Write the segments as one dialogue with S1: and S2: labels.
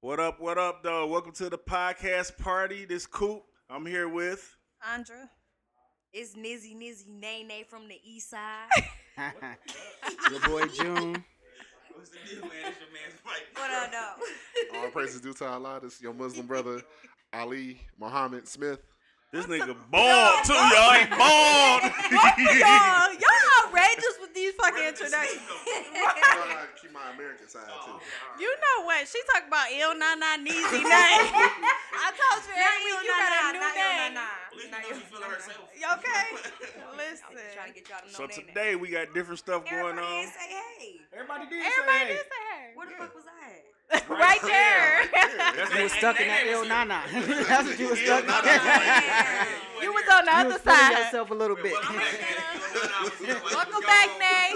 S1: What up, what up, though? Welcome to the podcast party. This Coop I'm here with.
S2: Andra. It's Nizzy Nizzy Nay Nay from the east side.
S3: Your boy June.
S4: What's the deal, man? It's your man's Mike.
S2: what up, though?
S5: All praises due to Allah. This is your Muslim brother, Ali Muhammad Smith.
S1: This nigga bald, too, y'all. Ain't bald.
S6: y'all, y'all outrageous with these fucking introductions.
S5: Try to keep my American side too.
S6: You know what? She talk about ill na na neezy name. I told you every week you got a new name.
S4: At least you know she feeling herself.
S6: You Okay,
S2: Trying to
S6: listen.
S2: get y'all to know
S1: so
S2: Nay Nay.
S1: today we got different stuff going um,
S2: Everybody
S1: on.
S2: didn't say hey.
S3: Everybody did
S6: Everybody did say hey.
S2: Where the fuck was I at?
S6: Right there.
S1: That's
S3: You was stuck in that
S4: Hey,
S3: ill
S4: hey,
S3: nana. That's what you was
S5: Ill
S3: stuck in.
S5: nana.
S3: You
S2: Damn.
S6: You was on the
S3: was
S6: other
S3: feeling
S6: side.
S3: yourself a little bit.
S6: Welcome back, Nay.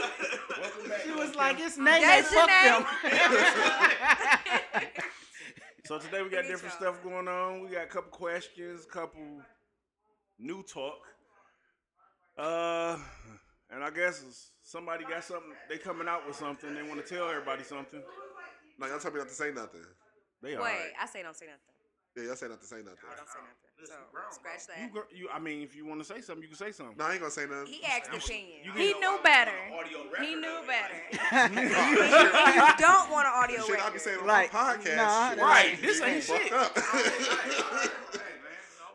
S3: She was like, it's Nay Nay,
S6: That's your
S3: fuck
S6: name.
S3: them.
S1: So today we got
S2: Great
S1: different
S2: job.
S1: stuff going on. We got a couple questions, couple new talk. Uh, and I guess somebody got something. They coming out with something. They want to tell everybody something.
S5: No, y'all tell me not to say nothing.
S1: They all
S2: Wait,
S1: right.
S2: I say don't say nothing.
S5: Yeah, y'all say not to say nothing.
S2: Don't say nothing. So
S4: Listen, bro,
S2: scratch
S1: You,
S2: that.
S1: gr- you, I mean, if you want to say something, you can say something.
S5: No, I ain't gonna say nothing.
S2: He asked opinion.
S1: You
S6: He
S1: can-
S6: knew better. He knew better.
S2: you don't want an audio
S5: Shit, I
S2: record.
S5: be saying on
S3: Right.
S5: my podcast.
S3: Nah,
S5: shit.
S1: right, this
S5: You
S1: ain't
S5: fucked
S1: shit.
S5: Up.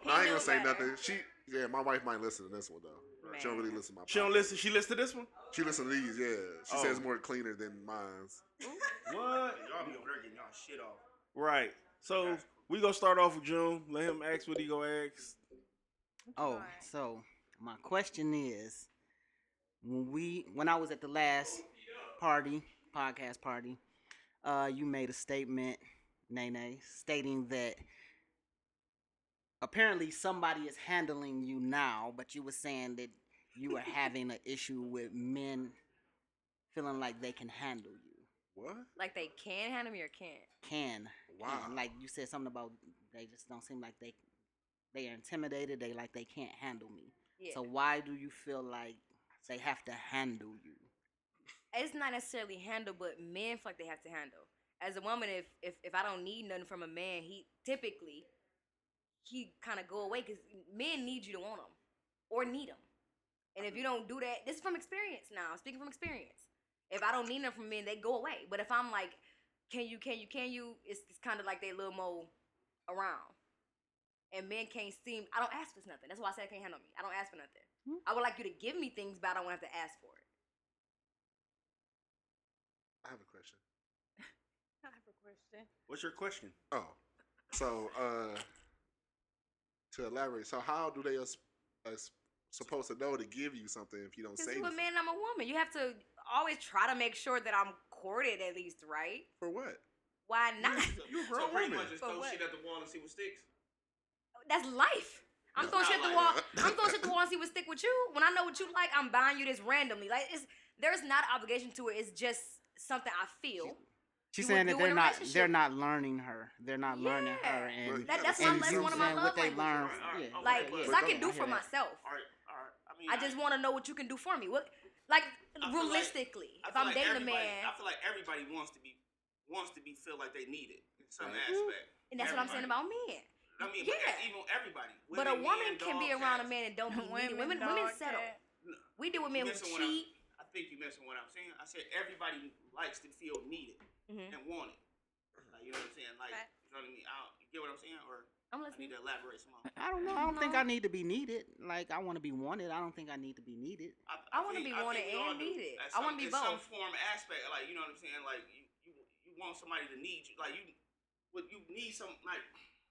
S2: He
S5: no, I ain't
S2: knew
S5: gonna say
S2: better.
S5: nothing. She, yeah, my wife might listen to this one though. She don't
S2: Man.
S5: really listen to my. Podcast.
S1: She don't listen. She listen to this one.
S5: She listen to these. Yeah, she
S1: Oh.
S5: says more cleaner than mine's.
S1: What?
S4: Y'all be over there getting y'all shit off.
S1: Right. So we gonna start off with June. Let him ask what he gonna ask.
S3: Oh, so my question is, when we when I was at the last party podcast party, uh, you made a statement, Nene, stating that apparently somebody is handling you now, but you were saying that you were having an issue with men feeling like they can handle you,
S5: What?
S2: Like they can handle me or can't.
S3: can,
S5: Wow.
S3: can. like you said something about they just don't seem like they they are intimidated, they like they can't handle me.
S2: Yeah.
S3: So why do you feel like they have to handle you?
S2: it's not necessarily handle, but men feel like they have to handle. As a woman, if if, if I don't need nothing from a man, he typically he kind of go away because men need you to want them or need them. And if you don't do that, this is from experience now. I'm speaking from experience. If I don't need them from men, they go away. But if I'm like, can you, can you, can you? It's, it's kind of like they little mo around. And men can't seem. I don't ask for nothing. That's why I said I can't handle me. I don't ask for nothing.
S3: Hmm.
S2: I would like you to give me things, but I don't want to have to ask for it.
S5: I have a question.
S6: I have a question.
S1: What's your question?
S5: Oh, so uh, to elaborate, so how do they us, us supposed to know to give you something if you don't
S2: Because
S5: say
S2: you a
S5: anything?
S2: man, I'm a woman. You have to always try to make sure that I'm courted at least, right?
S5: for what?
S2: Why not?
S5: You a
S4: so
S5: grown
S4: pretty
S5: woman.
S4: much just
S2: For
S4: throw
S2: what?
S4: shit at the wall and see what sticks.
S2: That's life. I'm
S5: No,
S2: throwing
S4: not
S2: shit at the
S4: like
S2: wall.
S5: that.
S2: I'm throwing shit at the wall and see what stick with you. When I know what you like, I'm buying you this randomly. Like it's there's not an obligation to it. It's just something I feel.
S3: She's
S2: You would
S3: saying
S2: do
S3: that
S2: in a relationship.
S3: they're not they're not learning her. They're not learning her
S2: Yeah.
S3: and,
S5: Right.
S2: That, that's why I
S3: and
S2: left
S5: lesson,
S2: one of my
S3: using what
S2: love
S3: they
S2: languages. Oh,
S3: learn.
S4: Alright, alright,
S3: Yeah,
S2: Like,
S3: yeah,
S2: cause I
S5: But
S2: can
S5: no,
S2: do
S5: I
S2: for myself.
S4: All right, all right. I mean,
S2: I just want to know what you can do for me. What, like,
S4: I feel like-
S2: realistically,
S4: I
S2: if
S4: feel
S2: I'm
S4: like
S2: dating a
S4: everybody-
S2: man,
S4: I feel like everybody wants to be wants to be feel like they need it in some
S5: Right.
S4: aspect.
S2: and that's what I'm saying
S4: Everybody.
S2: about men.
S4: I mean,
S2: Yeah.
S4: but even everybody.
S2: But a woman
S4: women, men,
S2: can be
S4: dog,
S2: around a
S4: cats.
S2: man and don't be
S6: Women,
S2: needy. Women,
S6: dog,
S2: women settle.
S6: cat.
S2: We deal with
S4: You
S2: men who
S4: missing what I'm-
S2: cheat.
S4: I think you missing what I'm saying. I said everybody likes to feel needed
S2: Mhm.
S4: and wanted. Like you know what I'm saying? Like
S6: Right.
S4: you know what I mean? I don't, you get what I'm saying, or
S2: I'm
S4: I need
S2: listening.
S4: to elaborate some more.
S3: I don't know. I don't think
S2: No.
S3: I need to be needed. Like I want to be wanted. I don't think I need to be needed.
S2: I wanna be
S4: think- I think
S2: wanted
S4: we all
S2: and
S4: do.
S2: needed.
S4: At
S2: I wanna
S4: some-
S2: be
S4: in Some
S2: both.
S4: form aspect, like you know what I'm saying. Like you, you, you want somebody to need you. Like you, would you need some? Like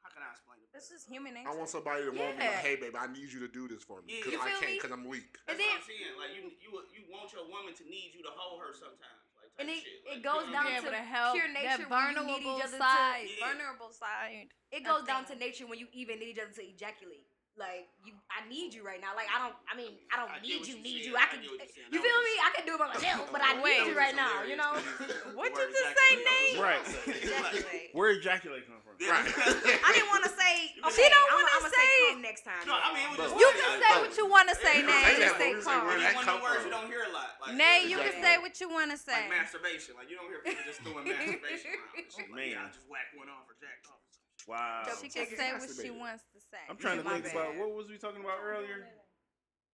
S4: how can I explain it?
S6: This is human nature.
S5: I want somebody to want me like,
S2: Yeah.
S5: hey, baby, I need you to do this for me
S4: Yeah,
S5: because
S4: you
S5: I
S2: feel
S5: can't
S2: me?
S5: because I'm weak.
S2: And
S4: That's what
S2: then-
S4: I'm saying. Like you, you, you want your woman to need you to hold her sometimes. Like type
S2: And it-
S4: shit.
S2: it
S4: Like, you
S2: goes
S4: know
S2: down
S4: what
S2: to
S4: I'm saying?
S2: pure nature
S6: that
S2: when you need
S6: vulnerable
S2: each other to-
S6: side,
S4: Yeah.
S6: vulnerable side.
S2: It goes down to
S6: Nothing.
S2: nature when you even need each other to ejaculate. Like you, I need you right now. Like I don't. I mean, I don't
S4: I get
S2: need
S4: what
S2: you.
S4: you
S2: Need
S4: said.
S2: you. I
S4: I
S2: can.
S4: get
S2: You
S4: what you
S2: feel
S4: said.
S2: me?
S4: That was-
S2: I can do it by myself, but I
S6: Wait.
S2: need you right now. You know.
S6: What did you say, Nate?
S1: Right.
S6: Ejaculate.
S1: Where ejaculate come from?
S6: I didn't want to say.
S4: You can
S6: she
S4: say-
S6: don't
S2: I'ma-
S6: want
S2: I'ma
S6: to say.
S2: come next time.
S4: No, I mean, it was just
S5: Bro.
S6: you
S4: words.
S6: can
S4: I-
S6: say what you want to say,
S4: You can
S6: Nay.
S4: say
S6: Just
S4: that,
S6: say
S5: but we say
S6: come.
S5: where
S4: It's
S5: that
S4: one of
S5: come
S4: the words
S5: from?
S4: you don't hear a lot. Like,
S6: Nay, you
S5: Exactly.
S6: can say what you want to say.
S4: Like masturbation. Like, you don't hear people just throwing masturbation around. and shit. Like,
S1: Man.
S4: yeah, I just whacked one off or jacked off.
S1: Wow.
S6: She
S5: Take
S6: can
S5: it
S6: say what she
S5: masturbated.
S6: wants to say.
S1: I'm trying to
S6: My
S1: think
S6: bad.
S1: about what was we talking about earlier?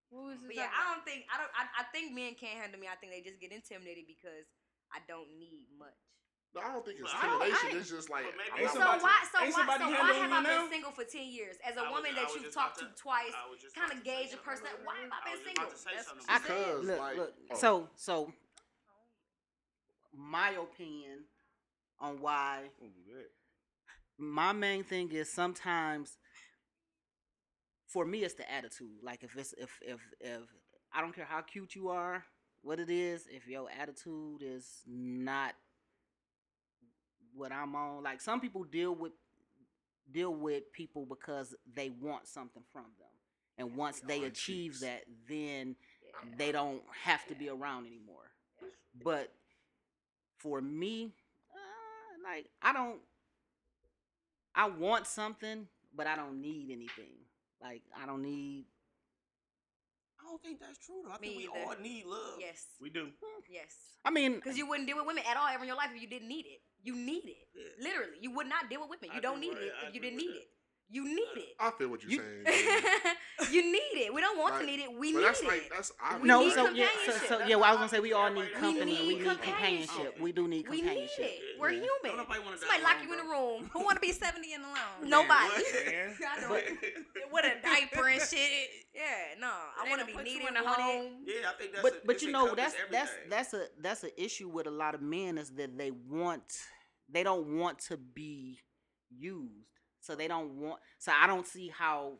S6: What was
S2: But
S6: this other-
S2: yeah, I don't think I don't. I, I think men can't handle me. I think they just get intimidated because I don't need much.
S5: No, I don't think it's
S4: Well, I don't- I
S5: intimidation.
S4: ain't-
S5: It's just like
S4: But maybe
S5: I'm
S1: Ain't
S2: so
S5: not-
S1: somebody-
S2: why? So
S1: ain't
S2: why?
S1: somebody
S2: So why
S1: handling
S2: have
S1: you
S2: I been
S1: now?
S2: single for ten years as a
S4: I was-
S2: woman
S4: I
S2: that
S4: was
S2: you've
S4: just
S2: talked to
S4: about to-
S2: twice?
S4: I was just
S2: Kind of
S4: about to say
S2: gauge a
S4: something.
S2: person. Why have I
S4: I
S2: been
S4: was just
S2: single?
S4: about to say
S2: That's
S4: something
S2: what I'm
S5: about that.
S2: saying.
S5: Because,
S3: look,
S5: like-
S3: look.
S5: oh.
S3: So, so my opinion on why my main thing is sometimes for me it's the attitude. Like if it's if if if I don't care how cute you are, what it is, if your attitude is not what I'm on, like some people deal with deal with people because they want something from them. And once they
S5: Orange
S3: achieve
S5: juice.
S3: that, then
S2: Yeah.
S3: they don't have to be around anymore. But for me, uh, like I don't, I want something, but I don't need anything. Like I don't need.
S4: I don't think that's true, though. I
S2: Me
S4: think we
S2: either.
S4: all need love.
S2: Yes.
S1: We do.
S2: Yes.
S3: I mean,
S2: Because you wouldn't deal with women at all ever in your life if you didn't need it. You need it.
S4: Yeah.
S2: Literally, you would not deal with women.
S4: I
S2: You don't
S4: agree
S2: need
S4: with
S2: it
S4: that. I
S2: if you
S4: agree
S2: didn't
S4: with
S2: need
S4: that.
S2: it. You need it.
S5: I feel what you're
S3: You-
S5: saying. dude.
S2: you need it. We don't want to
S5: Like-
S2: need it. We
S5: but
S2: need
S5: that's
S2: it.
S5: like that's I
S2: We
S3: no,
S2: need
S3: so yeah, so,
S2: companionship.
S3: so
S4: That's
S3: yeah. Well, I was
S4: how
S3: gonna say we all need
S4: everybody-
S3: company. We
S2: We
S3: need
S2: need
S3: companionship.
S2: companionship.
S3: We do need
S2: we need
S3: companionship.
S2: it. We're
S5: Yeah.
S4: Don't
S2: human.
S4: nobody want to die.
S2: Somebody lock you in
S4: alone,
S2: the room.
S6: Who want to be 70 and alone?
S2: Nobody.
S1: Man.
S2: I know.
S4: bro.
S6: With a diaper and shit.
S2: Yeah, no. I
S6: They
S2: want
S6: done
S2: to be
S6: put you
S2: needed
S6: in a
S2: wanted.
S6: home.
S4: Yeah, I think that's
S3: but
S4: a,
S3: but
S4: it's
S3: you know
S4: encompass
S3: that's that's
S4: everything.
S3: that's a that's an issue with a lot of men is that they want they don't want to be used so they don't want so i don't see how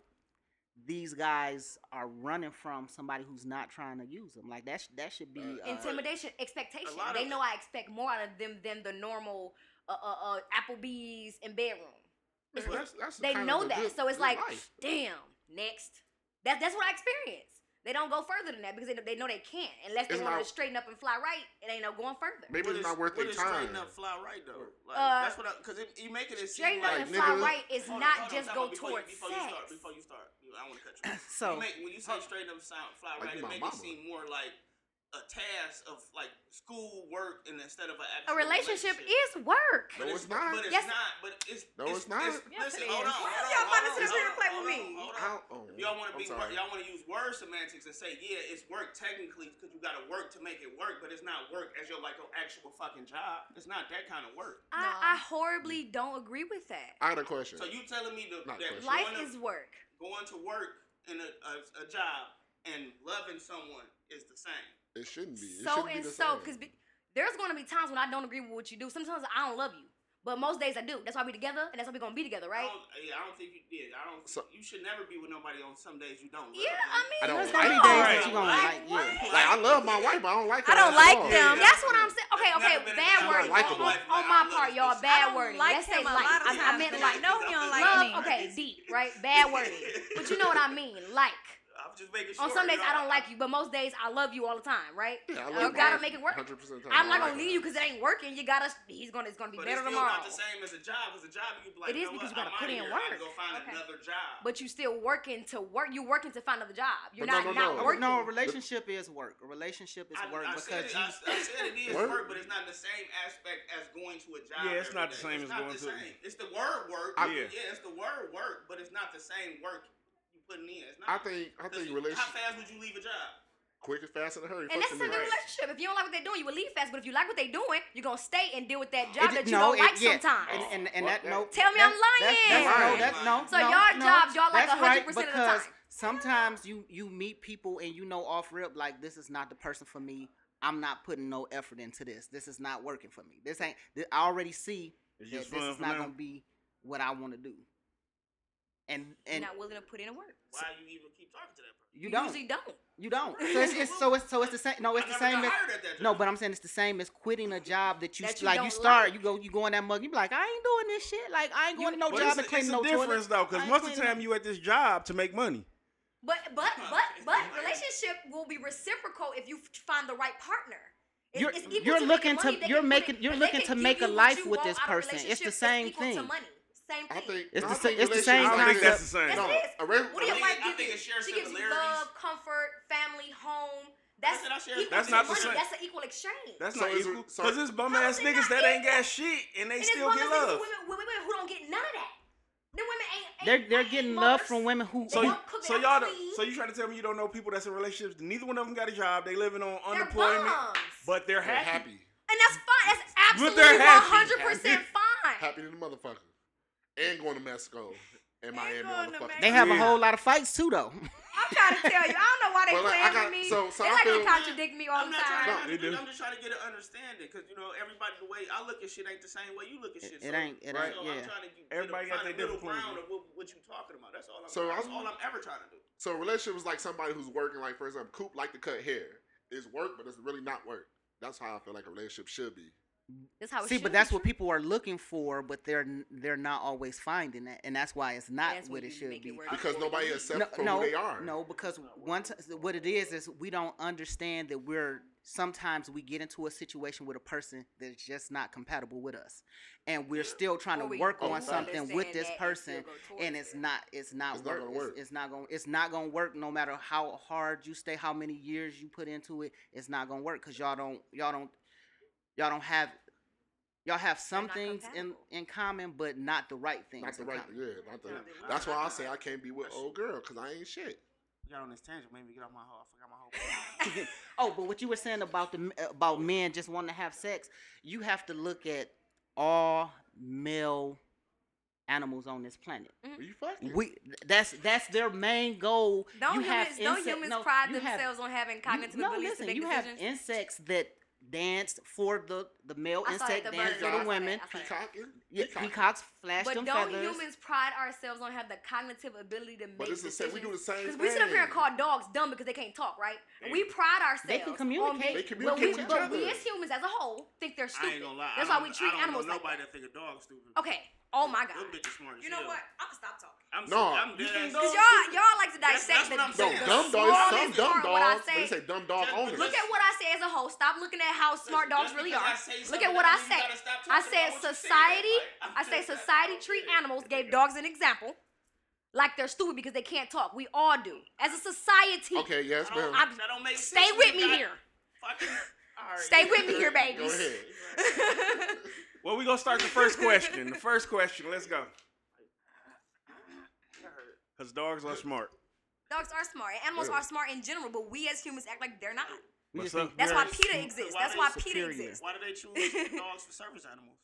S3: these guys are running from somebody who's not trying to use them like that sh- that should be
S5: Right.
S3: uh,
S2: Intimidation, expectation.
S4: lot
S2: They
S4: of-
S2: know I expect more out of them than the normal uh, uh, uh, Applebee's and bedroom.
S5: That's, that's, that's
S2: they
S5: kind of
S2: know
S5: the
S2: that.
S5: good-
S2: so it's
S5: good
S2: like,
S5: life.
S2: damn, next. That, that's what I experience. They don't go further than that because they, they know they can't. Unless they
S5: It's
S2: want to
S5: not-
S2: straighten up and fly right, it ain't no going further.
S5: maybe
S4: What
S5: it's
S4: is-
S5: not worth
S4: what
S5: their
S4: is straighten
S5: time.
S4: up, fly right though. Like
S2: Uh,
S4: that's what because you making it seem
S2: Straighten up and
S5: Like,
S4: like,
S2: fly
S5: nigga-
S2: right is
S4: Hold on,
S2: not
S4: hold on,
S2: just
S4: stop
S2: go
S4: it before you-
S2: towards
S4: before
S2: sex.
S4: You start, before you start, you- I want to cut you. off.
S3: so
S4: you make, when you say straighten up, sound fly
S5: Like
S4: right,
S5: my
S4: it make it
S5: mama.
S4: seem more like a task of like school work and instead of an
S2: a
S4: actual
S2: relationship is work.
S5: No, it's not.
S4: But it's
S2: Yes.
S4: not. But it's
S5: No, it's not.
S2: Yes, it
S4: listen, hold
S2: is.
S4: on.
S2: Why
S4: hold
S2: is y'all
S4: on,
S2: about to
S4: hold
S2: sit up
S4: on,
S2: here and play
S4: hold
S2: with
S4: on,
S2: me?
S4: hold on.
S5: How, oh,
S4: Y'all want to
S5: I'm
S4: be
S5: sorry.
S4: y'all want to use word semantics and say yeah, it's work technically because you got to work to make it work, but it's not work as your like your actual fucking job. It's not that kind of work.
S2: I, I horribly don't agree with that.
S5: I got a question.
S4: So you telling me the,
S5: Not
S4: that
S5: question.
S2: Life
S4: going to-
S2: is work.
S4: going to work in a, a, a job and loving someone is the same.
S5: it shouldn't be. It
S2: So
S5: shouldn't
S2: and
S5: be the
S2: so,
S5: same.
S2: because be, there's going to be times when I don't agree with what you do. Sometimes I don't love you, but most days I do. That's why we together, and that's why we're gonna be together,
S4: I
S2: right?
S6: Oh,
S4: don't, yeah, I don't think you did. I don't.
S5: So-
S4: you should never be with nobody on some days you don't.
S2: Yeah,
S4: love them.
S2: I
S5: I
S2: mean,
S5: don't
S2: there's
S3: there's gonna be days
S2: no-
S5: like that.
S3: that you gonna
S4: Right,
S3: like yeah
S4: right.
S5: like I love my wife, but I don't like her.
S6: I don't
S5: at
S6: like
S5: all.
S6: them.
S2: That's what I'm saying. Okay,
S4: It's
S2: okay,
S4: never been a
S2: bad
S4: time
S2: word
S5: in my life
S2: on,
S5: where
S2: on- on my
S4: I
S2: part,
S4: love
S2: y'all.
S4: this.
S6: I
S2: Bad
S6: don't
S2: wording.
S6: like
S2: Let's say
S6: him a
S2: like.
S6: lot of
S2: I, I
S6: times,
S2: meant
S6: but
S2: like.
S6: I know he don't like
S2: love.
S6: me.
S2: Okay, deep, right? Bad wording, but you know what I mean. Like
S4: I'm just making sure.
S2: on some
S4: you
S2: days
S4: know,
S2: I don't like you, but most days I love you all the time, right?
S5: Yeah,
S2: You
S5: I love my
S2: gotta
S5: wife
S2: make it work.
S5: 100% of the time.
S2: I'm not
S5: I like
S2: gonna
S5: her.
S2: leave you because it ain't working. You gotta. He's gonna. It's gonna be
S4: But
S2: better
S4: it's still
S2: tomorrow.
S4: not the same as a job. Because a job you be like,
S2: It is
S4: know
S2: because you
S4: what?
S2: gotta
S4: I'm
S2: put
S4: outta
S2: in
S4: here. I
S2: work.
S4: can go find
S2: Okay.
S4: another job.
S2: but you still working to work. You working to find another job. You're not
S5: But no, no,
S2: not
S5: no.
S2: working.
S3: no a relationship is work a relationship is
S4: I,
S3: work
S4: I said
S3: because
S4: it,
S3: you
S4: I, I said it is
S5: Work.
S4: work. but it's not the same aspect as going to a job.
S1: Yeah, it's
S4: every
S1: not the
S4: day.
S1: same
S4: It's
S1: as
S4: not
S1: going to-
S4: the same. It's the word work.
S1: I-
S4: yeah.
S1: Yeah.
S4: it's the word work, but it's not the same work you putting in. It's
S5: I
S4: not.
S5: think I think
S4: How
S5: relationship
S4: fast would you leave a job?
S5: quick and fast and a hurry.
S2: And
S5: fuck
S2: that's the
S5: some niggas.
S2: relationship. If you don't like what they're doing, you will leave fast. But if you like what they're doing, you're gonna stay and deal with that job
S3: It-
S2: that you
S3: no,
S2: don't
S3: it-
S2: like
S3: yeah,
S2: sometimes.
S3: And, and, and
S5: Fuck
S3: that
S5: that.
S3: no.
S2: Tell me
S3: that's-
S2: I'm
S3: That's,
S2: lying.
S3: that's,
S5: Lying.
S3: no, that's no.
S2: So
S3: no,
S2: y'all
S3: no.
S2: jobs, y'all like
S3: that's
S2: 100% of the
S3: right, because
S2: time.
S3: sometimes you you meet people and you know off rip like this is not the person for me. I'm not putting no effort into this. This is not working for me. This ain't. This, I already see
S1: It's
S3: that
S1: just
S3: this
S1: fun
S3: is
S1: for
S3: not
S1: now.
S3: gonna be what I want to do. And
S2: You're
S3: and
S2: not willing to put in the work.
S4: Why you even keep talking to that person?
S3: You don't.
S2: usually don't.
S3: You don't. So it's, it's so it's so it's the same. No, it's
S4: I
S3: the
S4: never
S3: same.
S4: got
S3: As,
S4: hired at that job.
S3: no, but I'm saying it's the same as quitting a job that you
S2: That
S3: s-
S2: you
S3: like.
S2: don't
S3: You start.
S2: like.
S3: You go. You go in that mug. You be like, I ain't doing this shit. Like I ain't going to no
S1: But
S3: job
S1: it's,
S3: and
S1: a- it's
S3: cleaning
S1: a
S3: no
S1: difference
S3: toilet.
S1: though, because
S3: I ain't
S1: most of the
S3: cleaning no-
S1: time you at this job to make money.
S2: But but
S5: Oh,
S2: but but relationship will be reciprocal if you f- find the right partner. It's,
S3: You're-
S2: it's equal
S3: you're
S2: the
S3: looking to-
S2: money they
S3: you're
S2: can put
S3: making-
S2: in,
S3: you're
S2: but they
S3: looking
S2: can
S3: to
S2: give
S3: make a
S2: you what
S3: life
S2: you
S3: with
S2: want
S3: this
S2: out of a
S3: person. It's the
S2: relationship.
S3: same
S2: equal To
S3: thing.
S2: money. Same
S5: I
S2: thing.
S5: think
S3: It's
S5: I
S3: the sa-
S5: think
S3: it's the
S5: relationships-
S3: same
S1: I don't think that's the
S3: concept.
S1: same.
S2: Yes,
S5: No,
S2: it is.
S5: a re-
S2: What do your
S4: I
S2: wife
S4: think- I
S2: give
S4: think
S2: you?
S4: it shares
S2: She gives you
S4: similarities.
S2: love, comfort, family, home. That's
S4: said I shared-
S2: equal
S4: That's
S2: to
S4: not the
S2: money.
S1: same.
S2: That's an equal exchange.
S1: That's
S5: So
S1: not
S5: is it-
S1: equal.
S5: so-
S1: Because it's bum
S2: How
S1: ass
S2: is it
S1: niggas that
S2: not
S1: ain't
S2: equal?
S1: got shit and they
S2: and
S1: still
S2: it's
S1: get
S2: women,
S1: love.
S2: Women, women, women who don't get none of that. Then women ain't. ain't
S3: They're they're
S2: ain't
S3: getting
S2: mothers.
S3: love from women who.
S1: So
S2: They
S1: you,
S2: don't cook, they
S1: so
S2: don't
S1: y'all, don't-
S2: clean.
S1: so you trying to tell me you don't know people that's in relationships? Neither one of them got a job. They living on
S2: They're
S1: unemployment,
S2: bums.
S1: but they're
S5: they're
S1: happy.
S5: happy,
S2: and that's fine. That's
S1: But
S2: absolutely
S1: they're
S2: one
S1: happy.
S2: hundred percent fine.
S5: happy to the motherfucker, and going to Mexico and Miami
S6: going
S5: on
S6: to
S5: the fucking.
S6: Mexico.
S3: They have a
S1: Yeah.
S3: whole lot of fights too, though.
S2: I'm trying to tell you, I don't know why they
S5: Well, like,
S2: playing
S5: I got-
S2: with me.
S5: so- so
S2: they
S5: I
S2: like to
S5: feel-
S2: contradict me all
S4: I'm
S2: the
S4: not trying to
S2: time. Right.
S5: No,
S1: they do.
S4: contradict, I'm just trying to get an understanding because you know everybody the way I look at shit ain't the same way you look at
S3: It- it
S4: shit. so-
S3: ain't- it
S4: so
S3: ain't, yeah.
S4: I'm trying to get,
S1: Everybody
S4: you
S1: got
S4: know,
S1: their
S4: find a middle
S1: different
S4: ground
S1: points.
S4: of what, what you talking about. That's all I'm.
S5: So
S4: that's
S5: I'm-
S4: all I'm ever trying to do.
S5: So a relationship is like somebody who's working, like for example, Coop like to cut hair. It's work, but it's really not work. That's how I feel like a relationship should be.
S2: That's how it
S3: See,
S2: should
S3: but that's
S2: be.
S3: what people are looking for, but they're n- they're not always finding that, and that's why it's not
S2: That's
S3: what
S2: when
S3: it
S2: you
S3: should
S2: make it
S3: be.
S2: work.
S5: Because nobody accepts
S3: no,
S5: for
S3: no,
S5: who they are.
S3: No, because one t- what it is is we don't understand that we're sometimes we get into a situation with a person that's just not compatible with us, and we're still trying
S2: Or
S3: to
S2: we
S3: work
S2: don't
S3: on something
S2: understand
S3: with this
S2: that and still
S3: person,
S2: go towards
S3: and it's
S2: it.
S3: not it's not
S5: It's not
S3: work.
S5: gonna
S3: It's-
S5: work.
S3: It's, not going it's not going to work no matter how hard you stay, how many years you put into it. It's not going to work because y'all don't y'all don't y'all don't have. Y'all have some
S2: not
S3: things in,
S2: compatible.
S3: in common, but not the right things.
S5: Not the
S3: in
S5: right,
S3: common.
S5: yeah, not the. That's why I say I can't be with old girl because I ain't shit.
S4: We got on this tangent, made me get off my heart. I forgot my whole.
S3: Oh, but what you were saying about the about men just wanting to have sex, you have to look at all male animals on this planet.
S5: Are you fucking?
S3: We that's that's their main goal.
S2: Don't
S3: you have
S2: humans, don't
S3: insect-
S2: humans
S3: no,
S2: pride
S3: you have-
S2: themselves on having
S3: you-
S2: cognitive
S3: no,
S2: abilities
S3: listen,
S2: to make
S3: you
S2: decisions?
S3: have insects that danced for the the male
S2: I saw that,
S3: insect
S2: the
S3: danced
S2: birds,
S3: for
S2: I saw
S3: the
S2: that,
S3: women.
S2: I saw that.
S5: Peacocking?
S3: Yeah,
S5: Peacocking.
S3: peacocks flashed
S2: But
S3: them
S2: don't
S3: feathers.
S2: humans pride ourselves on having the cognitive ability to make
S5: But it's the same-
S2: decisions?
S5: we do the same
S2: Because we sit up here and
S5: thing.
S2: call dogs dumb because they can't talk, right? And we pride ourselves.
S3: They can
S2: on being-
S3: communicate.
S5: They
S2: But
S5: communicate
S2: we,
S5: with each
S2: but we
S5: other.
S2: as humans as a whole think they're
S4: I
S2: stupid.
S4: ain't gonna lie.
S2: That's
S4: I
S2: why
S4: don't-
S2: we treat
S4: I don't
S2: animals
S4: know
S2: like
S4: nobody
S2: that.
S4: that think a dog's stupid.
S2: Okay. Oh my God.
S4: Them bitches smart as
S6: You know
S4: hell.
S6: what? I'm gonna stop talking.
S4: I'm
S5: No,
S4: I'm
S1: you
S4: dead
S1: think
S4: ass-
S1: dogs-
S2: Because y'all, y'all like to
S4: That's- that's
S2: dissect
S4: what I'm
S2: the,
S5: No,
S4: saying.
S2: the
S5: dumb
S2: smallest
S5: dog. it's Some dumb
S2: part, what I
S5: dogs. But
S2: say.
S5: they say dumb dog
S4: Just-
S5: owners.
S2: Look at what I say as a whole. Stop looking at how smart
S4: just
S2: dogs really
S4: because
S2: are.
S4: I say
S2: Look at
S4: something
S2: what I
S4: doesn't mean
S2: say.
S4: you gotta stop
S2: I
S4: talking
S2: said
S4: about what you said.
S2: society.
S4: Like,
S2: I
S4: I'm
S2: say
S4: just- that's
S2: society
S4: all it
S2: treat
S4: is.
S2: animals. Gave dogs an example, like they're stupid because they can't talk. We all do as a society.
S5: Okay, yes,
S4: I don't-
S5: ma'am.
S2: I'm-
S4: that don't make
S2: Stay
S4: sense.
S2: with
S4: You
S2: me
S4: got
S2: here.
S4: fucking- all right,
S2: Stay
S4: yeah.
S2: with me here,
S5: Go
S2: babies.
S5: ahead.
S1: Well, we gonna start the first question. The first question. Let's go. Cause dogs are smart.
S2: dogs are smart. and Animals are smart in general, but we as humans act like they're not.
S3: We
S1: What's
S3: just think
S1: up?
S2: That's why
S3: we're-
S2: PETA exists. That's
S4: they
S2: why PETA
S3: superior.
S2: exists.
S4: Why do they choose dogs for service animals?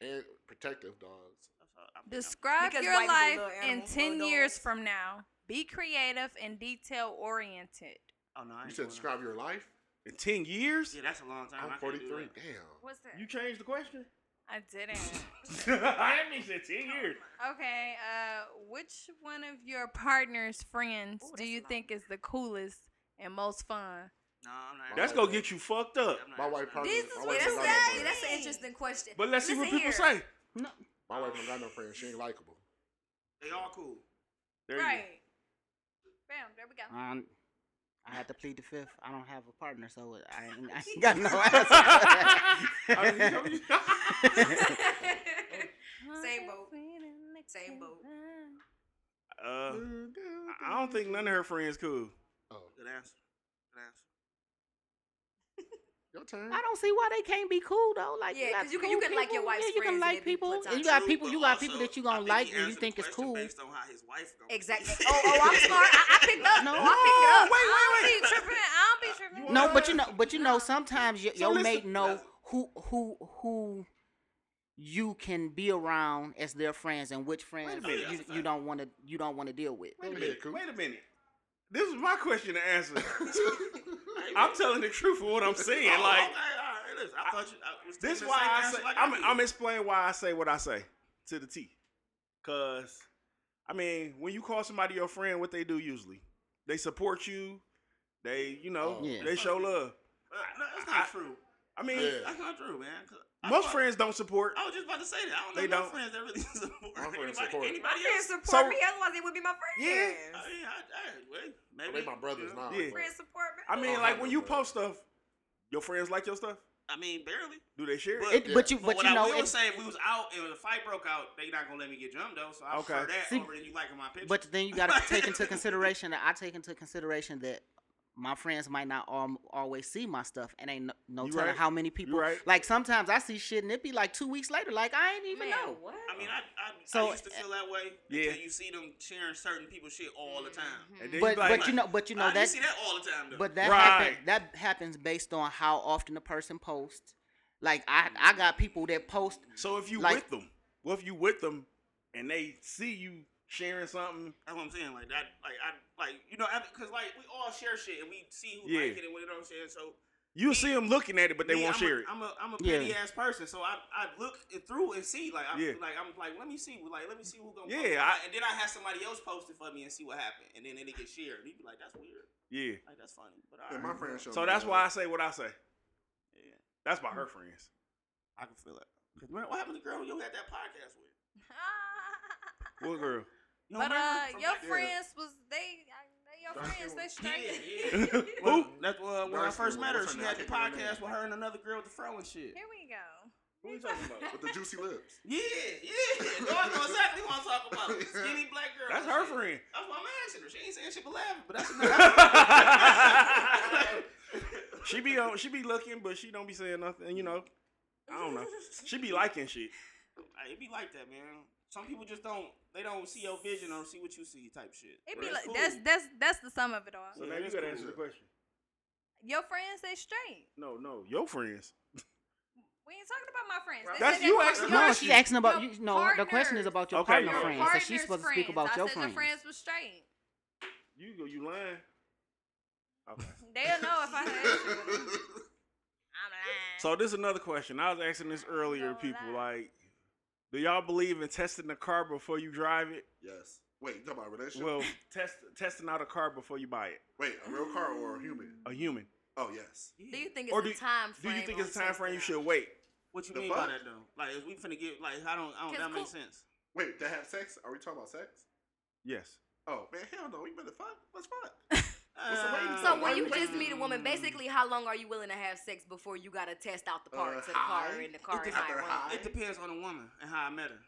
S5: And protective dogs.
S4: That's all- I'm- I'm-
S6: Describe
S2: Because
S6: your
S2: white people
S6: life
S2: love
S6: in
S2: animals, love
S6: 10
S2: dogs.
S6: years from now. Be creative and detail oriented.
S4: Oh no, I ain't
S5: You said
S4: doing that.
S5: describe your life.
S1: In ten years,
S4: Yeah, that's a long time. I
S5: I'm
S4: can't do
S5: 43.
S4: that.
S5: Damn.
S2: What's that?
S1: you changed the question.
S6: I didn't.
S1: I didn't mean you said ten years.
S6: okay, uh, which one of your partner's friends
S2: Ooh,
S6: do
S2: that's
S6: you
S2: a lot.
S6: think is the coolest and most fun?
S4: No, I'm not.
S1: That's gonna get you fucked up.
S4: I'm not
S5: My wife
S4: answering
S5: probably.
S4: that.
S6: This is
S5: my
S6: what
S5: wife
S6: it
S5: don't got
S6: says.
S5: no
S2: That's
S5: friends.
S2: an interesting question.
S1: But let's see what
S2: Listen
S1: people
S2: here.
S1: say.
S3: No,
S5: My wife don't got no friends. She ain't likable.
S4: They all cool.
S1: There you go.
S6: right. Bam, there we go.
S3: I'm- I had to plead the fifth. I don't have a partner, so I ain't, I ain't got no answer.
S1: I mean, you-
S2: Same boat. Same boat.
S1: uh, I- I don't think none of her friends cool.
S5: Oh,
S4: Good answer. Good answer.
S5: your turn.
S3: I don't see why they can't be cool though. Like
S2: Yeah,
S3: got
S2: 'cause you can-
S3: cool
S2: you can like your
S3: people.
S2: wife's
S3: Yeah, you
S2: friends
S3: can
S2: and
S3: like
S2: it be
S3: people. And you
S2: platonic.
S3: got
S4: True,
S3: people.
S4: but
S3: You got
S4: also,
S3: people that you
S4: I
S3: gonna
S4: think
S3: like
S4: he
S3: and you
S4: answered
S3: think
S4: the
S3: it's
S4: question
S3: cool.
S4: Based on how his wife goes.
S2: Exactly. Oh, oh, I'm sorry. I, I picked up.
S3: No.
S2: I picked it up.
S6: I don't be tripping. I don't be tripping.
S3: No, but you know, but you know, sometimes your, your
S1: listen-
S3: mate know who who who you can be around as their friends and which friends
S1: minute.
S3: you, you don't want to you don't want to deal with.
S5: Go
S1: Wait a
S5: ahead,
S1: minute.
S5: Coop.
S1: Wait a minute. This is my question to answer. I'm telling the truth for what I'm saying.
S4: Oh,
S1: Like
S4: okay, all right, listen, I thought you. I was
S1: this
S4: taking the
S1: why
S4: same
S1: I
S4: answer
S1: say
S4: like
S1: I'm
S4: did.
S1: I'm explain why I say what I say to
S4: Uh,
S1: the T. Cause I mean, when you call somebody your friend, what they do usually? They support you. They, you know,
S5: Oh.
S3: Yeah.
S1: they show love.
S4: Uh, no, that's not
S1: I-
S4: true.
S1: I mean,
S5: Yeah.
S4: That's not true, man. 'Cause I
S1: most
S4: fuck-
S1: friends don't support.
S4: I was just about to say that. I don't
S1: They
S4: know
S1: don't.
S4: no friends that really support
S5: My friends
S4: anybody.
S5: support.
S4: Anybody
S6: Friends
S4: else?
S6: support
S1: So-
S6: me, otherwise they would be my friends.
S1: Yeah.
S4: Uh, yeah, I, I, well, maybe
S5: They my brothers
S4: you know.
S5: now.
S1: Yeah.
S5: but-
S6: Friends support me.
S1: I mean,
S5: Oh,
S1: like when you
S5: yeah.
S1: post stuff, your friends like your stuff.
S4: I mean, barely.
S1: Do they share?
S4: But-
S1: it?
S3: It, but you,
S4: But,
S3: but
S4: what
S3: you
S4: I
S3: know,
S4: will
S3: it,
S4: say, if we was out and the fight broke out, they not gonna let me get jumped though. So I
S1: Okay.
S4: prefer that
S3: See-
S4: over than you liking my picture.
S3: but then you got to take into consideration that I take into consideration that my friends might not all, always see my stuff, and ain't no, no
S1: You
S3: telling
S1: right.
S3: how many
S1: You
S3: people.
S1: right.
S3: Like sometimes I see shit and it be like two weeks later, like I ain't even
S2: Man,
S3: know.
S2: what?
S4: I mean, I, I,
S3: So- eh,
S4: I used to feel that way.
S1: Yeah.
S4: Until you see them sharing certain people shit all the time.
S1: And then
S3: But
S1: you like,
S3: but you know, but Mm-hmm. you know
S4: I, you
S3: that
S4: see that all the time though.
S3: But that
S1: Right.
S3: happen, that happens based on how often the person posts. Like
S6: Mm.
S3: I I got people that post
S1: so if you
S3: like-
S1: with them, well, if you with them, and they see you sharing something,
S4: That's what I'm saying. Like that. Like I. Like you know. Because like we all share shit and we see who
S1: Yeah.
S4: like it and what you know what I'm saying. So
S1: you see them looking at it, but they
S4: me,
S1: won't
S4: I'm
S1: share
S4: a,
S1: it.
S4: I'm a I'm a
S3: Yeah.
S4: petty ass person, so I I look it through and see like I'm
S1: Yeah.
S4: like I'm like let me see like let me see who gonna
S1: Yeah,
S4: post it.
S1: I-
S4: and then I have somebody else post it for me and see what happened, and then, then it gets shared. You be like that's weird,
S1: yeah.
S4: like that's funny, but
S5: Yeah, my
S4: alright.
S5: friends show
S1: So
S5: me
S1: that's
S5: love.
S1: why I say what I say.
S4: Yeah.
S1: That's by her friends.
S4: I can feel it. 'Cause remember what happened to the girl you had that podcast with?
S2: Ah.
S1: What girl?
S4: You
S6: but
S4: don't remember?
S6: uh,
S4: From
S6: your
S4: back-
S5: yeah.
S6: friends was they, I- they your
S5: Dark
S6: friends.
S5: skin
S6: They straight.
S4: yeah, yeah. Well, that's uh, when I
S5: Darcy,
S4: first met her.
S5: what's her
S4: She
S5: name?
S4: had
S5: I
S4: the
S5: can't remember her
S4: podcast
S5: name.
S4: with her and another girl with the fro and shit.
S6: Here we go.
S1: What are you talking about?
S5: With the juicy lips.
S4: Yeah, yeah. No, I know exactly what I'm talking about. Skinny black girl.
S1: That's
S4: and
S1: her
S4: shit.
S1: friend.
S4: That's why I'm asking her. She ain't saying shit but laughing, but that's another.
S1: She be on, she be looking, but she don't be saying nothing. You know, I don't know. She be liking shit.
S4: Like, it be like that, man. Some people just don't. They don't see your vision or see what you see, type shit.
S6: It
S4: But
S6: be like
S4: cool.
S6: that's that's that's the sum of it all.
S1: So
S4: Yeah,
S1: now you
S4: that's
S1: gotta
S4: cool.
S1: answer the question.
S6: Your friends, they straight.
S1: No, no, your friends.
S6: We ain't talking about my friends. They
S1: That's
S6: said
S1: you
S6: that
S1: asking
S6: your-
S3: no,
S1: question.
S3: she's asking about
S6: Your
S3: you. No, the question is
S6: partners.
S3: about your
S1: Okay,
S3: partner
S1: your
S3: friends.
S6: partner's
S3: so she's supposed to speak
S6: friends.
S3: about
S6: I
S3: your
S6: said
S3: friends.
S6: Your friends was straight.
S1: You go, you lying. Okay.
S6: They'll know if I had you. I'm lying.
S1: So this is another question. I was asking this earlier, to people. Like, do y'all believe in testing the car before you drive it?
S5: yes. Wait, you talking about a relationship?
S1: Well, test testing out a car before you buy it.
S5: Wait, a real car or a human?
S1: A human.
S5: Oh yes.
S2: do you think
S1: Or
S2: it's
S1: do
S2: a
S1: you-
S2: time
S1: Do
S2: frame?
S1: you think
S2: on
S1: it's a time frame you
S2: testing
S1: should
S2: out?
S1: wait?
S4: What you
S5: The
S4: mean
S5: fuck?
S4: by that though? Like, is we finna get like I don't, I don't.
S2: 'Cause
S4: That
S2: cool-
S4: makes sense.
S5: Wait, to have sex? Are we talking about sex?
S1: Yes.
S5: Oh man, hell no. We better fuck. Let's fuck.
S4: Uh,
S5: the lady
S2: So
S5: Why
S2: when
S5: you
S2: you just meet a woman,
S4: Mm.
S2: basically, how long are you willing to have sex before you gotta test out the
S5: Uh,
S2: parts of the car
S5: high?
S2: and the car
S5: It
S2: and
S5: just-
S2: how it
S5: after
S2: runs?
S5: high?
S4: It depends on the woman and how I met her.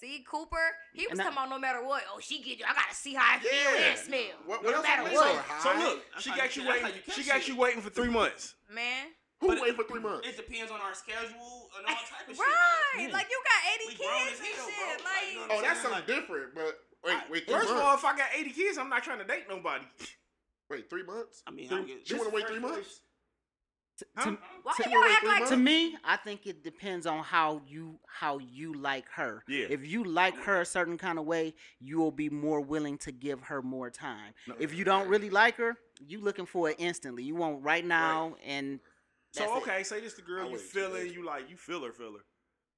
S2: See, Cooper, he was
S3: And I-
S2: talking about no matter what. Oh, she get you. I gotta see how I feel
S5: Yeah.
S2: and smell.
S5: What,
S2: no
S5: what else?
S2: matter
S5: we
S2: what.
S5: doing?
S1: So
S5: Hi?
S1: look,
S4: That's
S1: she
S4: how
S1: got
S4: you-
S1: you
S4: that's how
S1: waiting.
S4: you catch
S1: She got
S4: it.
S1: you waiting for three months.
S6: man.
S5: who
S4: but it-
S5: waited for three months?
S4: It depends on our schedule and
S2: Eh,
S4: all type of shit.
S6: Right.
S1: Yeah.
S6: Like you got 80
S4: We grown
S6: kids
S4: as
S6: and
S4: hell, bro.
S6: shit.
S4: Like, you know
S6: Like
S4: what
S5: Oh, that's
S4: Sound
S5: something
S4: like-
S5: different. But wait, wait. Three
S1: First of
S5: months.
S1: all, if I got 80 kids, I'm not trying to date nobody.
S5: wait, three months.
S4: I mean, I
S1: Three-
S4: don't get,
S5: You want to wait three months?
S3: To-
S1: Huh?
S3: to-
S2: Why
S3: to-
S2: y'all act
S5: three
S2: like
S5: months?
S3: to me, I think it depends on how you how you like her.
S1: Yeah.
S3: If you like her a certain kind of way, you will be more willing to give her more time. If you don't really like her, you looking for it instantly. You want right now and that's
S1: So
S3: it.
S1: okay, say this the
S5: I
S1: girl you
S5: waited two
S1: feeling,
S5: days.
S1: you like you feel her, feel her.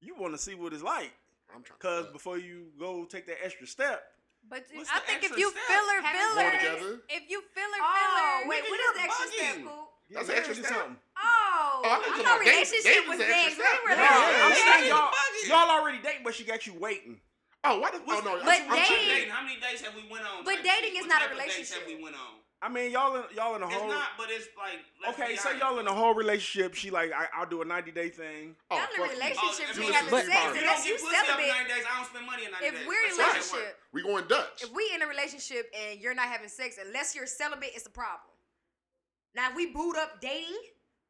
S1: You want to see what it's like,
S5: I'm trying. to
S1: cause
S5: fuck.
S1: before you go take that extra step,
S6: but you-
S4: What's
S6: I
S4: the
S6: think if
S4: extra
S6: you
S4: step?
S6: filler
S2: Having
S5: More
S6: filler
S5: together?
S6: if you filler
S2: Oh,
S6: filler
S2: wait,
S4: Nigga,
S2: what
S4: you're
S2: is the extra step,
S4: bugging.
S2: Coop?
S5: That's
S1: yeah,
S5: an extra
S1: do
S5: step.
S1: something.
S2: Oh,
S5: I
S2: I thought
S5: think Oh, about dating-
S2: relationship
S5: dating
S2: was
S5: is an
S2: next.
S5: extra step.
S2: We
S5: Yeah,
S1: Yeah,
S5: yeah,
S1: I'm
S5: yeah.
S1: saying
S4: Yeah.
S1: y'all,
S4: Bugging.
S1: y'all already date, but she got you waiting.
S5: Oh, what? The, oh no.
S2: But
S5: I'm, I'm
S2: dating-
S5: tripping.
S4: How many days have we went on?
S2: But
S4: type shit?
S2: dating is
S4: What
S2: not a
S4: type of dates
S2: relationship.
S4: Have we went on?
S1: I mean, y'all, in, y'all in a
S4: It's
S5: Uh-huh.
S1: whole.
S4: not, but it's like. let's
S1: okay,
S4: be
S1: say
S4: honest.
S1: y'all in a whole relationship. She like, I, I'll do a 90 day thing.
S5: Oh,
S2: Y'all in a
S5: fuck you.
S2: relationship,
S5: Juice
S2: we
S5: is
S2: having
S5: too
S3: sex,
S5: far.
S2: and
S4: You
S2: that's
S4: don't
S2: you
S4: get pussy after
S2: celibate.
S4: nine days. I don't spend money in nine
S2: If
S4: days.
S2: we're
S4: That's how that
S2: relationship-
S4: works.
S5: Oh, We going Dutch.
S2: If we in a relationship and you're not having sex, unless you're celibate, it's a problem. Now, if we boot up dating,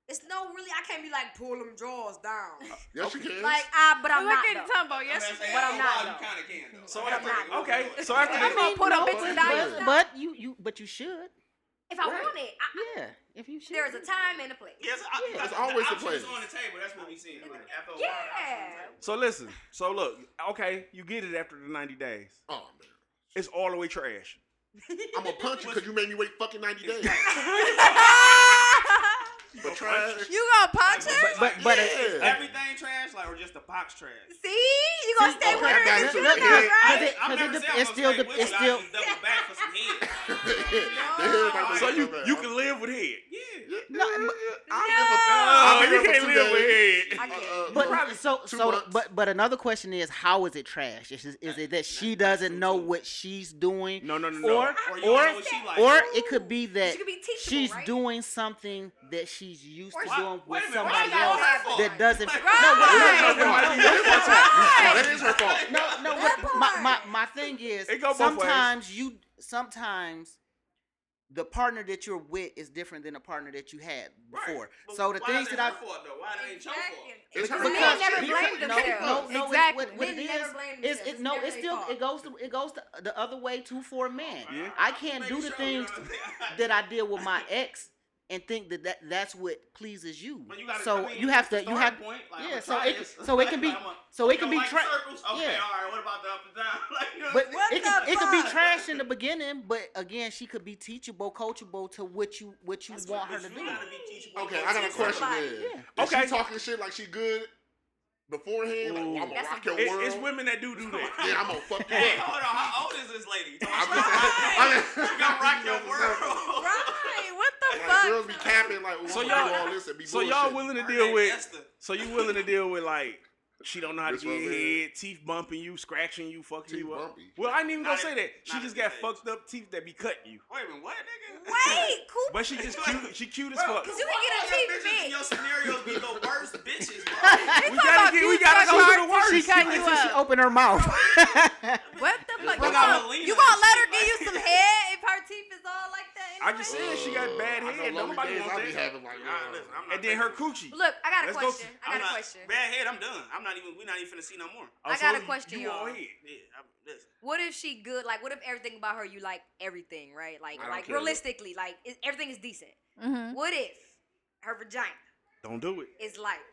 S2: it's no really. I can't be like pull them drawers down.
S5: Yes, you can.
S2: Like I, but I'm
S6: Look
S2: not.
S6: at
S2: though.
S6: Tumbo.
S4: I mean,
S6: Yes,
S4: I'm saying,
S2: But I'm
S4: after a
S2: not,
S4: while,
S2: though.
S4: You kind of can though.
S1: So
S4: Like,
S2: I'm
S4: after-
S2: not.
S1: Okay, so after
S3: I
S1: that,
S3: mean,
S6: gonna put
S3: no,
S6: up bitches
S3: but-
S6: down your
S3: But you you but you should.
S2: If I
S3: Right.
S2: want it, I,
S3: Yeah, if you should.
S2: there's a time and a place.
S4: Yes, I,
S3: Yeah.
S5: It's always
S4: the
S5: the
S4: options
S5: place.
S4: on the table. That's what we see. Like, after a while, the options on the
S2: Yeah.
S4: table.
S1: so listen, so look, okay, you get it after the 90 days.
S5: oh man,
S1: It's all the way trash.
S5: I'm gonna punch you because you made me wait fucking ninety days. But trash.
S6: You gonna punch
S4: Like,
S6: him?
S4: like,
S3: But- but
S4: yeah,
S5: it-
S4: everything trash, like or just the box trash.
S6: See, you gonna
S3: See,
S6: stay
S5: okay,
S6: with her?
S5: that's
S6: This
S5: what
S6: is not
S5: it is.
S3: Cause
S6: right.
S3: it-
S4: I'm never
S3: it
S4: saying
S3: de- it's
S4: I'm
S3: still
S4: gonna
S3: de-
S4: stay
S3: it's
S4: with you, I
S3: still
S4: just double back for some head.
S5: The head might be
S1: So you
S5: coming.
S1: you can live with head.
S4: Yeah,
S3: no, but-
S1: Oh,
S5: I
S1: you
S5: live for
S1: can't
S5: two
S1: live
S5: days.
S1: with head.
S2: I can't.
S5: Uh, uh,
S3: But
S5: probably
S3: so
S5: two
S3: so
S5: months.
S3: but but another question is how is it trash? Is, it- is it that she doesn't know what she's doing,
S1: No, no, no, no.
S3: or
S4: or
S3: or
S4: you don't know what she like.
S3: or it could be that
S2: She could be teachable,
S3: she's
S2: right?
S3: doing something that she's used to
S4: Why-
S3: doing
S4: wait
S3: with
S4: a minute, why
S3: somebody
S4: y'all
S3: else
S4: her fault?
S3: that doesn't.
S4: Like,
S3: No,
S5: It might be- it might be- No, that is her fault.
S3: No, no.
S6: That
S3: What, my, my
S6: part.
S3: my thing is
S1: It go both ways.
S3: sometimes you sometimes the partner that you're with is different than the partner that you had
S4: Right.
S3: before.
S4: But
S3: so the
S4: why
S3: things
S4: is it
S3: that I
S4: her fault, though? Why it ain't your fault?
S5: It's her
S2: Men
S5: fault.
S2: never
S5: Because-
S2: blame
S3: no,
S2: themselves.
S3: No, no,
S2: exactly.
S3: It's, what, what
S2: Men
S3: it is,
S2: never blame
S3: is
S2: themselves.
S3: it, no,
S2: never
S3: it's
S2: their
S3: still
S2: fault.
S3: it goes to, it goes to the other way too for a man.
S1: Yeah.
S3: I can't do the
S4: Make sure, you know
S3: things
S4: what I'm saying?
S3: that I did with my ex and think that, that that's what pleases you.
S4: But you gotta,
S3: so
S4: I mean,
S3: you have
S4: it's
S3: to
S4: a
S3: you
S4: starting
S3: have
S4: point. Like,
S3: yeah.
S4: I'ma
S3: So
S4: try
S3: it
S4: this.
S3: so it can be
S4: Like, I'ma-
S3: so it
S4: you
S3: can
S4: don't
S3: be
S4: like
S3: tra-
S4: circles. Okay,
S3: yeah.
S4: all right. What about the up and down? Like, you know
S3: But
S4: what
S3: it
S6: What
S3: could,
S6: the
S3: it could be
S6: fuck?
S3: trash in the beginning, but again, she could be teachable, coachable to what you what you want her
S4: I'm
S3: to
S4: saying?
S3: do.
S4: You gotta be teachable.
S5: Okay, I got a
S4: Somebody.
S5: question
S6: Somebody.
S5: then.
S3: Yeah.
S5: Is
S1: Okay.
S5: she talking shit like she good beforehand? Like, well, I'm gonna
S2: That's
S5: rock
S2: a-
S5: your world.
S1: It's, it's women that do do that.
S5: Yeah, I'm gonna fuck you
S4: Hey,
S5: up.
S4: hold on. How old is this lady?
S5: I'm just I'm just-
S4: You gonna rock your world.
S6: Right? What the
S5: Like,
S6: fuck?
S5: girls be capping like, well,
S1: So
S5: so y'all, do
S1: y'all-
S5: all this and be
S1: So y'all
S5: bullshitting.
S1: willing to
S4: Her
S1: deal
S4: name
S1: with?
S4: Esther.
S1: So you willing to deal with like? She don't know how to
S5: This
S1: get
S5: one right
S1: head, teeth bumping you, scratching you, fucking
S5: Teeth
S1: you up.
S5: bumpy.
S1: Well, I ain't even gonna
S4: Not
S1: say
S4: if-
S1: that. She
S4: not
S1: just
S4: if
S1: got
S4: they-
S1: fucked up teeth that be cutting you.
S4: Wait a minute, what, nigga?
S6: Wait, Cooper.
S1: But she just cute. She cute as fuck.
S6: you can get her
S4: All your
S6: teeth
S4: bitches in
S6: fixed.
S4: Your scenarios be the worst bitches, bro.
S1: We gotta get. We gotta go to the worst.
S3: She
S6: cut you
S3: until she
S6: up.
S3: open her mouth.
S6: What the fuck?
S4: bring
S6: You
S4: out
S6: gonna,
S4: Melina
S6: you
S4: and
S6: gonna let her
S4: shit,
S6: give you
S4: like-
S6: some head if her teeth is all like that?
S1: I
S6: anyway?
S1: just said she got bad
S5: Oh, I know
S1: head.
S5: lonely
S1: Nobody
S5: days I be
S1: wants that.
S5: having like, uh,
S4: Nah, listen, I'm not
S1: And then her
S4: taking-
S1: coochie.
S2: Look, I got a
S1: Let's go
S2: question.
S1: to-
S2: I got
S4: I'm
S2: a
S4: not-
S2: question.
S4: Bad head, I'm done. I'm not even. We're not even finna see no more.
S1: Oh,
S2: I got
S1: so
S2: a question,
S1: you
S2: y'all.
S1: all head.
S4: Yeah, I'm, listen.
S2: What if she good? Like, what if everything about her you like everything, right? Like,
S5: I don't
S2: like
S5: care.
S2: realistically, like it, everything is decent.
S3: Mm-hmm.
S6: Mhm.
S3: Hmm?
S2: What if her vagina
S1: Don't do it.
S2: is like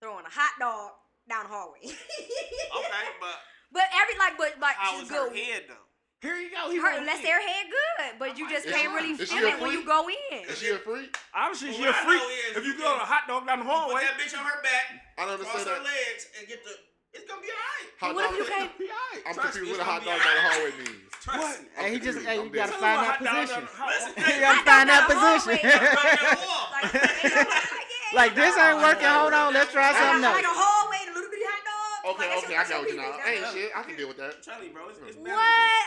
S2: throwing a hot dog down the hallway?
S4: Okay, but
S2: But every like, but like
S4: how
S2: she's
S4: was her
S2: good.
S4: head though?
S1: Here you go. He
S2: Her,
S1: won't
S2: unless
S1: eat.
S2: their head good, but you just
S5: Is
S2: can't
S5: she-
S2: really
S5: is she
S2: feel
S5: a
S2: it when you
S5: freak?
S2: go in.
S5: Is she a freak?
S1: Obviously, she a
S4: Well, what I
S1: freak.
S4: know is
S1: If
S4: you
S1: you go on a
S4: can-
S1: hot dog down the hallway,
S4: Put that bitch on her back,
S5: I don't
S4: cross
S5: understand that.
S4: her legs, and get the. It's gonna be alright.
S5: Hot
S2: What if
S5: dog-
S2: you can't-
S5: I'm
S4: Trust me,
S5: confused
S4: it's
S5: with a hot
S4: gonna
S5: dog down
S4: be
S5: the
S4: alright.
S5: hallway means.
S4: Trust me.
S3: and he just
S5: confused.
S3: hey, you
S5: I'm
S3: gotta
S5: dead.
S3: find
S1: Tell him a
S3: that
S1: hot dog
S3: position.
S1: down the hallway.
S3: You gotta find
S2: down
S3: that
S2: the hallway.
S3: position.
S4: Right in the wall.
S2: Like, they don't like it.
S3: like this ain't working. Hold on, let's try
S2: Like,
S3: something
S2: like a
S3: else.
S2: hallway and a little bitty hot dog.
S5: Okay,
S2: Like, that's what-
S5: okay, I got what
S2: that's
S5: you
S2: what
S5: now.
S2: people
S5: Ain't
S2: do.
S5: shit, I can deal with that.
S4: I'm telling you, bro. It's, it's
S2: What?
S4: manageable.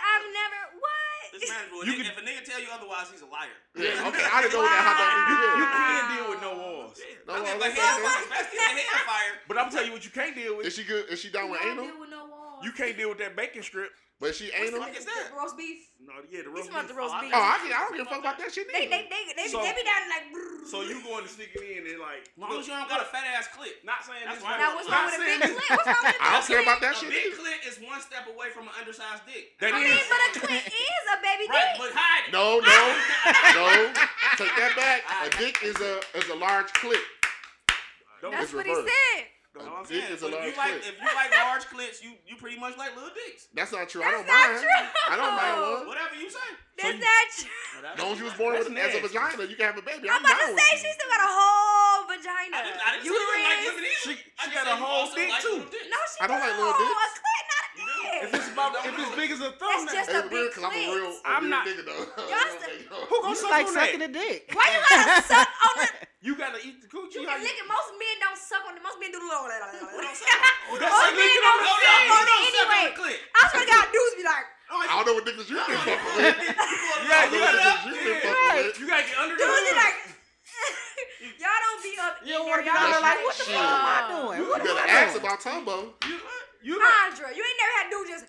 S2: I've never. What?
S4: It's manageable.
S1: You
S4: You
S1: can-
S4: if a nigga tell you otherwise, he's a liar.
S5: Yeah, okay, I didn't know what that hot dog means.
S1: you
S5: You did.
S1: can deal with no walls.
S4: Yeah,
S5: No,
S4: I think
S5: no,
S4: my
S5: no,
S4: head-
S5: no.
S4: especially if the head fire.
S1: But I'm telling you what you can't deal
S5: Is
S1: with.
S5: she good? Is she down with
S2: Y'all
S5: anal?
S2: deal with no walls.
S1: You can't deal with that bacon strip.
S5: But she anal?
S4: fuck is that?
S2: Roast beef.
S1: No, yeah, the
S2: We
S1: roast
S2: smelled
S1: beef.
S2: the roast
S1: Oh, I
S2: beef.
S5: Oh, I, can, I don't give a fuck about that shit
S2: They they
S5: neither.
S2: they they,
S1: So-
S2: they be down like. brrr.
S1: So you going to sneak it in and like,
S4: As long as you don't got a fat ass clip.
S1: not saying
S4: That's
S1: this
S4: why-
S2: now what's wrong with a big
S1: Not saying-
S2: clit? What's wrong with a big
S5: I don't care about
S2: clit?
S5: that
S4: a
S5: shit
S4: big
S5: either.
S4: clit is one step away from an undersized dick.
S1: That is.
S2: I mean, but a clit is a baby
S4: Right,
S2: dick.
S4: but hide it.
S5: No, no, no. Take that back. A dick is a is a large clip.
S1: Don't-
S6: That's
S5: That's- it's
S6: what
S5: reversed.
S6: he said.
S4: That's what I'm
S5: dick
S4: saying.
S5: is a
S4: If
S5: large
S4: you like,
S5: clit.
S4: If you like large clits, you, you pretty much like little dicks.
S5: That's not true. I
S2: That's
S5: don't
S2: not
S5: mind.
S2: true.
S5: I don't mind one.
S4: Whatever you say.
S1: So
S2: That's
S1: you-
S2: not true.
S5: As long as you was born with
S1: That's
S5: as a
S1: nasty.
S5: vagina, you can have a baby.
S2: I'm
S5: I'm,
S2: about to
S5: down with
S2: say
S5: it.
S2: she still got a whole vagina.
S4: I didn't, I didn't say you didn't like women
S2: Uterus.
S1: She-
S4: either. I
S1: she
S4: just
S1: got a
S4: said you
S1: whole
S4: also
S1: dick,
S4: like
S1: too.
S4: little dicks.
S2: No, she
S5: I don't like
S2: don't.
S5: little
S2: A
S5: dicks.
S2: clit, not a
S4: You do.
S2: dick.
S1: If it's about, if it's big as a thumb,
S2: That's just
S1: now-
S2: a
S5: It's weird
S2: big
S5: 'cause I'm a real,
S2: clit.
S5: a
S1: I'm
S5: real
S1: not-
S5: nigga though. A
S2: Y'all
S5: real
S2: st-
S5: nigga.
S1: who gonna
S3: You
S1: suck
S3: like
S1: on that?
S3: sucking a dick.
S2: Why you gotta suck on the?
S1: You gotta eat the coochie.
S2: You
S1: how
S2: can lick it. Most men don't suck on it. Most men do the little. Most
S4: Who
S2: men
S4: don't
S1: That's
S4: suck
S1: like licking on
S2: don't
S1: the
S4: Hold
S2: suck
S4: on,
S1: clit.
S2: on it
S4: hold on, suck on
S2: anyway.
S4: the clit.
S2: I swear to God, dudes be like,
S5: I don't know what niggas you been fucking
S4: You
S5: with.
S1: Yeah,
S5: I
S1: you
S5: don't
S4: pull
S5: know
S1: gotta- yeah.
S5: what niggas you
S4: up,
S3: Right.
S5: been fucking with.
S1: You gotta get under the
S2: dudes be
S1: hood.
S2: like, y'all don't be up.
S3: You don't
S2: in
S3: want to
S2: there.
S3: get out
S2: Y'all
S3: there
S5: That's
S3: like, what the
S5: shit.
S3: fuck am I doing? What
S5: You
S3: am
S5: better
S3: I
S5: ask
S3: doing?
S5: about Tumbo.
S1: You, you,
S2: Andra, you ain't never had dude just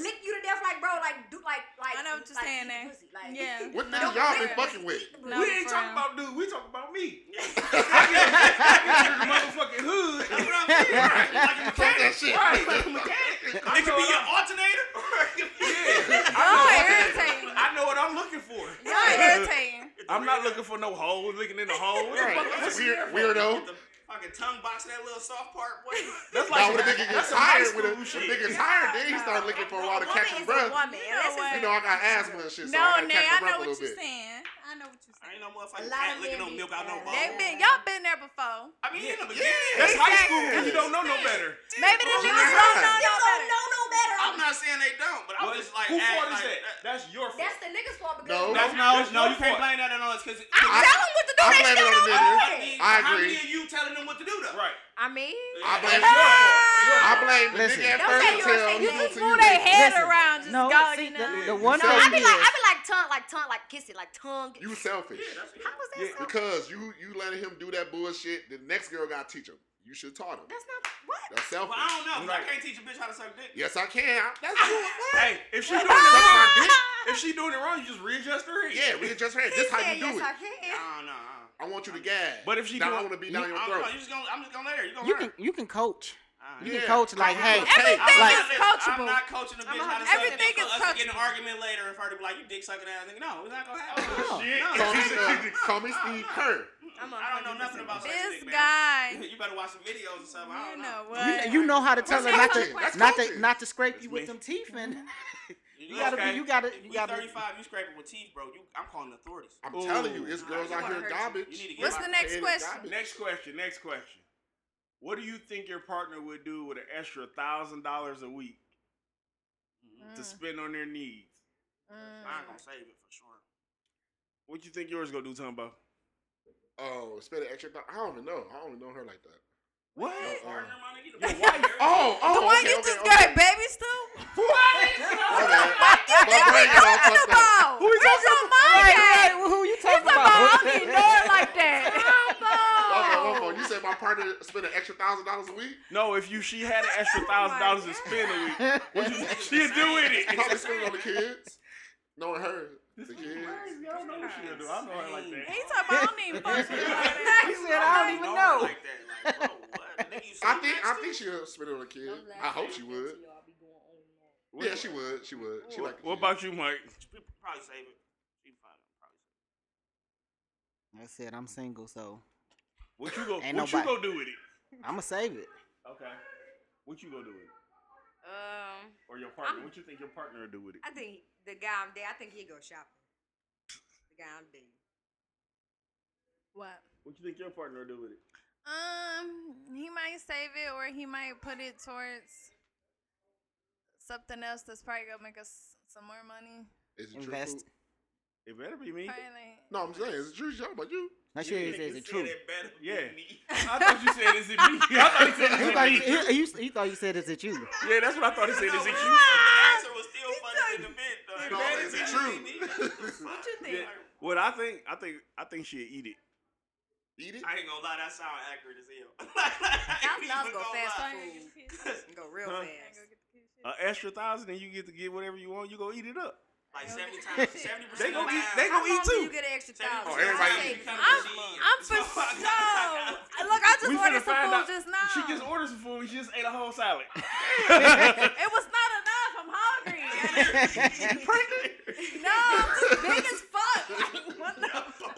S2: lick you to death like bro, like do like like.
S6: I know what you're
S2: like,
S6: saying
S2: eat
S6: there.
S2: pussy, Like,
S6: Yeah.
S5: What
S6: No,
S5: niggas y'all
S6: for
S5: been
S6: real.
S5: fucking with?
S2: No,
S1: we ain't
S6: for
S1: talking
S6: real.
S1: about dude. We talking about me. I get I get to the motherfucking
S4: That's
S1: hood.
S4: what I'm saying. Right. Like a
S5: Fuck
S4: mechanic.
S5: that shit.
S1: Right, like a mechanic. I
S4: It
S1: know
S4: could be
S1: what
S4: your
S1: I'm-
S4: alternator or it could be
S1: Yeah, I
S6: Y'all
S1: know, what I'm-
S6: irritating.
S1: I know what I'm looking for.
S6: Y'all irritating.
S1: I'm not looking for no hoes, looking in the hole. What the
S5: Right.
S1: fuck-
S5: That's
S1: That's,
S5: weird, weirdo.
S4: Get the fucking tongue box in that little soft part, boy.
S1: that's like
S5: Now when a nigga
S1: that's
S5: gets
S1: some high
S5: tired, when a
S1: school shit.
S5: when a nigga's tired, then he start looking for a while to catch his breath.
S2: woman.
S6: You know
S2: Unless it's-
S6: what?
S5: You know I got asthma and shit, so
S6: No,
S5: I gotta
S6: Nay,
S5: catch
S6: I
S5: my breath
S6: know
S5: a
S6: what
S5: little
S6: you're
S5: bit.
S6: saying. I know what you're
S4: I ain't no motherfucking
S2: A lot
S4: cat
S2: of
S4: licking
S2: men
S4: no
S2: be-
S4: milk out no
S2: yeah.
S4: bowl.
S6: They been y'all been there before.
S4: I mean, in the beginning,
S1: That's high
S6: Exactly.
S1: school and you don't know no better.
S6: Maybe the
S2: oh
S5: Yeah.
S6: niggas don't know
S2: You
S6: y'all
S2: don't
S6: better.
S2: know Oh, no better.
S4: I'm not saying they don't, but I'm
S1: But
S4: just like,
S1: who
S5: eh,
S4: act
S1: fault is
S4: like,
S1: that? That's your fault.
S2: That's the niggas' fault because
S5: No.
S2: you
S4: No,
S1: That's-
S2: don't
S4: no,
S1: that's
S4: no,
S1: your
S4: you can't
S1: fault.
S4: blame that on us because
S6: I tell them what to do.
S5: I
S6: They
S5: blame
S6: still
S5: it on
S6: don't know.
S5: the niggas.
S2: it.
S5: I
S4: How
S5: agree.
S4: many of you telling them what to do though?
S1: right.
S2: I mean,
S5: I blame
S1: That's your fault.
S5: I blame the
S3: Listen.
S5: nigga at
S2: Don't
S5: first
S2: say yours,
S5: until
S2: you
S5: he
S2: just
S5: do to
S6: move
S5: you.
S6: their head
S3: Listen,
S6: around, just
S3: no,
S6: go,
S3: see,
S6: you know.
S3: the, the
S1: Yeah.
S3: one
S2: no, I
S3: thing
S2: be
S3: is,
S2: like, I be like tongue, like tongue, like kiss it, like tongue.
S5: You selfish.
S4: Yeah, that's it.
S2: How was that?
S1: Yeah,
S2: so-
S5: Because you you letting him do that bullshit, the next girl gotta teach him. You should taught him.
S2: That's not what.
S5: That's
S4: Well,
S5: selfish.
S4: I don't know. 'cause I
S1: Right.
S4: can't teach a bitch how to suck dick.
S5: Yes, I can. I- That's you.
S1: Hey, if she doing it
S5: Suck
S1: wrong,
S5: my dick.
S1: if she doing it wrong, you just readjust her. head.
S5: Yeah, we just heard. This how
S2: said
S5: you
S2: yes,
S5: do it.
S2: I
S4: I
S2: can.
S4: don't know. I don't-
S5: I want you to gag.
S1: But if she do
S5: now, I
S1: it-
S5: want to be down your
S4: I don't know.
S5: throat.
S4: You just gonna, I'm just gonna let her. You gonna
S3: you
S4: learn.
S3: can you can coach.
S4: All right.
S3: You
S5: Yeah.
S3: can coach like, hey,
S5: Coach.
S6: Everything
S3: Like-
S6: is coachable.
S4: I'm not coaching a bitch how to
S2: a-
S4: suck dick
S6: everything
S4: for
S6: is
S4: us to get an
S6: coachable.
S4: argument later and her to be like, you dick sucking ass nigga. No, it's not gonna happen.
S3: No.
S1: Shit.
S5: Call me, uh,
S1: She-
S5: call me Steve Kerr.
S2: I'm a
S4: I don't know
S2: hundred
S4: nothing
S2: percent.
S4: about sucking
S6: This
S4: dick, man.
S6: guy,
S4: You better watch some videos or something. I
S6: you
S4: don't
S6: know
S4: know.
S6: what?
S3: you, you know how to tell her not to
S5: coaching. That's
S3: not to
S5: coaching.
S3: not to scrape you with
S1: That's
S3: them teeth and
S4: You
S3: You gotta be-
S4: okay.
S3: you gotta-
S4: If
S3: you
S4: we
S3: gotta be-
S4: 35. You scraping with teeth, bro. You, I'm calling the authorities.
S5: I'm
S1: Ooh.
S5: telling you, it's
S4: Nah,
S5: girls
S4: you
S5: out
S2: wanna
S5: here
S2: hurt
S5: garbage.
S4: You need to get
S6: What's
S4: my
S6: the next
S5: Creative
S6: question?
S5: garbage.
S1: Next question. Next question. What do you think your partner would do with an extra thousand dollars a week to
S6: Mm,
S1: spend on their needs?
S6: mm.
S4: I'm gonna save it for sure.
S1: What you think yours gonna do, Tumbo?
S5: Oh, spend an extra. thou- I don't even know. I don't even know her like that. Uh,
S1: What?
S4: Partner, my nigga, you
S1: Your
S4: the-
S1: wife?
S5: Oh, oh,
S6: The one
S5: okay,
S6: you
S5: okay,
S6: just
S5: okay.
S6: gave babies to?
S5: My bad. My brain got all fucked up.
S6: Tumbo!
S3: Who we
S6: Where's
S3: talking
S6: your mind
S3: Right,
S6: at?
S3: right, who you
S6: He's
S3: talking
S6: about, I don't even know it
S3: about?
S6: like that.
S5: Okay, one
S6: Tumbo!
S5: more. You said my partner spent an extra thousand dollars a week?
S1: No, if you she had an extra thousand dollars to spend a week, what you think she'd do with it?
S5: Probably spent it on the kids. Knowing her, the kids.
S1: I don't know what she'll do. I know her like that.
S6: He talking about I don't even fuck with you like
S3: He
S6: that.
S3: said, I don't even know.
S4: Like that. Like, bro, what? The nigga you
S5: I think
S4: sleep next
S5: I
S4: to?
S5: think she'll spend it on the kids.
S2: I'm laughing.
S5: I hope she would.
S2: Y'all be going on and on.
S5: Yeah, she would. She would. She like.
S1: What, what about you, Mike?
S4: She Probably save it. She probably probably.
S3: I said I'm single, so
S1: What you go? What
S3: Ain't
S1: you
S3: nobody.
S1: gonna do with it?
S3: I'ma save it.
S1: Okay. What you gonna do with it?
S2: Um,
S1: Or your partner? What you think your partner will do with it?
S2: I think the guy I'm dating, I think he go shopping. The guy I'm dating.
S6: What?
S1: What you think your partner will do with it?
S6: Um, he might save it or he might put it towards something else that's probably gonna make us some more money.
S5: Is it
S3: Invest.
S5: true?
S1: It better be me.
S6: Probably like-
S5: No, I'm saying is it true? She talking about you.
S3: Not sure if it's the truth.
S1: Yeah. I thought you said is it me? I thought he said
S3: You
S1: is
S3: thought you,
S1: it me?
S3: he- he- you thought you said is it you?
S1: Yeah, that's what I thought he said. Is it you?
S4: Answer was still funny in the bit, though.
S5: No,
S1: better
S5: is
S1: be
S5: it true?
S6: What you think?
S1: Yeah. What I think, I think, I think she'd eat it.
S5: Eat it.
S4: I ain't gonna lie, that sound accurate as hell.
S2: Thousand dollars go fast
S6: Probably
S2: food.
S6: gonna get the kids.
S2: Go real
S1: Huh?
S2: fast.
S1: An extra thousand, and you get to get whatever you want. You go eat it up.
S4: Like 70 times, 70 percent.
S1: They gonna eat.
S4: Wow.
S1: They
S2: How
S1: gonna eat
S2: long do
S1: too.
S2: you get an extra
S4: Tell me
S2: thousand?
S5: what you
S2: I
S5: think.
S2: say
S5: Oh,
S6: I'm,
S4: She eat.
S6: I'm for
S4: So I
S6: sure.
S4: got-
S6: Look, I just
S1: We
S6: ordered
S1: finna
S6: some
S1: find
S6: food
S1: out.
S6: just now.
S1: She just ordered some food. She just ate a whole salad.
S6: it was not enough. I'm hungry. no, I'm just big as fuck. Like, what the-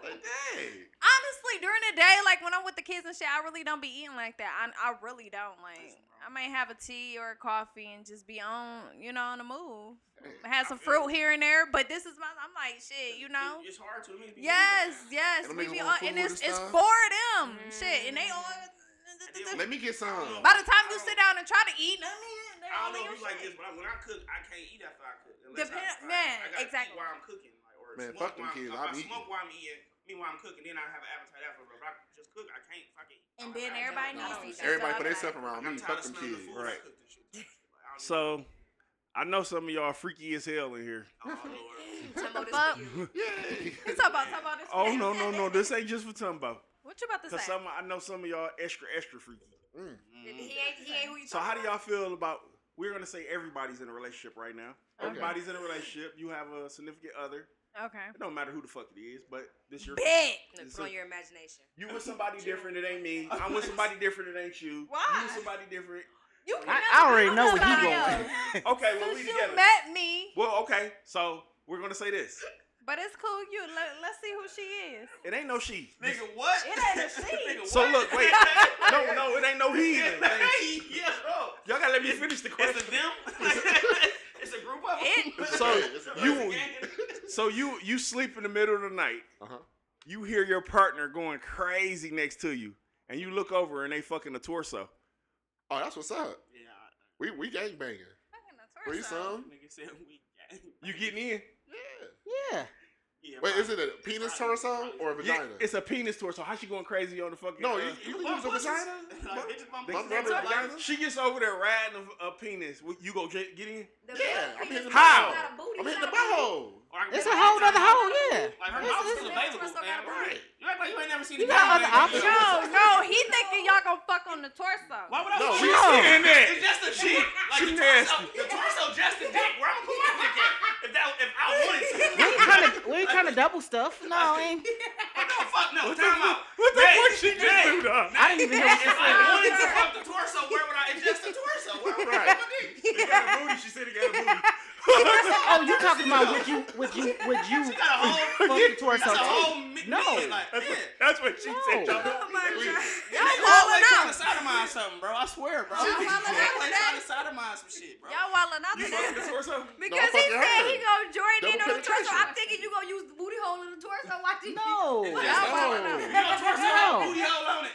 S5: Like, dang.
S6: Honestly, during the day, like when I'm with the kids and shit, I really don't be eating like that. I, I really don't. Like, I might have a tea or a coffee and just be on, you know, on the move. Have some fruit here and there, but this is my. I'm like, shit, you know.
S4: It's hard to me.
S6: Yes, yes.
S5: And them
S6: We
S5: niggas
S6: be
S5: want
S6: on,
S5: food
S6: and it's
S5: and
S6: it's
S5: stuff.
S6: for them. Shit, and they all.
S5: Let me get some.
S6: By the time you sit down and try to eat, I mean, they're
S4: I
S6: all
S4: don't
S6: in
S4: know if
S6: your
S4: you like this,
S6: shit.
S4: but I, when I cook, I can't eat after I cook. unless
S6: Depend-
S4: I, I,
S6: man,
S4: I gotta
S6: exactly.
S4: Eat while I'm cooking, like, or
S5: Man,
S4: smoke
S5: fuck them
S4: while
S5: kids,
S4: If
S5: I'm
S4: I
S5: eating.
S4: smoke while I'm eating, me while I'm cooking, then I have an appetite after. But if I just cook, I can't fucking. eat.
S6: And
S4: I-
S6: then
S4: I
S6: everybody
S4: don't-
S2: No,
S4: I
S6: needs
S4: don't
S6: to
S4: eat
S6: eat
S4: that.
S5: Everybody
S6: so I
S5: put their
S6: be like,
S5: stuff around
S4: Like,
S5: me.
S4: I'm tired
S5: Fuck
S4: of
S5: them
S4: smelling
S5: kids.
S4: the food.
S1: Right.
S4: I cooked and shit.
S1: So, I know some of y'all freaky as hell in here.
S4: Oh, Lord.
S2: Tumbo, this
S6: Fuck.
S2: for you.
S5: Yay.
S6: You talk about talk about this.
S1: Oh no no no! This ain't just for Tumbo.
S6: What you about to
S1: Cause
S6: say?
S1: some I know some of y'all extra extra freaky.
S5: Mm.
S2: He ain't, he ain't who you
S1: So
S2: talking
S1: how do y'all feel about? We're gonna say everybody's in a relationship right now.
S5: Okay.
S1: Everybody's in a relationship. You have a significant other.
S6: Okay.
S1: It don't matter who the fuck it is, but this your
S6: Bet.
S2: about. Look, Put on your imagination.
S1: you with somebody different. It ain't me. I'm with somebody different. It ain't you. You
S6: Why?
S1: with somebody different.
S6: You
S3: I,
S6: can
S3: I
S6: never
S3: already
S6: be
S3: know where you
S6: somebody
S3: going.
S6: else.
S1: Okay, well we
S6: Since
S1: together.
S6: you met me,
S1: Well, okay. So we're gonna say this.
S6: but it's cool. You let, let's see who she is.
S1: It ain't no she.
S4: Nigga, what?
S6: It ain't a she.
S4: Nigga,
S1: So
S4: what?
S1: look, wait. No, no, it ain't no he. either.
S4: Hey, yo.
S1: Y'all gotta let me finish the
S4: It's a
S1: question.
S4: them. it's a group of them.
S6: It.
S1: So
S5: Yeah, it's a-
S1: you, so you, you sleep in the middle of the night.
S5: Uh-huh.
S1: you hear your partner going crazy next to you, and you look over and they fucking the torso.
S5: Oh, that's what's up.
S4: Yeah, I-
S5: We we gang banging.
S6: Fucking the torso.
S5: Free some.
S4: nigga said we gay.
S1: You getting in?
S5: Yeah.
S3: Yeah.
S4: Yeah,
S5: Wait,
S4: right.
S5: is it a penis
S4: Right.
S5: torso or a
S1: Yeah,
S5: vagina?
S1: it's a penis torso. How she going crazy on the fucking?
S5: no,
S1: uh,
S5: you, you can
S4: Bump
S5: use a
S4: pussies.
S5: vagina.
S4: Like,
S5: Bump-
S4: bitches bump
S5: bump
S4: pussies.
S5: rubber
S4: That's
S5: vagina?
S4: like-
S1: she gets over there riding a, a penis. You go get, get in?
S2: The
S5: Yeah,
S2: best
S5: I'm
S2: thing
S5: hitting
S2: is
S5: the
S1: How?
S2: got a
S5: butthole.
S2: booty,
S5: I'm
S2: you got a
S5: hitting the
S2: booty.
S5: butthole.
S4: Or I can
S3: It's a
S4: get
S3: whole
S4: out
S3: nother
S4: there.
S3: hole, yeah.
S4: Like her
S3: It's- it's-
S4: mouth's
S6: it's-
S4: still available,
S6: it's-
S4: fam.
S5: Right.
S4: You act like you ain't never seen
S3: You
S4: a
S3: got
S4: gay
S3: other
S4: man.
S3: options.
S6: No, no, he thinking y'all gonna fuck on the torso.
S4: Why would I?
S5: No,
S4: fuck
S5: she-
S4: you?
S3: No.
S1: in there.
S4: It's just a dick. Like
S1: She
S4: the torso,
S1: nasty.
S4: the torso, just a dick. Where I'm gonna put my dick at? If that, if I wanted to.
S3: We ain't kind of we ain't kind of double stuff. No, ain't.
S4: But no, fuck no.
S1: What the
S4: Time
S1: fuck-
S4: out.
S1: what the
S4: Man,
S1: fuck she just
S4: man,
S1: do, dog?
S4: man,
S3: I didn't even hear what she
S4: If I
S3: said.
S4: wanted to fuck the torso, where would I? It's just a torso. Where would I put my dick?
S1: She got a booty. She said it got a booty.
S3: Oh, you talking about would you would you would you
S4: She got a whole.
S3: fuck your torso
S4: That's a whole
S3: too?
S4: mi-
S3: No.
S4: million, like,
S1: That's, what,
S4: yeah.
S1: that's what she said.
S3: No.
S1: y'all.
S2: Oh my
S5: We-
S2: God.
S4: Y'all
S6: wildin'
S4: always trying
S6: out.
S4: to sodomize something, bro. I swear, bro.
S6: Y'all
S4: Y'all
S6: wildin' out
S4: always
S6: today.
S4: trying to sodomize some shit, bro.
S6: Y'all wildin' out
S1: You fucking the
S6: today.
S1: torso?
S2: Because
S5: No,
S2: he
S5: I'm fucking
S2: said
S5: her.
S2: he gonna Jordan in on the torso.
S5: Double penetration.
S2: I'm thinking you gonna use the booty hole in the torso. Watch these.
S3: No,
S4: Just
S6: Y'all
S4: no.
S6: wildin' out.
S4: You know, torso
S3: No.
S4: booty hole on it.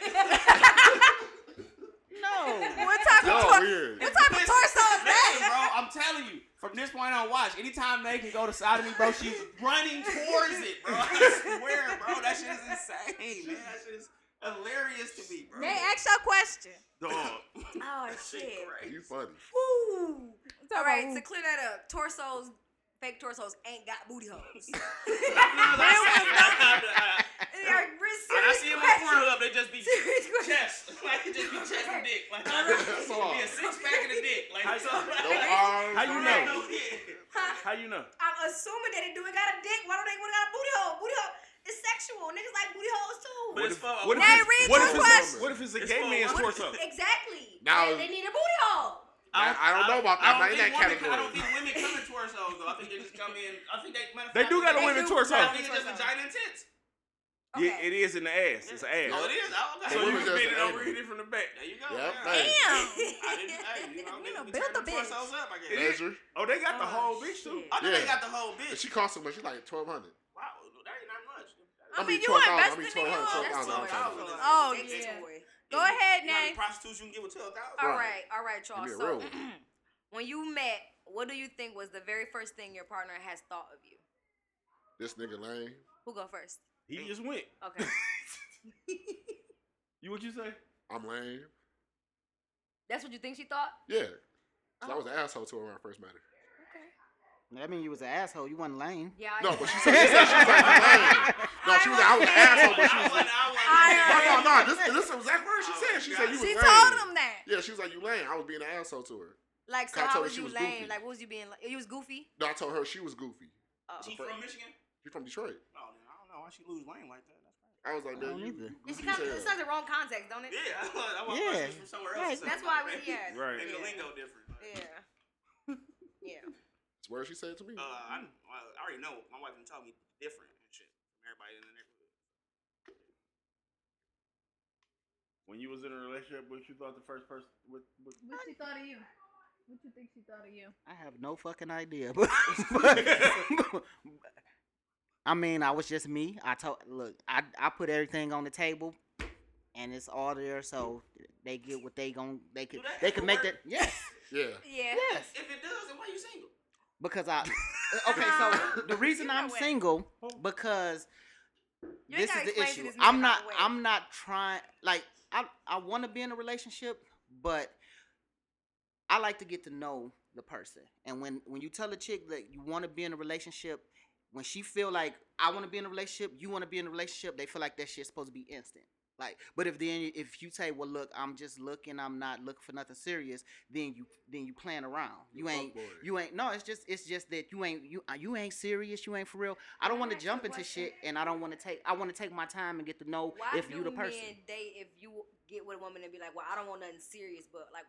S3: no.
S6: What type of
S5: Y'all
S6: torso?
S5: weird.
S6: What type of
S4: Listen,
S6: torso is
S4: Listen,
S6: that?
S4: bro, I'm telling you, from this point on, watch. Anytime they can go to sodomy, bro, she's running towards it, bro. I swear, bro, that shit is insane, man. That shit is hilarious to me, bro.
S6: They ask your question.
S1: Dog.
S2: Oh
S4: That shit
S2: shit.
S4: crazy.
S5: You funny.
S2: Woo. All right,
S6: about-
S2: to clear that up, torsos, fake torsos ain't got booty holes.
S4: I
S2: they are real
S4: see
S2: serious
S4: them on
S2: questions.
S4: Pornhub, they just be
S2: Serious question.
S4: chest, like it just be chest and dick, like
S5: That's all.
S4: be a six pack and a dick, like so.
S5: No arms.
S1: How you
S5: no
S1: know?
S5: nothing.
S2: Huh?
S1: How you know?
S2: I'm assuming that they do it got a dick. Why don't they want got a booty hole? Booty hole is sexual. Niggas like booty holes too.
S4: But it's for a
S1: What if,
S6: Hey,
S1: it's-
S6: read
S1: what,
S6: the
S1: if
S5: question.
S1: it's, what if it's a
S4: It's
S1: gay
S4: for
S1: man's
S4: what?
S1: torso?
S2: exactly.
S5: Now-
S2: they, they need a booty hole.
S5: I- I don't know about that.
S4: I
S5: I'm
S4: don't
S5: not in
S4: think
S5: that
S4: women- I don't
S5: category.
S4: think women come in torsos though. I think they just come in. I think they. matter of
S1: They
S4: fact,
S1: do got a
S4: I think
S1: women's
S6: do
S1: torso.
S4: I
S6: got-
S4: think it's just vagina and tits.
S2: Okay.
S1: Yeah, it is in the ass. It's an
S4: Oh,
S1: ass.
S4: it is. Oh, okay.
S1: So you can
S5: Women just
S1: bend it
S5: an
S1: over,
S5: ass.
S1: hit it from the back.
S4: There you go.
S5: Yep,
S4: Yeah.
S5: thanks.
S4: I didn't, hey, you know,
S6: You know,
S4: we
S6: build
S4: turn
S6: the
S4: the
S6: bitch.
S4: torsos up, I guess.
S5: Measure.
S1: Oh, they got the
S2: Oh,
S1: whole bitch too.
S2: shit.
S4: I know they
S5: Yeah.
S4: got the whole
S5: And
S4: bitch.
S5: she cost so much. She's like twelve hundred.
S4: wow, that ain't not much.
S6: I
S5: I
S6: mean,
S5: mean,
S6: you
S5: $12,000,
S6: invested in
S5: I mean,
S6: your
S5: $12,000,
S2: That's
S5: I'm
S2: what
S5: talking
S4: about.
S6: Oh,
S2: Sex
S6: yeah.
S2: toy.
S6: Go ahead,
S4: You know,
S6: Nay.
S4: the prostitutes you can get with twelve thousand.
S2: All
S5: Right.
S2: right, all right, y'all.
S5: Give me a
S2: So,
S5: roll.
S2: when you met, what do you think was the very first thing your partner has thought of you?
S5: This nigga lame.
S2: Who go first?
S1: He just went.
S2: Okay,
S1: You what you say?
S5: I'm lame.
S2: that's what you think she thought.
S5: Yeah. 'Cause I was an asshole to her when I first met her.
S3: That mean you was an asshole. You wasn't lame.
S2: Yeah.
S5: No, but she said she, said she was like I'm lame. No, she was like I was an asshole, but she was like
S4: I
S5: No, no, no. This, this is the exact word she said. She said you was
S6: She
S5: lame.
S6: told him that.
S5: Yeah, she was like you lame. I was being an asshole to her.
S2: Like, so
S5: I
S2: how
S5: told her
S2: was
S5: she
S2: you
S5: was
S2: lame?
S5: goofy.
S2: Like, what was you being? Like? You was goofy.
S5: No, I told her she was goofy.
S2: Oh.
S4: She from Michigan?
S5: She from Detroit.
S4: No, man, I don't know why she lose lane like that. That's crazy.
S5: I was
S3: I
S5: like, man,
S3: don't
S5: you,
S3: either.
S5: you
S2: Then she comes.
S5: goofy as hell.
S2: This has the wrong context, don't it?
S4: Yeah, I thought I
S3: Yeah.
S4: was yeah. from somewhere
S3: Right,
S4: else. or something.
S2: That's why we. Yeah.
S1: Right.
S4: Maybe the
S2: Yeah.
S4: lingo different. but-
S2: Yeah. yeah.
S5: That's what she said to me.
S4: Uh, I, well, I already know. My wife done told me different and shit from everybody in the neighborhood.
S1: When you was in a relationship, what you thought the first person what, what
S6: What she thought of you? What you think she thought of you?
S3: I have no fucking idea. But, but- I mean, I was just me. I told look, I I put everything on the table, and it's all there, so they get what they gon' they could
S4: Do that
S3: they could make that
S4: after
S3: yes
S5: yeah.
S2: Yeah.
S3: yes
S4: If it does, then why you single?
S3: because I okay so the reason
S6: You
S3: I'm
S6: know it.
S3: single
S2: Oh.
S3: because
S2: You ain't
S3: this
S2: gotta
S3: is the
S2: explain to
S3: issue.
S2: this nigga
S3: I'm
S2: about
S3: not.
S2: the way.
S3: I'm not trying. Like I, I want to be in a relationship, but I like to get to know the person. And when when you tell a chick that you want to be in a relationship, when she feel like I want to be in a relationship, you want to be in a relationship, they feel like that shit's supposed to be instant. Like, but if then if you say, well, look, I'm just looking, I'm not looking for nothing serious, then you then you playing around.
S2: Oh.
S3: You ain't
S5: Fuckboy.
S3: you ain't no. It's just it's just that you ain't you uh, you ain't serious. You ain't for real. I don't want to jump into shit, and I don't want to take. I want to take my time and get to know
S2: Why
S3: if
S2: do
S3: you the person.
S2: men date if you get with a woman and be like, well, I don't want nothing serious, but like,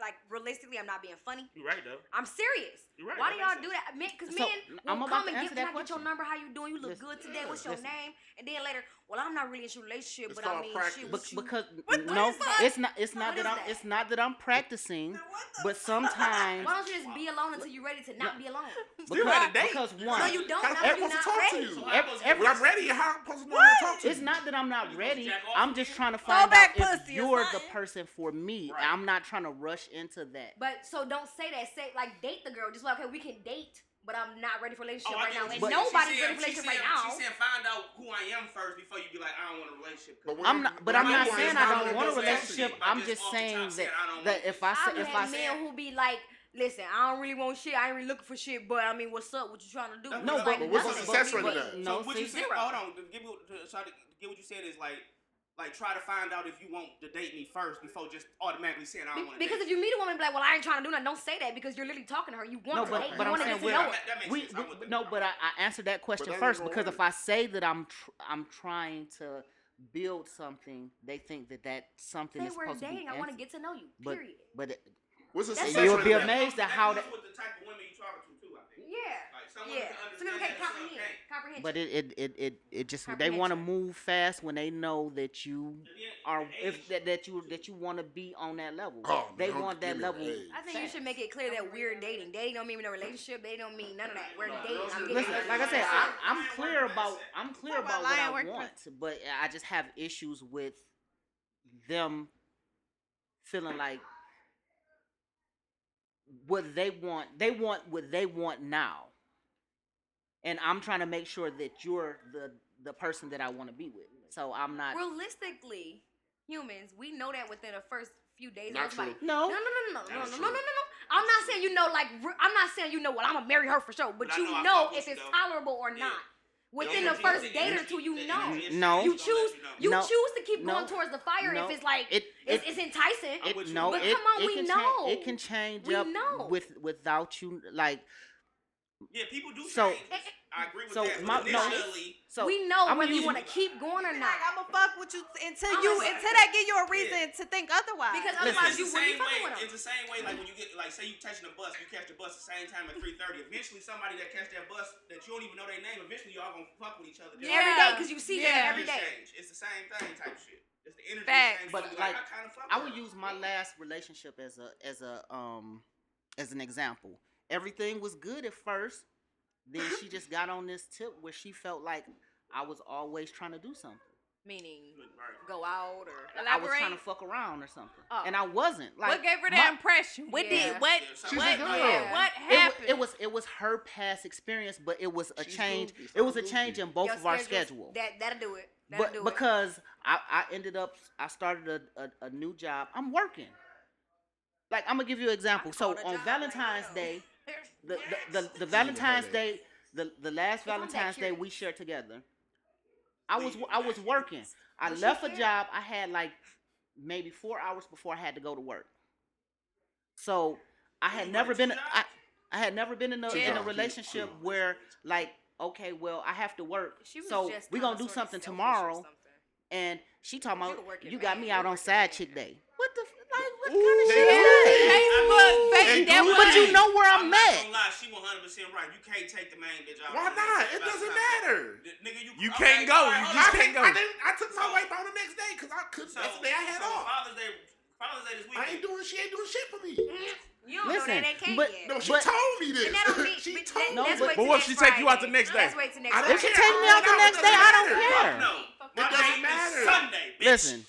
S2: like realistically, I'm not being funny.
S4: You right though.
S2: I'm serious.
S4: You right.
S2: Why do
S4: that
S2: y'all
S4: makes
S2: do
S4: sense.
S2: that? Men, because
S3: So,
S2: men
S3: I'm
S2: will
S3: about
S2: come
S3: to
S2: and
S3: answer
S2: get, can
S3: that
S2: I get your
S3: question.
S2: number? How you doing? You look
S3: Listen.
S2: good today. What's your
S3: Listen.
S2: name? And then later, well, I'm not really into a relationship,
S5: It's
S2: but I
S5: called
S2: mean,
S5: practice.
S2: shoes.
S3: Bec-
S2: you-
S3: because
S6: What the
S3: no,
S6: fuck?
S3: it's not. It's not
S2: What is
S3: that I'm.
S2: that?
S3: It's not that I'm practicing. But
S2: Why
S3: sometimes
S2: don't you just be alone until you're ready to not be alone?
S3: because,
S4: gotta date.
S3: because one,
S2: No, you don't.
S5: How
S2: Now
S5: am
S2: you're
S5: supposed to
S2: not
S5: talk to
S2: ready.
S5: you?
S3: ev- every-
S5: When I'm ready, how am I supposed to know how to talk to you?
S3: it's not that I'm not ready.
S4: jack off?
S3: I'm just trying to
S6: Throw
S3: find
S6: back
S3: out if
S6: pussy or
S3: you're the
S6: something.
S3: person for me.
S4: Right.
S3: I'm not trying to rush into that.
S2: But so don't say that. Say like date the girl. Just like okay, we can date, but I'm not ready for a relationship
S4: Oh, I
S2: right
S4: get
S2: now.
S4: what
S2: And
S4: you're saying.
S2: nobody's
S4: She
S2: ready
S4: said-
S2: for a relationship
S4: she
S2: right
S4: said-
S2: now.
S4: She said, find out who I am first before you be like, I don't want a relationship. 'Cause
S5: when
S3: I'm
S5: you-
S3: not, but I'm
S5: when you
S3: not
S5: want
S3: saying
S5: it,
S3: I
S5: it's
S3: don't
S5: not
S3: want a
S5: gonna go
S3: relationship.
S5: sexy.
S3: I'm
S4: I
S3: just
S4: just off the
S3: saying
S4: top
S3: that
S4: said I don't
S3: that
S4: want
S3: if I
S2: I've
S3: say, if I
S2: had
S3: say,
S2: men who be like, listen, I don't really want shit. I ain't really looking for shit, but I mean, what's up? What you trying to do?
S4: No,
S2: It's
S3: no,
S2: like,
S5: But what's the
S2: nothing.
S5: success rate of
S2: But-
S5: that?
S3: No,
S4: so what
S3: see,
S4: you said?
S2: zero.
S4: Hold on. to Give me to try to get what you said is like, like try to find out if you want to date me first before just automatically saying I
S2: Be-
S4: don't want to.
S2: Because if you meet a woman and be like, well, I ain't trying to do nothing, don't say that because you're literally talking to her. You want
S3: No,
S2: to
S3: but-
S2: date.
S3: but
S2: you
S3: I'm
S2: want to
S3: saying
S2: get to
S3: we're-
S2: know her.
S4: that, that makes
S3: we,
S4: sense. I
S3: we-
S4: would think
S3: no,
S4: about
S3: but I,
S4: it.
S3: I answered that question
S5: that ain't
S3: first
S5: gonna
S3: because
S5: work.
S3: if I say that I'm tr- I'm trying to build something, they think that that something
S2: Say
S3: is
S2: we're
S3: supposed to be.
S2: dating. I want to
S3: empty.
S2: get to know you.
S3: But
S2: Period.
S3: but it,
S5: What's the
S2: That's
S5: success
S2: it.
S5: rate
S3: You'll
S5: of
S3: be
S5: that?
S3: amazed at how
S4: deals
S3: that-
S4: with the type of women you talking to too. I think.
S2: Yeah.
S4: Like someone
S2: Yeah.
S4: can
S2: So people can
S4: understand that, someone
S2: comprehend.
S4: can't.
S2: Comprehension.
S3: but it it it it, it just they want to
S2: Comprehension.
S3: move fast when they know that you
S4: And then
S3: are
S4: the
S3: if
S4: age-
S3: that, that you that you want to be on that level.
S5: Oh,
S3: they
S5: don't
S3: want
S5: give
S3: that
S5: me the
S3: level.
S5: age.
S2: I think you should make it clear that we're dating. Dating don't mean no relationship. They don't mean none of that. We're
S4: Right.
S2: dating. I'm getting
S3: Listen,
S2: to know
S3: like I said,
S2: you.
S3: I, I'm clear about I'm clear
S6: Talk about
S3: about what I
S6: lying work
S3: want, but I just have issues with them feeling like what they want. They want what they want now, and I'm trying to make sure that you're the the person that I want to be with. So I'm not.
S2: realistically, humans, we know that within the first few days.
S5: Not
S2: of somebody.
S5: true.
S2: No, no,
S3: No,
S2: no, no, no, no,
S4: Not
S2: no,
S4: true.
S2: no, no, no. I'm not saying you know like re- I'm not saying you know well I'm gonna marry her for sure, but
S4: But I
S2: you
S4: know I
S2: know
S4: fuck with
S2: if
S4: you,
S2: it's
S4: though.
S2: tolerable or
S4: Yeah.
S2: not. Within
S4: Your
S2: the first
S4: energy-
S2: date or
S4: energy-
S2: two, you
S4: the
S2: know.
S4: energy is
S3: No.
S4: shit,
S2: You
S4: it's gonna let
S2: choose
S4: know.
S2: you
S3: No.
S2: choose to keep
S3: No.
S2: going towards the fire
S3: No.
S2: if it's like
S3: it
S2: it's, it's enticing.
S4: I'm
S3: It,
S4: with you.
S3: no,
S4: But
S3: it,
S2: come on,
S3: it
S2: we
S3: can
S2: know.
S3: Change, it can change
S2: We
S3: up
S2: know.
S3: with without you like
S4: Yeah, people do.
S3: So-
S4: change. I agree with
S3: so
S4: that.
S3: my-
S4: but
S3: no.
S4: initially,
S3: so
S2: we know
S3: I'm
S2: whether you
S3: using-
S2: want to keep going or not.
S6: I'm gonna fuck with you until
S2: I'm
S6: you
S2: like-
S6: until they give you a reason to think otherwise.
S2: Because
S3: Listen.
S2: otherwise you
S4: it's the
S2: wouldn't be
S4: same
S2: fucking
S4: way.
S2: with them.
S4: It's the same way. Like when you get, like, say you catching a bus, you catch the bus the same time at three thirty. Eventually, somebody that catch that bus that you don't even know their name. Eventually, y'all gonna fuck with each other. Just
S2: Every day
S6: Yeah.
S2: because you see
S6: Yeah.
S2: that
S4: energy
S2: every day.
S4: Change. It's the same thing type shit. It's the energy.
S6: Facts.
S4: Change.
S3: But, like,
S4: But like, I kind of fuck.
S3: I
S4: with
S3: would
S4: her.
S3: use my last relationship as a as a um as an example. Everything was good at first. Then she just got on this tip where she felt like I was always trying to do something.
S2: Meaning
S4: Right.
S2: go out or
S3: I was trying to fuck around or something.
S2: Oh.
S3: And I wasn't. Like
S6: what gave her
S3: my-
S6: that impression? What
S2: Yeah.
S6: did what
S5: She's
S6: what
S5: a girl.
S2: yeah.
S6: what
S3: it, wa-
S6: happened?
S3: it was it was her past experience, but it was a
S5: She's
S3: change.
S5: goofy.
S3: It was a
S5: Stop
S3: change
S5: goofy.
S3: in both
S2: Your
S3: of our
S2: schedules,
S3: schedule.
S2: That that'll do it. That'll
S3: but
S2: do it.
S3: because I, I ended up I started a, a, a new job. I'm working. Like I'm gonna give you an example. So
S6: called a
S3: on
S6: job
S3: Valentine's
S6: right now.
S3: Day, the the, the, the Valentine's
S5: that.
S3: Day, the, the
S2: If
S3: last
S2: I'm that
S3: Valentine's Day we
S2: curious.
S3: shared together, I was
S4: Leave
S3: I was
S4: that.
S3: working. I
S2: Was she
S3: left a
S2: here?
S3: job. I had like maybe four hours before I had to go to work. So I
S4: You
S3: had
S4: worked
S3: never
S4: two
S3: been
S4: jobs?
S3: I, I had never been in a,
S5: Two
S3: in a
S5: jobs.
S3: relationship
S5: Two.
S3: where like okay well I have to work.
S2: She was
S3: So
S2: just
S3: we gonna
S2: kinda
S3: do
S2: sorta
S3: something
S2: selfish or
S3: tomorrow
S2: something.
S3: and she talking
S2: You
S3: about
S2: a working
S3: you got
S2: man,
S3: me
S2: you
S3: out on
S2: working
S3: side
S2: man."
S3: chick day. What the f- like? What kind of
S5: They
S3: shit
S5: do
S3: is that?
S6: Facebook,
S5: They
S6: Facebook, that
S5: do
S6: was-
S3: But you know where
S4: I'm
S3: I'm
S4: not
S3: at.
S4: gonna lie, she 100 percent right. You can't take the main bitch out.
S5: Why
S4: on the
S5: not?
S4: next
S5: It
S4: day.
S5: doesn't
S4: That's not-
S5: matter.
S4: N- Nigga, you,
S1: You
S4: okay,
S1: can't go.
S4: all right,
S1: You
S4: hold
S1: just
S4: on.
S1: can't
S5: I, can't
S1: go.
S5: I, didn't, I took my wife on the next day because I couldn't.
S4: So,
S5: that's the day I had
S4: so
S5: off.
S4: Father's Day, Father's Day this weekend.
S5: I ain't doing. She ain't doing shit for me.
S2: You don't know
S3: Listen,
S2: that they can't
S3: but-
S2: yet.
S5: No, she
S3: But-
S5: told me this.
S2: And that don't mean,
S5: she
S2: but
S5: told
S2: that,
S3: No,
S5: me.
S2: that's
S3: but-
S2: wait
S1: But
S2: till
S1: what if
S2: next
S1: she take you out the
S2: Friday.
S1: next
S2: That's
S1: day?
S2: wait till
S5: I
S2: next
S5: don't
S3: If she
S5: care.
S3: take me out the
S5: No, it
S3: next day,
S5: doesn't
S3: I don't
S5: matter.
S3: care.
S4: Fuck no. My
S5: doesn't
S4: night is
S5: matter.
S4: Sunday, bitch.
S3: Listen,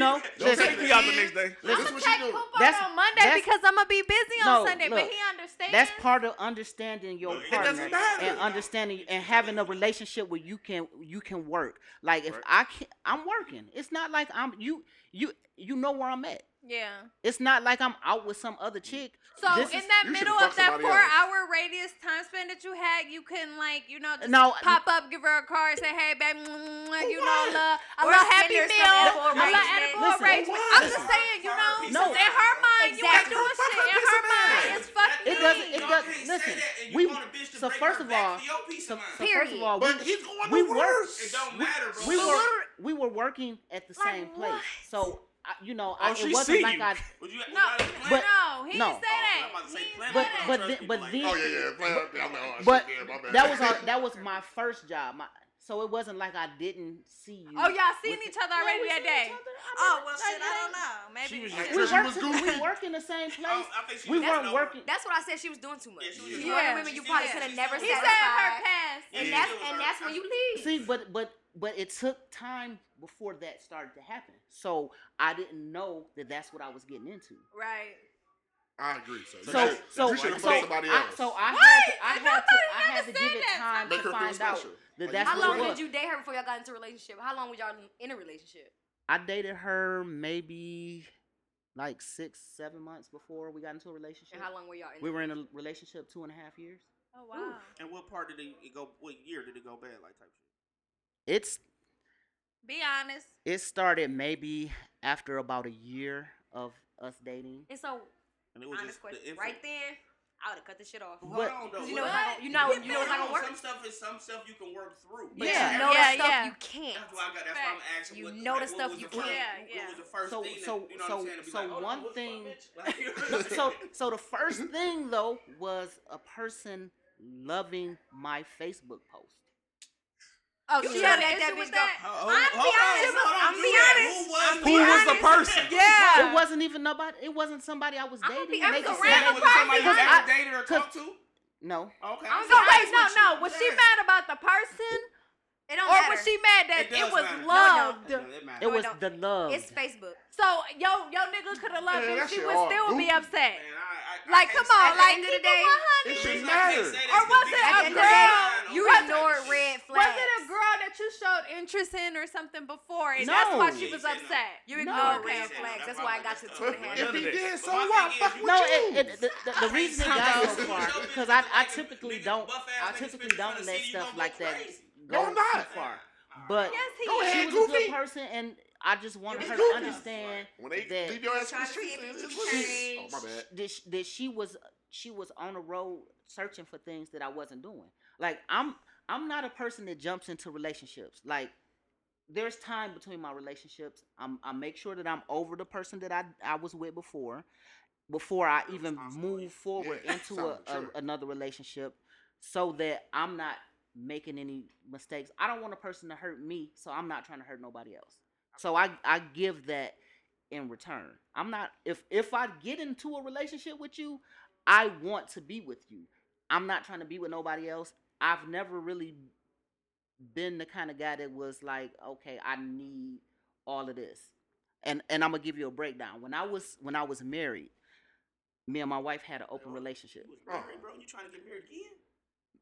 S3: no,
S5: Don't
S3: listen.
S5: take
S1: Take me out the next day.
S5: This
S6: I'm
S5: is
S6: gonna
S5: what she
S6: take
S5: doing.
S6: Cooper
S3: That's-
S6: on Monday
S3: that's-
S6: because I'm gonna be busy
S3: No,
S6: on Sunday.
S3: look,
S6: but he understands.
S3: That's part of understanding your
S4: Look, it
S3: partner
S5: doesn't matter.
S3: and understanding and having a relationship where you can you can work. Like if
S1: Right.
S3: I can, I'm working. It's not like I'm you you you know where I'm at.
S6: Yeah.
S3: It's not like I'm out with some other chick.
S6: So
S3: This
S6: in
S3: is-
S6: that
S5: you should've
S6: middle
S5: fucked
S6: of that
S5: somebody
S6: four
S5: else.
S6: hour radius time span that you had, you couldn't like you know just
S3: No, Oh,
S6: pop up, give her a card, say hey babe, mwah, mwah, mwah, you know
S5: what?
S6: love, a
S2: Or
S6: little
S2: send
S6: happy
S2: her
S6: meal, a
S2: some edible
S6: little
S2: arrangement.
S6: edible
S3: Listen,
S6: arrangement.
S5: what?
S6: I'm just
S3: Listen.
S6: saying, you know,
S3: No.
S6: in her mind, you ain't
S2: Exactly.
S6: doing
S5: Fuck
S6: shit.
S5: her
S6: In
S5: piece
S6: her
S5: of
S6: mind,
S5: mind.
S6: it's fuck
S3: It
S6: you.
S3: doesn't- it
S4: Y'all
S3: doesn't-
S4: can't
S3: listen,
S4: say that and you
S3: we-
S4: want a bitch to
S3: so
S4: break
S3: first
S4: her
S3: of
S4: back
S3: all-
S4: for your peace
S3: So,
S4: of mind.
S3: so first of
S2: Period.
S3: all, we,
S5: But oh, he's going
S3: we
S5: to
S3: work.
S5: work.
S4: it don't matter, bro.
S3: we
S6: So
S3: were
S6: what-
S3: we were working at the
S6: Like
S3: same
S6: what?
S3: place. So I, you know,
S1: Oh,
S3: I,
S1: she
S3: it wasn't
S1: see
S3: like
S1: you.
S3: I.
S4: Would you? would
S6: No,
S4: y'all plan
S3: But-
S4: out?
S6: no, he
S3: no.
S6: didn't say that.
S4: I'm about to say
S6: He didn't
S4: plan
S6: say
S3: But
S4: out.
S6: that.
S3: but
S4: Trust
S3: then
S4: people
S3: but
S4: like-
S3: then
S5: Oh yeah, yeah. Play, I'm like, oh, shit,
S3: but
S5: yeah, my bad.
S3: that was our, that was my first job. My, So it wasn't like I didn't see you.
S6: Oh, y'all seen
S3: with
S6: each
S3: the-
S6: other
S3: Yeah,
S6: already
S3: we
S6: that
S3: seen each
S6: day.
S3: other. I
S7: Oh well,
S3: mean, like,
S7: shit. I don't
S3: like,
S7: know. Maybe
S1: She was
S7: yeah.
S1: just
S5: She was
S3: We work,
S5: goofy.
S3: we work in the same
S4: I,
S3: place.
S4: Oh, I think she
S3: We
S4: was
S3: weren't
S4: over-
S3: working.
S2: That's what I said. She was doing too much.
S4: Yeah, she was just
S2: You
S6: Yeah.
S2: are women you
S4: She
S2: probably
S4: said-
S2: could have
S4: she
S2: never
S6: He
S4: said- He
S6: said
S2: satisfied.
S6: her past.
S4: Yeah,
S2: and
S4: she
S2: that's
S4: was
S2: and
S4: over-
S2: that's when you leave.
S3: See, but but but it took time before that started to happen. So I didn't know that that's what I was getting into.
S6: Right.
S5: I agree. So,
S3: So
S5: you should,
S3: so
S5: you should have
S3: so
S5: found somebody
S3: I,
S5: else.
S3: so I had
S6: Right.
S3: to, I
S6: I
S3: had
S6: thought
S3: to,
S6: you
S3: I had to
S6: never
S3: give
S6: said
S3: it
S6: that.
S3: time
S5: Make
S3: to
S5: her feel
S3: find out
S5: special.
S3: that
S5: Like,
S3: that's
S5: you
S2: How
S3: what
S2: long
S3: it
S5: were-
S3: was.
S2: did you date her before y'all got into a relationship? How long were y'all in a relationship?
S3: I dated her maybe like six seven months before we got into a relationship.
S2: And how long were y'all in?
S3: We were in a relationship two and a half years.
S6: Oh wow.
S4: And what part did it it go? What year did it go bad? Like type shit.
S3: It's
S6: Be honest.
S3: it started maybe after about a year of us dating.
S2: and so,
S4: And it was
S2: honest
S4: just the
S2: question,
S4: infant-
S2: right then, I would have cut the shit off.
S4: Hold
S3: But-
S4: on though.
S2: 'Cause you
S4: what-
S2: know, it's not gonna- you know, you know, it's not
S4: Hold
S2: gonna
S4: on,
S2: work.
S4: Some stuff is some stuff you can work through.
S2: But
S3: Yeah.
S2: you know
S6: Yeah,
S2: the stuff
S6: yeah.
S2: you can't.
S4: That's why I got. That's why I'm asking.
S2: You
S4: what,
S2: know
S4: like,
S2: the
S4: what
S2: stuff
S4: was
S2: you
S4: the first-
S6: can't.
S4: what-
S6: Yeah,
S4: What was the first
S3: So-
S4: thing? that-
S3: so-
S4: you know what I'm
S3: so-
S4: saying? To be
S3: so
S4: like, hold
S3: one
S4: what the fuck,
S3: thing-
S4: bitch? Like-
S3: so so the first thing though was a person loving my Facebook post.
S2: Oh,
S6: You
S2: she
S6: had
S2: had
S6: an
S2: that
S6: issue
S2: that
S6: with
S2: bitch
S6: that? I'm
S2: go.
S4: Hold-
S6: be
S4: hold- hold
S6: honest,
S4: on, hold on,
S6: I'm
S4: do
S6: be
S4: that.
S6: honest,
S4: Who was?
S1: Who was the person?
S6: Yeah.
S3: It wasn't even nobody. It wasn't somebody I was
S2: I'ma
S3: dating.
S2: be
S3: and they
S2: honest, a
S3: just
S2: random
S3: said-
S4: Was it somebody you
S3: because I-
S4: ever dated or talked to?
S3: no,
S4: Okay.
S2: I'm
S6: So
S2: gonna
S6: wait,
S4: sorry.
S6: no, no. Was she
S4: Yeah.
S6: mad about the person,
S2: It
S6: or
S2: don't matter.
S6: was she mad that
S4: It
S6: it,
S4: does
S6: was
S4: matter. No,
S2: no.
S6: loved?
S4: No, it matters.
S2: No,
S3: it
S2: it
S3: was
S2: don't.
S3: the love.
S2: It's Facebook.
S6: So yo, yo, nigga could have loved
S5: Man,
S6: her.
S5: that
S6: She
S5: shit
S6: would
S5: all
S6: still be
S5: goofy,
S6: upset.
S4: Man, I- I- I
S6: Like,
S4: can't
S6: come
S4: say-
S6: on,
S2: At the
S6: like
S2: end of
S6: keep
S2: the
S6: it
S2: day-
S5: It
S6: 100.
S5: should
S4: Bitches, I
S5: matter.
S4: can't say
S6: Or
S4: that
S6: was
S4: because
S6: it a
S4: I
S2: At the
S6: girl?
S2: end of
S4: can't
S2: the day,
S4: lie on
S2: you
S4: that
S2: ignore
S4: type of
S2: red
S4: shit.
S6: Was
S2: flags.
S6: it a girl that you showed interest in or something before, and that's
S3: No.
S6: why she was
S4: Yeah, yeah, no.
S6: upset?
S2: You
S3: No,
S2: ignore
S3: okay.
S2: red flags.
S4: Yeah, that's
S2: That's
S4: why
S2: why
S4: I
S2: I got
S4: got
S2: to
S4: that
S2: two and a
S1: stuff.
S2: half.
S1: Yeah.
S5: If
S1: None of
S5: he did,
S1: that.
S5: so
S4: But my
S5: what?
S4: thing is,
S5: Fuck
S4: you
S5: with
S3: no,
S5: you.
S3: it, it, the, the, the reason it got so far because I, I typically don't I typically don't let stuff like that go
S5: No, I'm not.
S3: too far. But
S6: Yes, he
S5: Go
S6: is.
S5: ahead,
S3: she was a
S5: Goofy.
S3: good person, and I just wanted
S5: It's
S3: her
S5: goofy.
S3: to understand
S5: When they
S3: that-
S5: leave your ass on
S7: Trying
S5: the
S7: to
S5: street,
S7: see if
S5: it's
S7: he
S5: what it is. Oh
S7: changed.
S5: my bad.
S3: that she, that she was she was on the road searching for things that I wasn't doing. Like I'm I'm not a person that jumps into relationships. Like there's time between my relationships. I'm I make sure that I'm over the person that I I was with before before I even
S4: Responsibility.
S3: move forward
S5: Yeah,
S3: into a,
S5: something,
S3: a,
S5: sure.
S3: another relationship so that I'm not making any mistakes. I don't want a person to hurt me, so I'm not trying to hurt nobody else. So I I give that in return. I'm not if if I get into a relationship with you, I want to be with you. I'm not trying to be with nobody else. I've never really been the kind of guy that was like, okay, I need all of this. And and I'm gonna give you a breakdown. When I was when I was married, me and my wife had an open relationship.
S4: You was married, bro. You trying to get married again?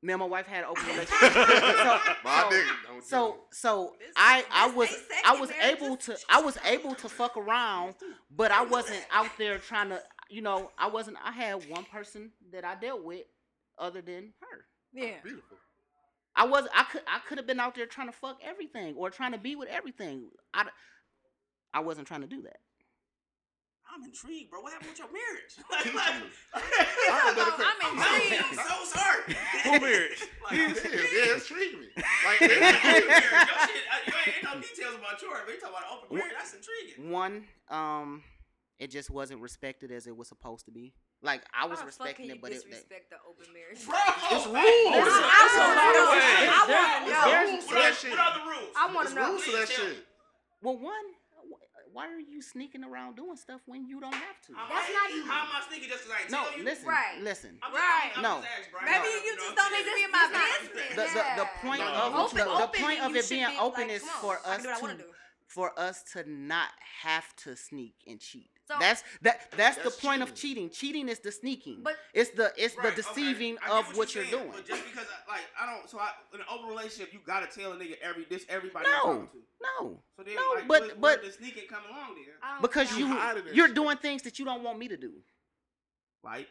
S3: Me and my wife had an open relationship. so,
S5: My
S3: so-
S5: nigga, don't do
S3: so
S5: it.
S3: so
S7: This-
S3: I I
S7: this
S3: was
S7: ain't
S3: I
S7: second
S3: was
S7: marriage,
S3: able
S7: this-
S3: to I was able to fuck around, but I wasn't out there trying to you know I wasn't I had one person that I dealt with other than her.
S6: Yeah.
S5: Beautiful.
S3: I was I could I could have been out there trying to fuck everything or trying to be with everything. I d- I wasn't trying to do that.
S4: I'm intrigued, bro. What happened with your marriage?
S5: Teach
S4: Like,
S5: me.
S6: I'm,
S5: better quit.
S6: intrigued.
S4: I'm so sorry.
S1: Who marriage?
S5: Yeah,
S4: Like,
S5: yeah, it's treating me. Like,
S4: Your shit,
S5: it's
S4: your
S5: intriguing.
S4: shit, you ain't no details about yours, but you talking about open marriage. That's intriguing.
S3: One, um, it just wasn't respected as it was supposed to be. Like I was
S2: How the fuck
S3: respecting
S2: can
S3: it,
S2: you
S3: but it,
S2: disrespect the open marriage.
S4: Bro,
S5: It's rules.
S3: Oh, It's a- it's a lot
S1: of
S3: ways.
S6: I
S3: There-
S6: want to
S3: it's
S6: know.
S3: very-
S5: There's rules to
S4: What are,
S5: that shit.
S4: what are the rules?
S2: I want
S5: There's
S2: to know.
S5: rules to that shit.
S3: well, one, wh- why are you sneaking around doing stuff when you don't have to?
S4: I'm
S2: That's not
S4: asking,
S2: even-
S4: How am I sneaking just 'cause I ain't
S3: No,
S4: tell you?
S3: listen,
S2: Right.
S3: listen.
S4: I'm
S6: Right.
S4: Just, I'm,
S3: No.
S4: I'm just asking, bro.
S6: Maybe you
S4: You know
S6: just
S4: what I'm
S6: don't need to
S4: saying?
S6: be in my
S2: That's not-
S6: business.
S3: The, the, the
S2: Yeah.
S3: point
S5: No,
S3: of
S5: no.
S3: the, the
S2: Open-
S3: point
S2: open
S3: of
S2: and you
S3: it being
S2: should be
S3: open
S2: like,
S3: is
S2: come on,
S3: for
S2: I
S3: us
S2: can do what I wanna
S3: to
S2: do.
S3: for us to not have to sneak and cheat.
S2: So-
S3: that's that that's,
S5: That's
S3: the point of
S5: cheating.
S3: cheating. Cheating is the sneaking.
S2: But-
S3: it's the it's the
S4: Right, okay.
S3: deceiving
S4: I get
S3: of what
S4: you're
S3: you're,
S4: saying,
S3: doing.
S4: But just because, I, like, I don't. So I, in an open relationship, you gotta tell a nigga every this everybody
S3: No.
S4: you talking to.
S3: no,
S4: So then,
S3: No,
S4: like,
S3: but-
S4: where- where
S3: but-
S4: the sneaking come along then.
S2: I don't
S3: because
S2: know.
S3: you
S5: out of this
S3: you're
S5: shit.
S3: doing things that you don't want me to do.
S4: Like,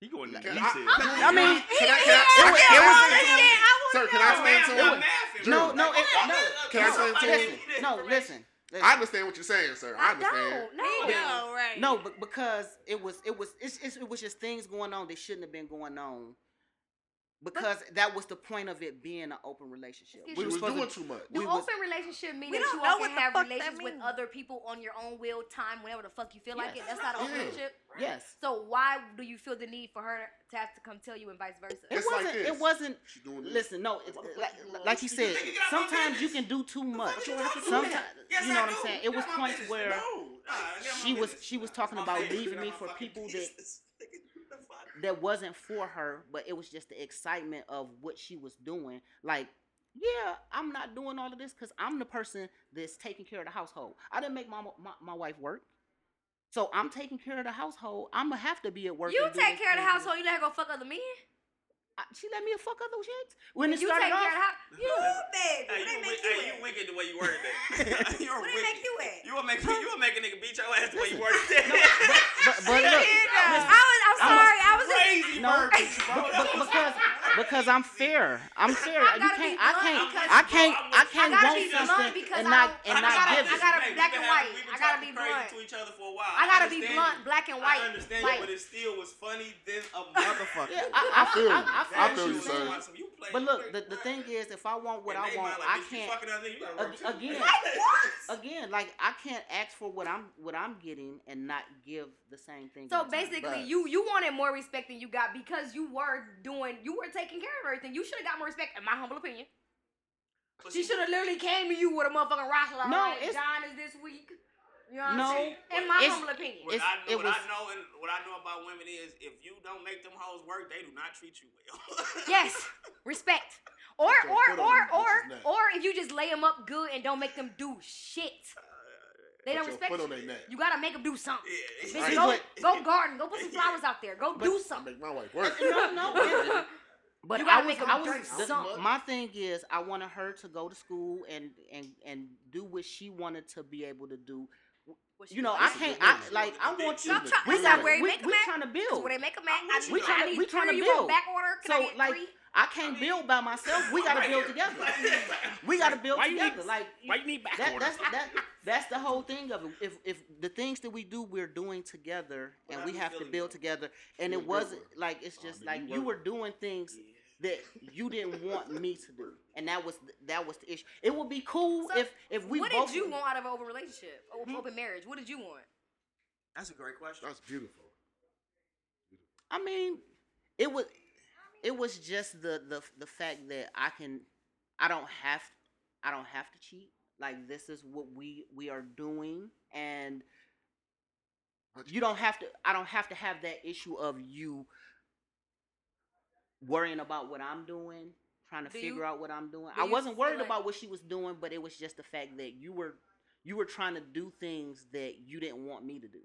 S1: He going to
S5: Can
S1: detail.
S3: I mean,
S5: Can I, can
S3: it was- it was-
S5: I, can I, sir, can I stand
S4: Y'all
S5: to it?
S4: laughing,
S3: No,
S4: bro.
S3: no,
S4: Like,
S3: it-
S4: oh,
S3: no.
S4: look,
S5: Can I
S4: look,
S5: say
S4: somebody
S5: to
S4: need
S3: listen,
S4: this
S3: no,
S4: information.
S3: listen,
S5: I
S3: listen.
S5: understand what you're saying, sir. I
S2: I
S5: understand.
S2: don't.
S6: He
S2: No.
S6: know, right?
S3: No, but because it was it was it's, it's, it was just things going on that shouldn't have been going on because that was the point of it being an open relationship.
S2: Excuse
S5: We
S2: you
S5: was
S3: supposed
S5: doing
S3: to-
S5: too much.
S2: Do
S3: we
S2: open
S3: was-
S2: relationship mean
S6: We
S2: that
S6: don't
S2: you
S6: know
S2: all
S6: what
S2: can
S6: the
S2: have
S6: fuck that
S2: relations with
S6: means.
S2: other people on your own will, time, whenever the fuck you feel like it?
S3: Yes.
S2: That's not an open
S5: Yeah.
S2: relationship.
S3: Yes.
S2: So why do you feel the need for her to have to come tell you and vice versa?
S3: It
S5: It's like
S3: wasn't.
S5: this.
S3: it wasn't.
S5: She doing this.
S3: Listen, no. It's,
S5: Why the fuck
S3: like,
S5: you doing
S3: like
S5: this?
S3: you
S5: You
S3: said,
S5: can't
S4: get out my
S3: sometimes you
S4: business.
S3: can do too much.
S4: you talking about?
S3: Sometimes
S4: Yes,
S3: you know
S4: I
S3: what I'm
S4: do.
S3: saying. It
S4: Get
S3: was
S4: out my
S3: points
S4: business.
S3: where
S4: No. Ah, get out my
S3: she was-
S4: business.
S3: she was
S4: Nah,
S3: talking
S4: my
S3: about
S4: business.
S3: leaving
S4: Get
S3: me
S4: out
S3: for
S4: my fucking
S3: people that-
S4: business. What the fuck?
S3: that wasn't for her, but it was just the excitement of what she was doing. Like, yeah, I'm not doing all of this because I'm the person that's taking care of the household. I didn't make my my, my wife work, so I'm taking care of the household. I'm gonna have to be at work.
S2: you
S3: and do
S2: take
S3: this
S2: care of the
S3: and do this.
S2: household, you let her go fuck other men.
S3: I- she let me fuck other chicks when it
S2: you
S3: started
S2: take care of
S3: off.
S2: the house. You baby,
S4: Hey,
S2: what
S4: you,
S2: they make
S4: wi- hey, you
S2: you at?
S4: wicked the way you worded that. You're
S2: What they
S4: wicked.
S2: make you at?
S4: You will make you will make a nigga beat your ass the way
S3: Listen.
S4: you worded that.
S3: But, but
S6: She
S3: look,
S6: did that.
S2: I was, I'm
S3: I was
S2: sorry, I was just.
S4: crazy
S3: No.
S4: verbiage, bro.
S3: Be-
S4: That
S3: be-
S4: was
S3: because because I'm fair. I'm fair.
S2: I
S3: You
S2: gotta be
S3: can't. I
S2: blunt
S3: can't.
S2: because-
S3: I can't. I
S2: I
S3: can't
S2: gotta
S3: want
S2: be
S4: something
S2: blunt because
S3: and
S2: I
S3: not
S2: don't-
S3: and
S4: I
S3: not
S2: gotta- I
S3: give it.
S2: gotta
S4: Hey, we've
S2: black
S4: been
S2: and
S4: having-
S2: white.
S4: we've been
S2: I gotta
S4: talking
S2: be
S4: crazy
S2: blunt.
S4: To each other for a while.
S2: I gotta be
S4: understand
S2: blunt,
S4: you.
S2: black and
S4: I
S2: white.
S4: understand
S2: Like,
S4: you, but it still was funny than a motherfucker.
S3: Yeah, I, I feel.
S5: I-
S3: I,
S5: I feel
S4: That shit
S5: you,
S4: was
S5: sir.
S3: saying.
S4: awesome. You played
S3: But look,
S4: great.
S3: the, the thing is, if I want what
S4: And
S3: I
S4: they
S3: want,
S4: mind like,
S3: I
S4: bitch, you
S3: can't.
S4: fucking other nigga, you gotta
S3: Ag-
S4: work too.
S3: again.
S4: And
S3: Like,
S4: they-
S3: Again, like I can't ask for what I'm what I'm getting and not give the same thing.
S2: So
S3: in return.
S2: basically,
S3: But-
S2: you you wanted more respect than you got because you were doing, you were taking care of everything. You should have got more respect, in my humble opinion.
S4: But
S2: She should have literally came to you with a motherfucking roster. Like,
S3: No,
S2: no, right,
S3: it's-
S2: John is this week. You know what
S3: No,
S2: I'm saying? In my
S3: it's-
S2: humble opinion.
S4: What,
S3: it's-
S4: I,
S3: it
S4: what
S3: was-
S4: I know and what I know about women is if you don't make them hoes work, they do not treat you well.
S2: Yes, respect. Or
S5: Put your
S2: or
S5: foot
S2: or
S5: on them
S2: or
S5: bitches' neck.
S2: or if you just lay them up good and don't make them do shit, they don't
S5: Put your
S2: respect
S5: foot
S2: you.
S5: on their neck.
S2: You gotta make them do something.
S4: Yeah.
S2: Bitch,
S5: Right.
S2: go,
S3: But-
S2: go garden. Go put some flowers out there. Go do
S5: I
S2: something.
S5: make my wife work.
S3: no, no. it- But
S2: You
S3: I
S2: gotta
S3: was,
S2: make 'em
S3: I was,
S2: drink
S3: the-
S2: something.
S3: my thing is, I wanted her to go to school and and and do what she wanted to be able to do.
S2: What she
S3: You know,
S2: doing?
S3: I
S5: This is
S3: can't.
S5: the
S3: I
S5: business.
S3: like, I
S4: This is
S3: want
S4: the
S3: you.
S2: business. I'm
S3: we
S2: trying-
S3: got-
S2: where you
S3: we,
S2: make 'em
S3: we
S2: at?
S3: trying to
S2: Cause
S3: build.
S2: when they make a man, I,
S4: We
S2: we
S4: tryna-
S2: trying,
S3: we tryna
S2: You
S3: build.
S2: want back order? Can I
S3: So
S2: get
S3: like,
S2: three?
S3: I can't build by myself. We got to
S4: Right
S3: build
S4: here.
S3: together.
S4: Like-
S3: We got to build
S1: Why you
S3: together.
S1: need-
S3: Like,
S1: Why you need back
S3: that,
S1: orders?
S3: that's that, that's the whole thing of it. If if the things that we do, we're doing together,
S4: Well,
S3: and
S4: I
S3: we
S4: be
S3: have to
S4: feeling
S3: build
S4: you.
S3: together. And
S5: You a
S3: it
S5: good
S3: wasn't
S5: worker.
S3: like it's
S5: Aw,
S3: just
S5: nigga,
S3: like
S5: you
S3: you were
S5: working.
S3: doing things that you didn't want me to do, and that was that was the issue. It would be cool
S2: So,
S3: if if we
S2: what
S3: both.
S2: did you want out of an open relationship, open,
S3: Hmm?
S2: open marriage? What did you want?
S4: That's a great question.
S5: That's beautiful.
S3: I mean, it was it was just the the the fact that I can I don't have I don't have to cheat. Like this is what we we are doing and
S5: But
S3: you don't have to I don't have to have that issue of you worrying about what I'm doing, trying to
S2: Do
S3: figure
S2: you-
S3: out what I'm doing.
S2: do
S3: I
S2: you
S3: wasn't
S2: feel
S3: worried
S2: like-
S3: about what she was doing, but it was just the fact that you were you were trying to do things that you didn't want me to do.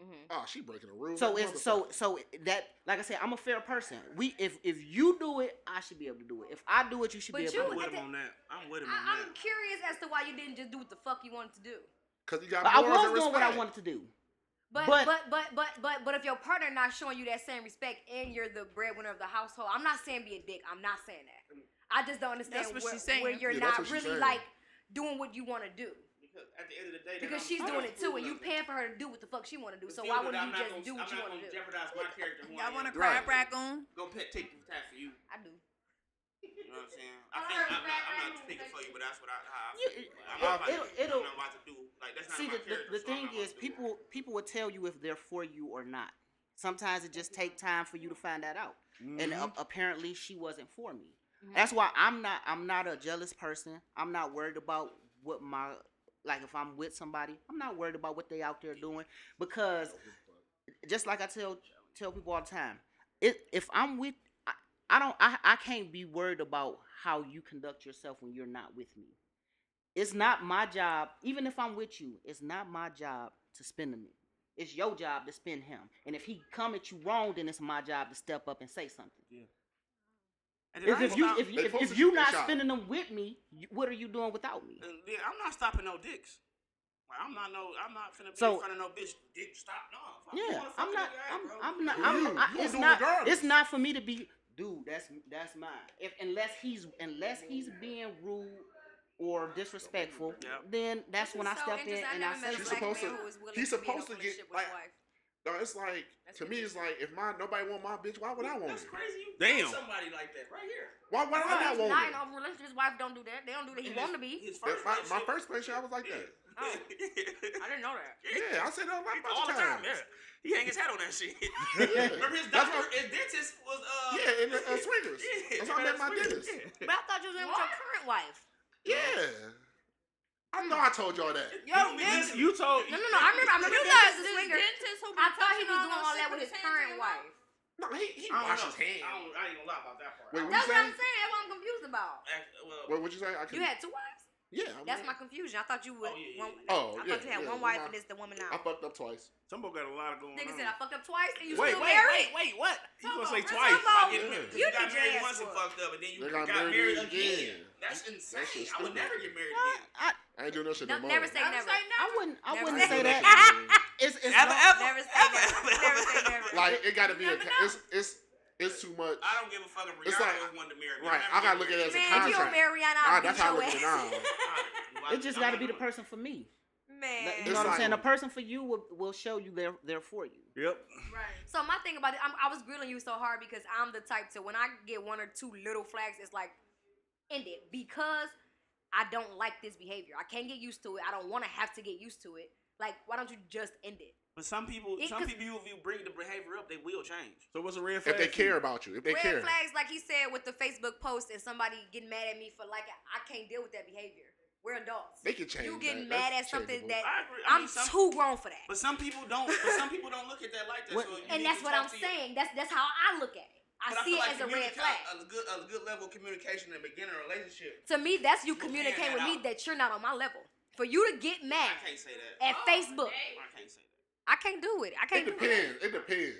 S2: Mm-hmm.
S5: Oh, she breaking a rule.
S3: So it's so so that like I said, I'm a fair person. We if if you do it, I should be able to do it. If I do it, you should
S2: But
S3: be able
S2: you-
S3: to
S4: I'm
S3: do it.
S4: with
S2: at
S4: him
S2: the-
S4: on that. I'm with him on
S2: I,
S4: that.
S2: I'm curious as to why you didn't just do what the fuck you wanted to do.
S5: because you got.
S3: But I
S5: morals
S3: was
S5: and
S3: doing what I
S5: respect.
S3: wanted to do.
S2: But
S3: But-
S2: but but but but but if your partner not showing you that same respect and you're the breadwinner of the household, I'm not saying be a dick. I'm not saying that. I just don't understand
S6: That's what
S2: where,
S6: she's saying.
S2: where you're
S5: Yeah,
S2: not
S5: that's what she's
S2: really
S5: saying.
S2: like doing what you want to do
S4: Because at the end of the day,
S2: because she's doing it too, and you paying for her to do what the fuck she want to do. So why wouldn't you just do what you want to do?
S4: jeopardize my character. who I
S6: Y'all want a
S4: am.
S6: crab
S5: Right.
S6: raccoon?
S4: Go pet, take the time for you.
S2: I do.
S4: You know what I'm saying? I
S2: I
S4: think
S2: heard
S4: I'm not,
S2: crab
S4: I'm not
S2: raccoon.
S4: speaking for you, but that's what I. How I
S3: You-
S4: feel.
S3: it-
S4: I'm not about
S3: it'll-
S4: to do-
S3: it'll-
S4: I'm not about to do like that's not
S3: See,
S4: my
S3: the,
S4: character,
S3: the, the
S4: so I'm
S3: thing
S4: not about
S3: is,
S4: to do it.
S3: people people will tell you if they're for you or not. Sometimes it just take time for you to find that out. And
S1: Mhm.
S3: a- apparently, she wasn't for me.
S2: Mhm.
S3: That's why I'm not I'm not a jealous person. I'm not worried about what my like if I'm with somebody. I'm not worried about what they out there doing
S2: uh,
S3: because just like I tell tell people all the time, if if I'm with, I, I don't, I, I can't be worried about how you conduct yourself when you're not with me. It's not my job, even if I'm with you, it's not my job to spin him. It's your job to spin him. And if he come at you wrong, then it's my job to step up and say something.
S4: And then
S3: If,
S4: I'm
S3: if you
S4: about-
S3: if you
S5: They
S3: if,
S5: posted
S3: if you
S5: you
S3: not
S5: shot.
S3: spinning them with me, you, what are you doing without me?
S4: And then I'm not stopping no dicks. Like, I'm not no. I'm not finna be
S3: So-
S4: in front of no bitch. Dick stop. No. Fuck, you
S3: Yeah,
S4: wanna fuck
S3: I'm
S4: a
S3: not.
S4: nigga,
S3: I'm,
S4: alright, bro.
S3: I'm not.
S5: You-
S3: I'm.
S5: you
S3: I,
S5: gonna
S3: it's
S5: do it
S3: not.
S5: regardless.
S3: It's not for me to be. Dude, that's that's mine. If unless he's unless he's being rude or disrespectful,
S4: Yep.
S3: then that's when I
S2: so
S3: step in
S2: interesting. I
S3: and I
S2: never met
S3: say
S2: a
S5: He's
S2: black
S5: supposed
S2: man
S5: to-
S2: who was willing
S5: he's
S2: to be in a
S5: supposed to get,
S2: relationship with a
S5: like-
S2: wife.
S5: No, it's like
S2: That's
S5: to me, it's like if my nobody want my bitch, why would I want
S4: That's
S5: it?
S4: crazy. You
S1: Damn.
S4: Damn. Somebody like that right here.
S5: Why would I not
S2: Not
S5: want it?
S2: in all relationships, wife don't do that. They don't do that. He
S4: And
S2: want to
S4: his-
S2: be.
S4: His
S5: That-
S4: first
S5: my, my
S4: relationship-
S5: first relationship, I was like that.
S3: Oh.
S2: I didn't know that.
S5: Yeah, I said that a lot of
S4: all the time.
S5: times.
S4: Yeah, he hang his hat on that shit.
S5: Yeah.
S4: Remember his
S5: That's
S4: doctor,
S5: why-
S4: his dentist was uh
S5: Yeah, and uh, swingers.
S4: Yeah,
S5: That's how I met my dentist.
S2: But I thought you was in with your current wife. Hmm.
S5: Yeah. I know I told y'all that.
S2: Yo,
S1: You, you told.
S2: No, no, no. I remember. I remember.
S6: You
S2: the
S6: got this
S2: dentist is a swinger.
S6: dentist who be
S2: I thought he
S6: touching
S2: was
S6: all
S2: doing
S6: those
S2: all that with his
S6: secret
S2: current
S6: things,
S2: wife.
S5: No, he, he
S4: I
S5: washed his
S4: don't know.
S5: hands.
S4: I, don't, I ain't gonna lie about that part.
S5: Wait,
S4: I,
S2: That's what I'm saying. That's what I'm confused about.
S4: act- well,
S5: What would you say? I
S2: You
S5: couldn't-
S2: had two wives.
S5: Oh, yeah. I
S2: That's
S5: mean,
S2: my confusion. I thought you would.
S4: Oh, yeah, yeah,
S2: one,
S5: Oh,
S4: yeah.
S2: I
S5: yeah,
S2: thought you had
S5: yeah,
S2: one wife
S5: nah.
S2: and it's the woman
S5: I
S2: now.
S5: fucked up twice.
S1: Sombo got a lot going on.
S2: Nigga said I fucked up twice and you
S1: Wait,
S2: still
S1: wait,
S2: married.
S4: wait, what?
S1: You gonna
S2: Come
S1: say
S2: on,
S1: twice?
S2: come on.
S4: I get
S5: Yeah.
S4: married.
S2: You
S4: You got
S2: the
S4: married
S2: jazz
S4: once and
S2: fuck.
S4: fucked up, and then you
S5: They
S4: got, married again. That's insane.
S5: That shit's
S4: I
S5: stupid.
S4: would never get married
S3: What?
S4: again.
S3: I,
S5: I ain't doing that shit no
S2: No,
S5: more.
S2: never say
S6: Don't
S2: never.
S6: say
S3: I wouldn't I
S2: Never
S3: wouldn't
S2: say
S3: say
S2: that.
S3: that. It's it's
S4: Ever,
S3: not-
S4: ever,
S2: Never say never.
S4: ever, ever,
S2: Never say
S4: ever.
S2: never.
S5: like it gotta be a.
S6: Never know.
S5: It's it's it's too much.
S4: I don't give a fuck if
S5: It's
S4: Rihanna
S5: like-
S4: was one to marry. me.
S5: right, I
S4: I'm
S5: gotta
S4: never
S5: look at
S4: getting
S2: Man, if you
S5: it as a
S4: married.
S2: don't
S5: contract.
S2: marry Rihanna,
S5: Nah,
S2: I'll
S5: that's
S2: beat
S5: how I
S2: your
S5: look at it
S2: ass.
S5: now.
S4: Nah,
S3: It just
S4: I'm
S3: got
S4: not
S3: to be the
S4: doing it.
S3: person for me. That-
S6: Man.
S3: You know what I'm
S5: like-
S3: saying? The person for you will, will show you they're, they're for you.
S1: Yep.
S6: Right.
S2: So my thing about it, I'm, I was grilling you so hard because I'm the type to when I get one or two little flags, it's like end it because I don't like this behavior. I can't get used to it. I don't want to have to get used to it. Like, why don't you just end it?
S4: But some people,
S2: It
S4: some
S2: could-
S4: people, if you bring the behavior up, they will change.
S1: So what's a red flag?
S5: If they
S1: for you?
S5: care about you, if they
S2: Red
S5: care.
S2: flags, like he said with the Facebook post, and somebody getting mad at me for like I can't deal with that behavior. We're adults.
S5: They can change
S2: You getting mad
S5: that. That's
S2: at something that
S5: changeable.
S4: I agree. I
S2: I'm
S4: mean, some,
S2: too grown for that,
S4: but some people don't. But some people don't look at that like that.
S3: What-
S4: so you need
S2: and that's
S4: to
S2: what
S4: talk
S2: I'm
S4: to your-
S2: saying. That's that's how I look at it. I
S4: But
S2: see
S4: feel
S2: it
S4: like
S2: as a red
S4: communica-
S2: flag.
S4: A good, a good level of communication in the beginning of a relationship.
S2: To me, that's you
S4: You can't
S2: communicating with
S4: at
S2: me
S4: all.
S2: that you're not on my level. For you to get mad
S4: I can't say that. Oh,
S2: at Facebook,
S4: I can't say that.
S2: I can't do it. I
S5: It
S2: can't. do it.
S5: depends. It depends.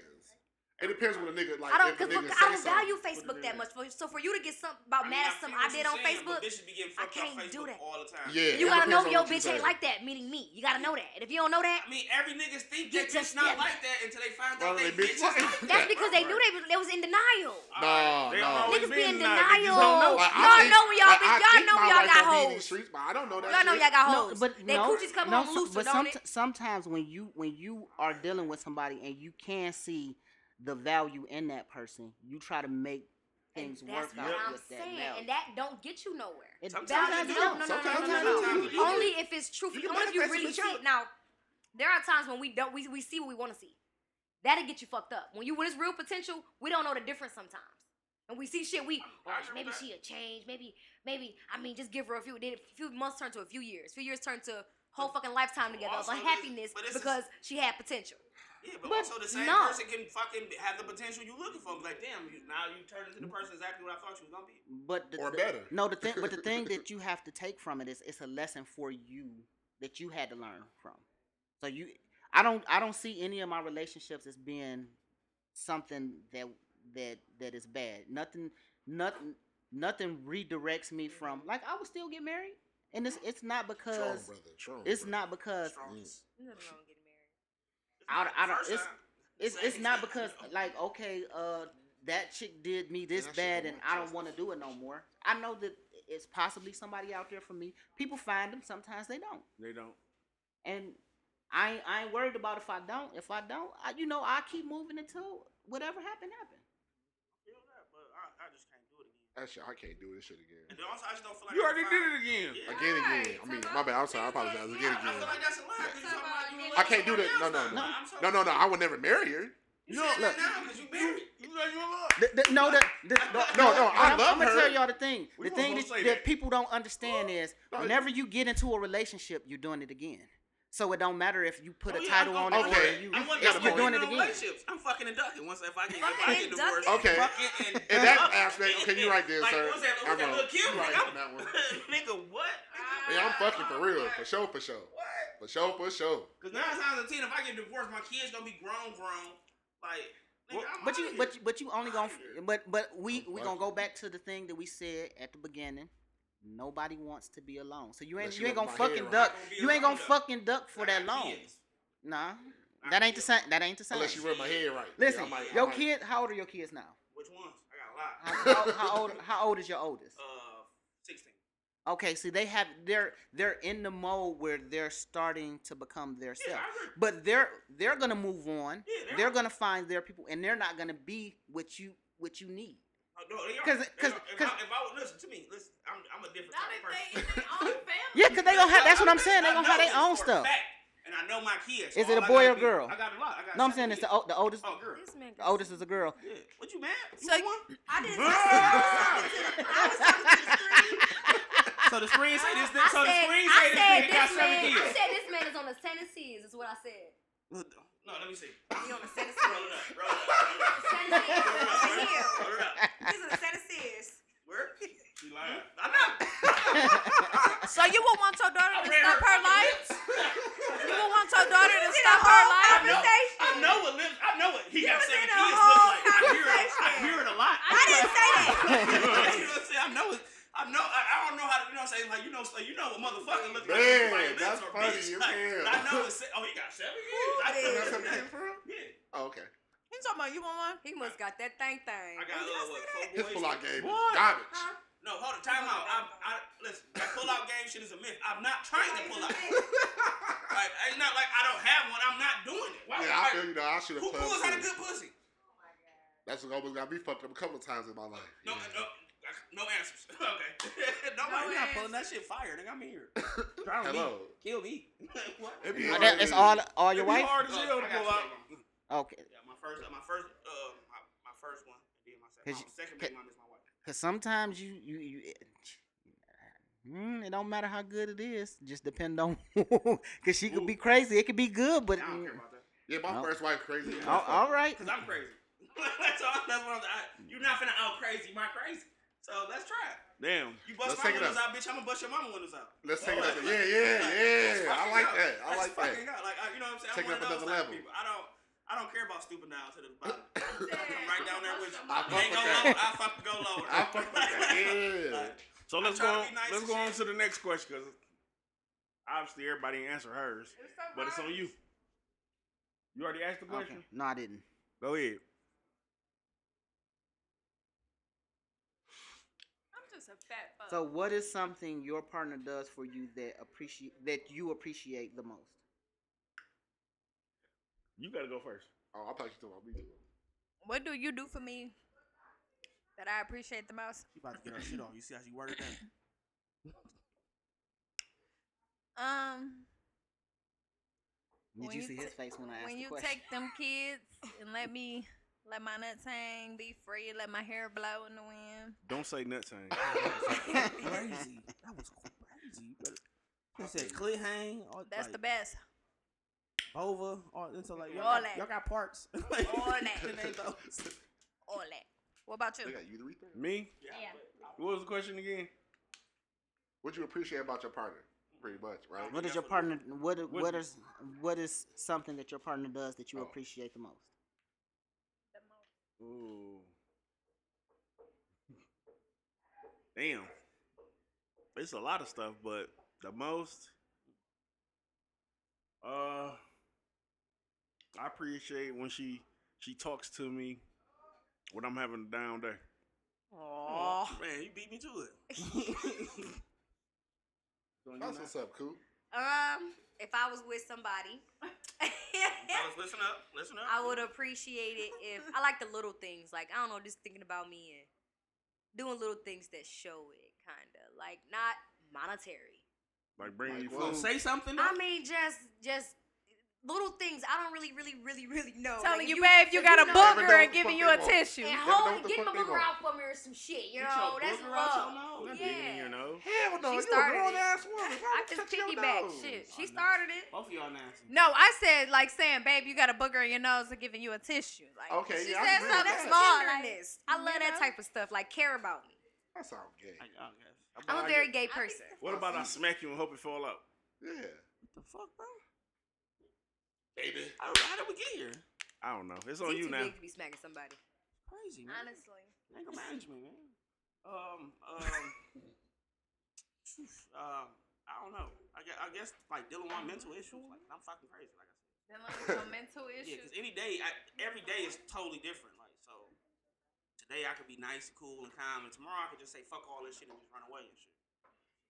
S5: It depends when a nigga like.
S2: I don't.
S5: if a
S2: Cause
S5: nigga
S2: fuck,
S5: say
S2: I don't value
S5: something.
S2: Facebook that much. For, so for you to get some about mad at something
S4: feel
S2: I
S4: what
S2: did
S4: you're
S2: on
S4: saying, but
S2: Facebook,
S4: Bitches be getting
S2: I
S4: fucked off
S2: can't do
S4: Facebook
S2: that.
S4: all the time.
S5: Yeah.
S2: you
S5: it
S2: gotta
S5: depends
S2: know
S5: on
S2: your
S5: what you
S2: bitch
S5: say.
S2: ain't like that. Meaning me, you gotta know that. And if you don't know that,
S4: I mean, every nigga think
S2: Get
S4: that
S2: your
S4: bitch not
S2: step.
S4: like that until they find
S5: Well,
S4: out they
S5: they bitch
S4: bitch
S5: like
S4: is-
S2: that's because they knew they was, they was in denial.
S5: No,
S1: They
S5: no.
S1: always
S2: Niggas be in
S1: been denied. They just
S2: denial.
S1: don't know.
S5: Like, I
S2: y'all
S5: think-
S2: know when y'all
S5: like,
S2: be-
S5: I
S2: y'all
S5: think
S2: know
S5: my
S2: y'all
S5: wife
S2: got
S5: gonna be in these
S2: hoes.
S5: streets, but I don't know that.
S2: Y'all know
S5: shit.
S2: y'all got hoes.
S3: No, but
S2: they Oh,
S3: no,
S2: coochies come
S3: no,
S2: home
S3: so-
S2: loose,
S3: but
S2: don't
S3: somet-
S2: it?
S3: sometimes when you when you are dealing with somebody and you can see the value in that person, you try to make
S2: And
S3: things work
S2: that's
S3: out
S2: what I'm
S3: with
S2: saying,
S3: that
S2: and
S3: value.
S2: that don't get you nowhere.
S3: It-
S4: Sometimes
S3: sometimes
S4: it
S3: it
S2: no,
S3: don't.
S2: no, no,
S5: Sometimes
S2: no,
S5: it
S2: no,
S5: don't.
S2: no,
S5: Sometimes it
S2: no.
S5: don't.
S2: Only if it's true.
S5: You can
S2: Only if you
S5: manifest it
S2: really see.
S5: yourself.
S2: Now, there are times when we don't we, we see what we want to see. That'll get you fucked up. When you when it's real potential, we don't know the difference sometimes. And we see shit, we oh,
S4: I agree
S2: maybe
S4: with that.
S2: she'll change. Maybe maybe I mean just give her a few. Then a few months turn to a few years. few years turn to whole fucking lifetime together of
S4: also this-
S2: unhappiness
S4: but this is-
S2: because she had potential.
S4: Yeah, but,
S3: But
S4: also the same
S2: no.
S4: person can fucking have the potential you looking for. Be like, damn, you, now you turn into the person exactly what I thought you was gonna be.
S3: But the,
S5: Or
S3: the-
S5: better.
S3: No, the thing, but the thing that you have to take from it is it's a lesson for you that you had to learn from. So you, I don't, I don't see any of my relationships as being something that that that is bad. Nothing, nothing, nothing redirects me from. Like I would still get married, and it's it's not
S5: Strong
S3: because
S5: brother, Mm. strong.
S3: it's
S5: brother.
S3: not because
S4: Strongest.
S2: Nothing wrong with getting married.
S3: I don't- I don't-
S4: First
S3: it's-
S4: time.
S3: it's it's not because like okay uh that chick did me this
S5: Yeah, that shit
S3: bad
S5: don't
S3: and
S5: work,
S3: I don't
S5: trust
S3: want to
S5: me.
S3: do it no more. I know that it's possibly somebody out there for me. People find them, sometimes they don't.
S1: They don't.
S3: And I ain't- I ain't worried about if I don't. If I don't, I, you know, I keep moving until whatever happened happened.
S4: Yeah, but I, I just can't do it again.
S5: Actually, I can't do this shit again.
S4: And also, I just don't feel like
S1: You
S4: I
S1: already
S4: can
S1: did
S4: find-
S1: it again.
S4: Yeah.
S5: Again, again. I
S6: Right,
S5: mean,
S6: time
S5: my
S6: out.
S5: bad. I'm sorry. I apologize.
S6: Yeah,
S5: Again,
S4: I feel
S5: again.
S4: like that's a lie. 'cause you're talking about you in love
S5: I
S4: with
S5: can't do that. No,
S4: someone
S5: no,
S4: else
S5: no,
S4: now. I'm so-
S5: no, no, no. I would never marry her.
S4: You said
S5: look.
S4: that now because you married.
S1: You said you in love.
S3: The- the- no, the, the,
S5: No, no, I
S3: am
S5: love
S3: I'm gonna
S5: her.
S3: tell y'all the thing.
S1: We won't
S3: The thing
S1: both
S3: that,
S1: say
S3: that.
S1: that.
S3: people don't understand is
S5: No,
S3: whenever you get into a relationship, you're doing it again. So it don't matter if you put
S4: Oh,
S3: a
S4: yeah,
S3: title
S4: I'm-
S3: on
S5: I'm-
S3: it
S5: okay.
S3: or you.
S4: I'm one
S5: gotta
S4: that's
S5: be
S3: you're
S5: in
S3: doing it
S4: no
S3: again.
S4: relationships. I'm fucking and ducking once if I get, if
S2: Fucking
S4: I get
S2: and
S4: divorced.
S2: ducking.
S5: Okay.
S4: Fucking and
S5: In that
S4: ducking.
S5: aspect, okay, you're right there,
S4: like,
S5: sir.
S4: What's that, what's
S5: I'm
S4: that
S5: wrong.
S4: little Kim?
S5: You're
S4: Like,
S5: right
S4: I'm,
S5: on that one.
S4: nigga, what?
S5: Man, I'm fucking for real. For
S4: What?
S5: sure, for sure.
S4: What?
S5: For sure, for sure.
S4: Because nine times out of ten, if I get divorced, my kids gonna be grown, grown. Like, nigga,
S1: Well,
S4: I'm
S3: But you,
S4: outta
S3: but
S4: here.
S3: you, but you only gonna, but but we
S5: I'm
S3: we gonna go
S5: fucking.
S3: back to the thing that we said at the beginning. Nobody wants to be alone, so you ain't
S5: Unless
S3: you
S5: you
S3: ain't
S5: under
S3: gonna
S5: my head,
S3: fucking
S5: right?
S3: duck.
S4: I'm gonna be
S3: You ain't
S4: alone,
S3: gonna
S4: though.
S3: fucking duck for
S4: I
S3: that
S4: got
S3: long.
S4: kids.
S3: Nah,
S4: I
S3: that
S4: got
S3: ain't the same. That ain't the same.
S5: Unless you rub my head right.
S3: Listen,
S5: Yeah, I might- I
S3: your
S5: might-
S3: kid. How old are your kids now?
S4: Which ones? I got a lot.
S3: How, how, how old? How old is your oldest?
S4: Uh, sixteen.
S3: Okay, see, they have they're they're in the mode where they're starting to become their
S4: Yeah,
S3: self,
S4: I agree.
S3: but they're they're gonna move on.
S4: Yeah, they
S3: They're
S4: are. Uh,
S3: gonna find their people, and they're not gonna be what you what you need.
S4: Oh, no, they are.
S3: 'Cause-
S4: They
S3: 'cause-
S4: are. if,
S3: 'cause-
S4: I, if I would listen to me, listen, I'm, I'm a different
S6: Not
S4: type
S6: if
S4: of person.
S6: they in their own family.
S3: Yeah, cause they gonna have. That's what I'm saying. They
S4: I
S3: gonna
S4: know
S3: have their
S4: this
S3: own
S4: for a
S3: stuff.
S4: fact, And I know my
S3: Is
S4: kids. so
S3: it a
S4: all I
S3: boy
S4: gotta
S3: or
S4: be-
S3: girl?
S4: I got a lot. I got
S3: No, I'm saying
S4: seven
S3: it's the
S4: kids.
S3: o- the oldest.
S4: Oh, girl.
S2: This man
S3: The oldest is a girl.
S4: Yeah. What you mad? You
S6: So-
S4: want?
S6: I didn't.
S4: so the screen say this. Thing, so the screen
S2: I
S4: say
S2: said
S4: this nigga got
S2: this man.
S4: seven
S2: I
S4: kids.
S2: said this man is on the Tennessee's. Is what I said.
S4: No, let me see.
S6: He on the
S4: Roll it up. Roll it up. Roll it
S6: Tennessee's.
S4: up. Roll it up.
S6: He's on the Tennessee's.
S4: Where? She lying.
S6: Hmm?
S4: I know.
S6: So you would want your daughter
S4: I
S6: to
S4: read
S6: stop her life?
S4: lips.
S6: You would want your daughter to stop her
S4: I know,
S6: life?
S4: I know what lips. I know what he got
S6: was
S4: seven
S6: in a
S4: kids.
S6: whole
S4: Look like. I hear it. I hear it a lot.
S6: I didn't say that.
S4: you know what I'm saying? I know it. I know. I, I don't know how to. You know what I'm saying? Like you know, so you know what motherfucker look like.
S5: Man,
S4: Like, lips
S5: that's
S4: are
S5: funny
S4: big.
S5: as
S4: Like,
S5: hell.
S4: I know it's. Oh, he got seven kids. I
S6: Ooh,
S4: know
S5: That's
S4: it's-
S5: where they came from?
S4: Yeah,
S5: Oh, okay.
S6: You talking about you want one?
S2: He must got that thing thing.
S4: I got uh, what four
S5: His
S4: boys.
S5: full out game is
S4: What?
S5: garbage.
S4: No, hold on. Time out. I, I listen. That pull out game shit is a myth. I'm not trying to pull out. like, it's not like I don't have one. I'm not doing it. Why?
S5: Yeah, I
S4: like,
S5: feel you know I should have
S4: who pulls
S5: played.
S4: out a good pussy?
S5: That's what almost got me fucked up a couple of times in my life.
S4: No,
S5: Yeah.
S4: no, no answers. okay.
S6: No
S4: Nobody not pulling that shit fire. Nigga, I'm here. Drown
S5: Hello.
S4: me. Kill me. what?
S5: It'd be
S3: Uh,
S5: hard
S3: that-
S5: to-
S3: It's all all your
S1: It'd be
S3: wife.
S1: hard as
S4: Oh,
S1: hell to
S4: I got
S1: pull
S4: you,
S1: out.
S4: baby.
S3: Okay,
S4: Yeah, my first, uh, my first, uh, my, my first one, and then my second.
S3: Cause
S4: My
S3: you-
S4: second
S3: ca-
S4: big one is my wife.
S3: cause sometimes you you you. It, Mm, it don't matter how good it is. Just depend on, cause she could be crazy. It could be good, but
S4: I don't care about that
S5: Yeah, my
S3: No.
S5: first wife crazy. as
S4: Yeah.
S3: all,
S5: fuck.
S3: all right.
S4: because I'm crazy. that's all. That's what I'm. I, you're not finna out crazy my crazy. So let's try it.
S1: Damn.
S4: You bust
S5: Let's
S4: my
S5: take it up.
S4: windows out, bitch. I'm gonna bust your mama windows out.
S5: Let's take it
S4: Like,
S5: up. Yeah, yeah,
S4: let's
S5: yeah. I
S4: fucking
S5: like
S4: go.
S5: that. I
S4: Let's
S5: like that.
S4: fucking go. Like, I, you know what I'm saying?
S5: Take
S4: I'm
S5: it up
S4: one of those
S5: another
S4: type of
S5: level.
S4: people. I don't. I don't care about stooping down to the bottom. I'm right down there with you.
S5: I fuck
S4: I ain't
S5: with
S4: go
S5: that.
S4: lower. I fuck go lower.
S5: I fuck with that. Yeah.
S4: Like,
S1: So let's go. On,
S4: trying to be nice
S1: let's
S4: and
S1: go on
S4: shit.
S1: to the next question because obviously everybody didn't answer hers, but it's on you. You already asked the
S3: Okay.
S1: question.
S3: No, I didn't.
S1: Go ahead.
S6: I'm just a fat fuck.
S3: So, what is something your partner does for you that appreciate that you appreciate the most?
S1: You gotta go first.
S5: Oh, I thought you talking about me.
S6: what do you do for me that I appreciate the most?
S4: She about to get her shit off. You see how she worded that?
S6: Um,
S3: Did
S6: When
S3: you
S6: you
S3: see
S6: ta-
S3: his face when I asked
S6: when
S3: the
S6: you
S3: question?
S6: take them kids and let me let my nuts hang, be free, let my hair blow in the wind.
S1: Don't say nuts, hang.
S4: crazy. That was crazy. You better. They said clit hang. All,
S6: That's
S4: like,
S6: the best.
S4: Bova. All, and so like y'all,
S6: All
S4: got,
S6: that.
S4: y'all got parts. all
S6: that.
S4: those.
S6: All that. What about you?
S5: They got urethra.
S1: Me?
S2: Yeah.
S1: What was the question again?
S5: What you appreciate about your partner? Pretty much, right?
S3: what is your
S4: Definitely.
S3: partner? What
S1: What-
S3: what is what is something that your partner does that you
S5: Oh.
S3: appreciate the most?
S1: Ooh. Damn. It's a lot of stuff, but the most uh I appreciate when she she talks to me when I'm having a down day.
S6: Aw.
S4: Oh, man, you beat me to it.
S5: That's what's up, cool.
S2: Um, if I was with somebody,
S4: Fellas, listen up. Listen up.
S2: I would appreciate it if I like the little things. Like I don't know, just thinking about me and doing little things that show it, kinda like not monetary.
S1: Like bringing you
S5: Like
S1: food.
S5: what?
S4: Gonna say something.
S2: I mean, just just little things. I don't really, really, really, really know.
S6: Telling
S2: Like,
S6: you, babe, you
S2: if
S6: got a
S2: know-
S5: book.
S6: booger and
S5: Never
S6: giving
S5: know
S6: you
S5: what
S6: a
S5: the fuck they want.
S6: tissue.
S2: And
S5: know
S2: hold,
S5: what the
S2: getting my
S5: fuck they
S2: booger
S5: want.
S2: out for me or some shit. You
S4: Get
S2: know,
S4: your
S2: that's
S4: booger out your
S2: love.
S4: nose.
S1: Not digging in
S2: Yeah.
S1: your nose.
S5: Hell no,
S2: She
S5: you a
S2: started it.
S5: grown ass woman. Why
S2: I
S5: would you
S2: just
S5: touch your
S2: piggyback
S5: nose?
S2: shit.
S4: I
S2: She
S4: know.
S2: started it.
S4: Both of y'all nasty.
S6: No, I said like saying, babe, you got a booger in your nose and giving you a tissue. Like
S5: Okay,
S6: she
S5: yeah, I
S6: said
S5: agree with
S6: something
S5: that.
S6: small. Like,
S2: Tenderness. I love
S6: you
S2: that
S6: know?
S2: type of stuff. Like care about me.
S5: That sound gay.
S4: I, I guess.
S5: Oh,
S2: I'm a
S1: Like,
S2: very gay person.
S1: What about I smack you and hope it fall out?
S5: Yeah.
S4: What the fuck, bro?
S5: Baby.
S4: How, how did we get here?
S1: I don't know. It's on
S2: He
S1: you
S2: too
S1: now.
S2: big to be smacking somebody.
S6: Mm-hmm.
S4: Crazy, man.
S6: Honestly.
S4: Anger management, man. Um, um, um, I don't know. I guess, I guess like dealing with my mental issues. Like I'm fucking crazy. Like I said.
S6: Then like your mental
S4: Yeah,
S6: issues.
S4: because any day, I, every day is totally different. Like so, today I could be nice, cool, and calm, and tomorrow I could just say fuck all this shit and just run away and shit.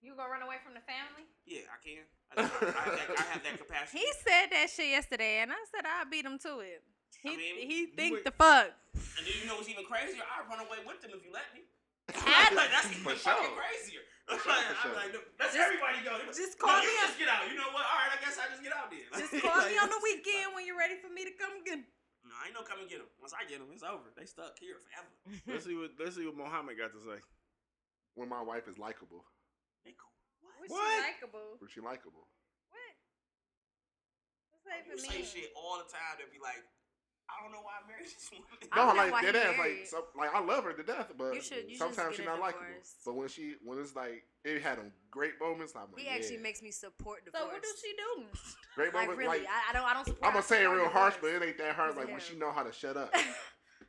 S6: You gonna run away from the family?
S4: Yeah, I can. I, just- I, have, that, I have that capacity.
S6: He said that shit yesterday, and I said I beat him to it. He
S4: I mean,
S6: he
S4: you
S6: think
S4: would-
S6: the fuck.
S4: And then you know what's even crazier? I'd run away with them if you let me.
S6: I-
S4: like, that's even
S5: For
S4: fucking
S5: sure.
S4: crazier.
S5: For sure,
S4: Like,
S5: for
S4: I'm
S5: sure.
S4: like, look, that's everybody go. They was-
S6: just
S4: no,
S6: call
S4: you
S6: me
S4: Just get out. You know what? All right, I guess I just get out then.
S6: Just
S4: Like-
S6: call me
S4: like-
S6: on the weekend when you're ready for me to come get.
S4: No, I ain't no come and get them. Once I get them, it's over. They stuck here forever.
S1: Let's see what let's see what Mohammed got to say.
S5: When my wife is likable,
S4: They cool.
S6: What?
S1: What?
S6: Likable.
S5: when she likable,
S6: What? What's
S5: Oh,
S6: that even
S4: You say
S6: mean?
S4: shit all the time that be like, I don't know why I married this woman.
S5: no,
S6: don't know
S5: like
S6: why he
S5: dead ass, like
S6: married.
S5: some, like I love her to death, but
S2: You should- you should
S5: sometimes
S2: just
S5: she's
S2: get a
S5: not likable.
S2: divorce.
S5: But when she when it's like it had them great moments, I'm like,
S2: He
S5: yeah.
S2: actually makes me support
S6: So
S2: divorce.
S6: what does she do?
S5: great
S2: like
S5: moments.
S2: really?
S5: like
S2: I, I don't. I don't support.
S5: I'm
S2: I
S5: gonna say it
S2: support
S5: real harsh, but
S2: divorce.
S5: it ain't that hard.
S2: Doesn't
S5: Like when
S2: help.
S5: she know how to shut up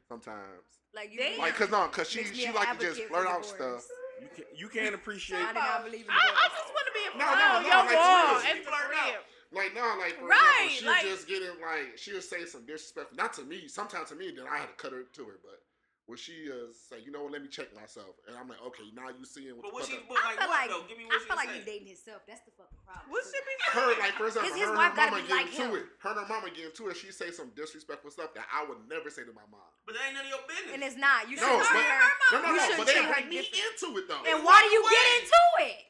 S5: sometimes.
S2: like you,
S6: Damn.
S2: really-
S5: Like, cause no, cause she
S2: Makes me
S5: she
S2: an
S5: like to just
S2: advocate for
S5: blurt out stuff.
S2: divorce.
S1: You can you can't appreciate
S2: I did not believe in
S6: I, I
S2: divorce.
S6: just want to be in
S5: No,
S6: front
S5: no,
S6: of
S5: no,
S6: your
S5: like,
S6: wall
S5: seriously,
S6: and flirt with.
S5: Like no, like for
S6: Right,
S5: example, she'll
S6: like-
S5: just get in like she'll say some disrespectful. Not to me, sometimes to me, then I had to cut her to her. But when she uh, say, you know what, let me check myself, and I'm like, okay, now you seeing what the
S4: But
S5: fuck
S4: what she,
S5: up.
S2: I
S4: but like,
S2: feel
S4: what
S2: like
S4: though? Give me
S2: I
S4: what she
S2: feel like
S4: say.
S2: he dating himself. That's the fucking problem.
S6: What she be
S5: her like for example,
S2: His-
S5: her
S2: his
S5: and
S2: wife
S5: her
S2: gotta
S5: mama
S2: be
S5: getting
S2: like
S5: to
S2: him.
S5: it. Her and her mama getting to it. She say some disrespectful stuff that I would never say to my mom.
S4: But that ain't none of your business.
S2: and it's not. You should
S5: No,
S2: treat
S5: but-
S2: her.
S5: No, no,
S2: you
S5: no.
S2: should
S5: But they
S2: treat her
S5: bring me
S2: different.
S5: into it though.
S2: And why do you
S4: Why?
S2: get into it,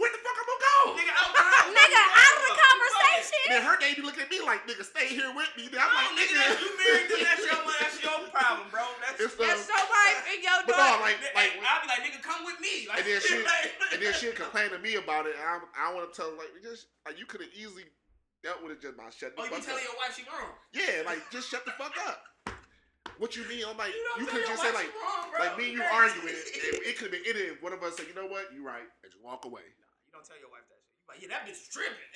S5: Where the fuck I'm gonna go?
S4: Nigga, out the house.
S2: nigga?
S4: You
S2: Out of the
S4: fuck.
S2: conversation.
S5: Then her baby look at me like, nigga, stay here with me. Then I'm
S4: No,
S5: like,
S4: Oh, nigga,
S5: nigga,
S4: that- you married them. That's your, that's your problem, bro. That's,
S5: It's the,
S6: That's your wife and your
S5: but
S6: daughter.
S5: no, like, like,
S4: like, I'll be like, nigga, come with me. Like,
S5: and then she,
S4: like,
S5: and then she complain to me about it, and I'm, I want to tell her like, just like you could have easily dealt with it just by shutting the
S4: Oh, you be
S5: fuck up.
S4: telling your wife she wrong.
S5: Yeah, like just shut the fuck up. What you mean? I'm like,
S4: You don't
S5: you,
S4: tell
S5: could
S4: your
S5: just say
S4: wife
S5: like,
S4: she wrong, bro.
S5: like me and you
S4: Crazy.
S5: arguing, and it could have been ended. if One of us said, you know what, you right, and just walk away.
S4: You don't tell your wife that shit. You like, yeah, that bitch tripping.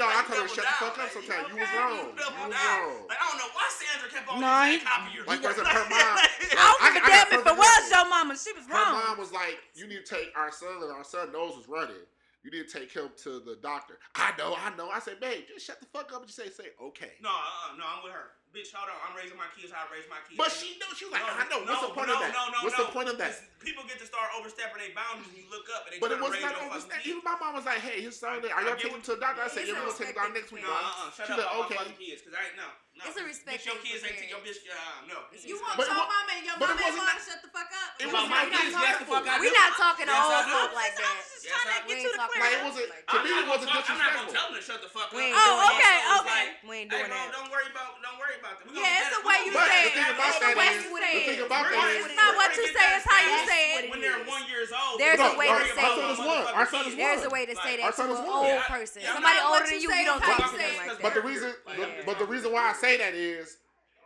S5: No, I tell her
S4: Double
S5: shut the fuck up.
S4: down.
S5: Sometimes you was
S4: okay,
S5: wrong.
S4: you double
S5: You was
S4: down.
S5: wrong.
S4: Like, I don't know why Sandra kept on
S3: No,
S4: using
S3: he-
S4: that copier.
S5: Like, for example, her mom.
S6: I don't
S5: I
S6: give a
S5: got- I got
S6: damn if it
S5: perfect
S6: was
S5: example.
S6: your mama. She was
S5: Her
S6: wrong.
S5: mom was like, "You need to take our son. and Our son knows was running. You need to take him to the doctor." I know, I know. I said, "Babe, just shut the fuck up." And you say, "Say okay."
S4: No, uh, no, I'm with her. Bitch, hold on. I'm raising my kids how I raise my kids.
S5: But she knows. She was like, "I know." What's the point of that? What's the point of that?
S4: 'Cause People get to start overstepping their boundaries when you look up and they
S5: But it
S4: tryna
S5: was
S4: raise
S5: not
S4: your fucking
S5: understand.
S4: kids.
S5: Even my mom was like, "Hey, his son. Are
S4: I- I
S5: y'all taking
S4: get
S5: him
S4: what-
S5: to the doctor?" I said,
S2: It's
S5: "You're
S2: a
S5: gonna take him down
S2: respected
S5: next week."
S4: No,
S2: parent.
S5: Mom.
S4: uh-uh. Shut
S5: She
S4: up
S5: was
S4: about
S5: like,
S4: my
S5: "Okay."
S4: fucking kids, because I ain't, no, no.
S2: It's a
S4: Bitch, your
S2: respectful
S4: kids ain't taking your bitch, uh, no.
S2: You
S4: It's-
S2: want
S5: But it
S2: your
S5: wa-
S2: mama and your
S5: but it
S2: mama and
S5: wasn't
S2: mama
S5: that-
S2: to shut the fuck up.
S5: it
S2: Like,
S5: was
S2: we
S5: my
S2: not
S5: kids,
S2: talking-
S5: yes, the fuck I
S2: We
S5: do.
S2: not talking to
S4: Yes, I
S2: old
S4: do.
S2: folk like that.
S6: Just
S4: Yes,
S6: trying
S4: I-
S6: to
S2: we
S6: get
S2: ain't
S6: you to
S2: talking
S5: Like
S6: clear.
S5: it wasn't.
S2: Like,
S5: To
S4: I'm
S5: me, it
S4: not gonna
S5: wasn't
S4: talk- I'm not gonna
S5: disrespectful.
S4: tell them to shut the fuck up.
S2: We
S6: Oh,
S2: ain't doing
S6: okay,
S2: that.
S4: So it's
S6: okay.
S4: like,
S2: We ain't
S4: Hey,
S2: doing
S4: bro,
S2: that.
S4: don't worry about, don't worry about that. We
S6: Yeah,
S4: gonna
S6: it's
S4: get
S6: the
S4: it.
S6: way
S4: We
S6: you
S5: But
S4: gonna
S6: say
S5: the
S6: it.
S4: get
S5: thing
S4: it.
S5: about
S6: It's
S5: that
S6: the way
S5: is,
S6: you
S5: the
S6: say
S5: thing
S6: it.
S5: about
S4: We're
S5: that
S4: gonna
S5: is,
S6: It's
S4: get
S6: not
S4: it.
S6: what you
S4: We're
S6: say,
S4: gonna
S6: it's how you
S4: get
S2: say
S4: that
S2: it.
S4: When they're one years old,
S2: There's
S4: we
S2: a
S4: don't
S2: way to
S4: worry
S2: say it.
S4: about
S5: Our son is one. Our son is
S4: motherfucking
S2: There's a
S4: kids.
S2: way to say
S4: Like,
S2: that to
S5: Our son
S2: an
S5: is
S2: old
S5: one. Yeah,
S2: person.
S4: yeah, I'm
S2: Somebody
S6: not
S2: older
S6: what
S2: than
S6: you
S2: you,
S6: say
S2: you don't
S6: is how
S2: talk to
S6: you
S2: them
S6: say it.
S2: like
S5: But the
S2: that.
S5: reason, the,
S2: Yeah.
S5: but the reason why I say that is,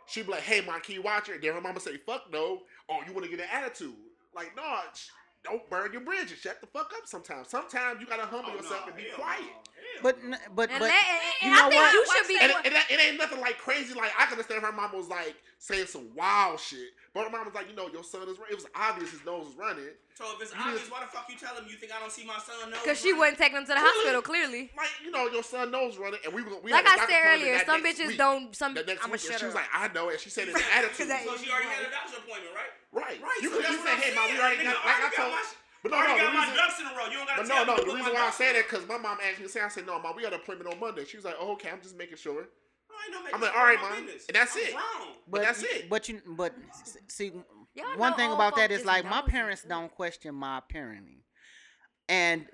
S5: she be like, "Hey, my key, watch it." Then her mama say, "Fuck no." Oh, you want to get an attitude? Like, no, sh- don't burn your bridges. Shut the fuck up. Sometimes, sometimes you gotta humble
S4: Oh,
S5: yourself
S4: no,
S5: and be
S4: hell
S5: quiet.
S4: no, hell
S3: But
S4: no.
S3: n- but
S2: And
S3: but
S2: let- and-
S3: you
S2: and I
S3: know
S2: think
S3: what?
S2: You should
S6: Watch
S2: be
S5: And it, and that- it ain't nothing like crazy. Like I can understand her mama was like saying some wild shit, but her mama was like, you know, your son is. run- It was obvious his nose was running.
S4: So if it's
S5: You
S4: obvious,
S5: just-
S4: why the fuck you tell him you think I don't see my son? No,
S2: Because she wouldn't take them to the hospital, clearly.
S5: Like you know, your son nose running, and we were we
S2: Like
S5: had a
S2: I
S5: doctor
S2: said
S5: appointment
S2: earlier,
S5: that
S2: some
S5: next
S2: bitches
S5: week.
S2: don't. Some
S5: That next
S2: I'm
S5: week,
S2: gonna
S5: and
S2: shut
S5: she was
S2: up.
S5: like, I know, and she said it's an attitude.
S2: That-
S4: So she already had a doctor appointment, right?
S5: Right.
S4: Right.
S5: You
S4: so
S5: could
S4: that's
S5: you
S4: what
S5: say,
S4: I'm
S5: hey,
S4: saying.
S5: mom, we already
S4: Nigga,
S5: got, like
S4: I
S5: I
S4: already got
S5: told,
S4: my sh-
S5: but
S4: I
S5: no, no,
S4: already
S5: the
S4: got my
S5: reason,
S4: ducks in a row. You don't gotta
S5: but
S4: tell
S5: no, no,
S4: me
S5: the
S4: what
S5: reason
S4: my
S5: why I
S4: ducks
S5: say
S4: are.
S5: that because my mom asked me to say, I said, no, mom, we got an appointment on Monday. She was like, oh, okay, I'm just making sure.
S4: I ain't no
S5: I'm
S4: making
S5: like,
S4: sure
S5: all right,
S4: my
S5: mom,
S4: business.
S5: and that's
S4: I'm
S5: it.
S4: grown.
S5: But that's it.
S3: But you but s- see
S2: Y'all
S3: one
S2: know
S3: thing
S2: old
S3: about
S2: folk
S3: that is
S2: just
S3: like my
S2: nosy,
S3: parents
S2: too.
S3: don't question my parenting. And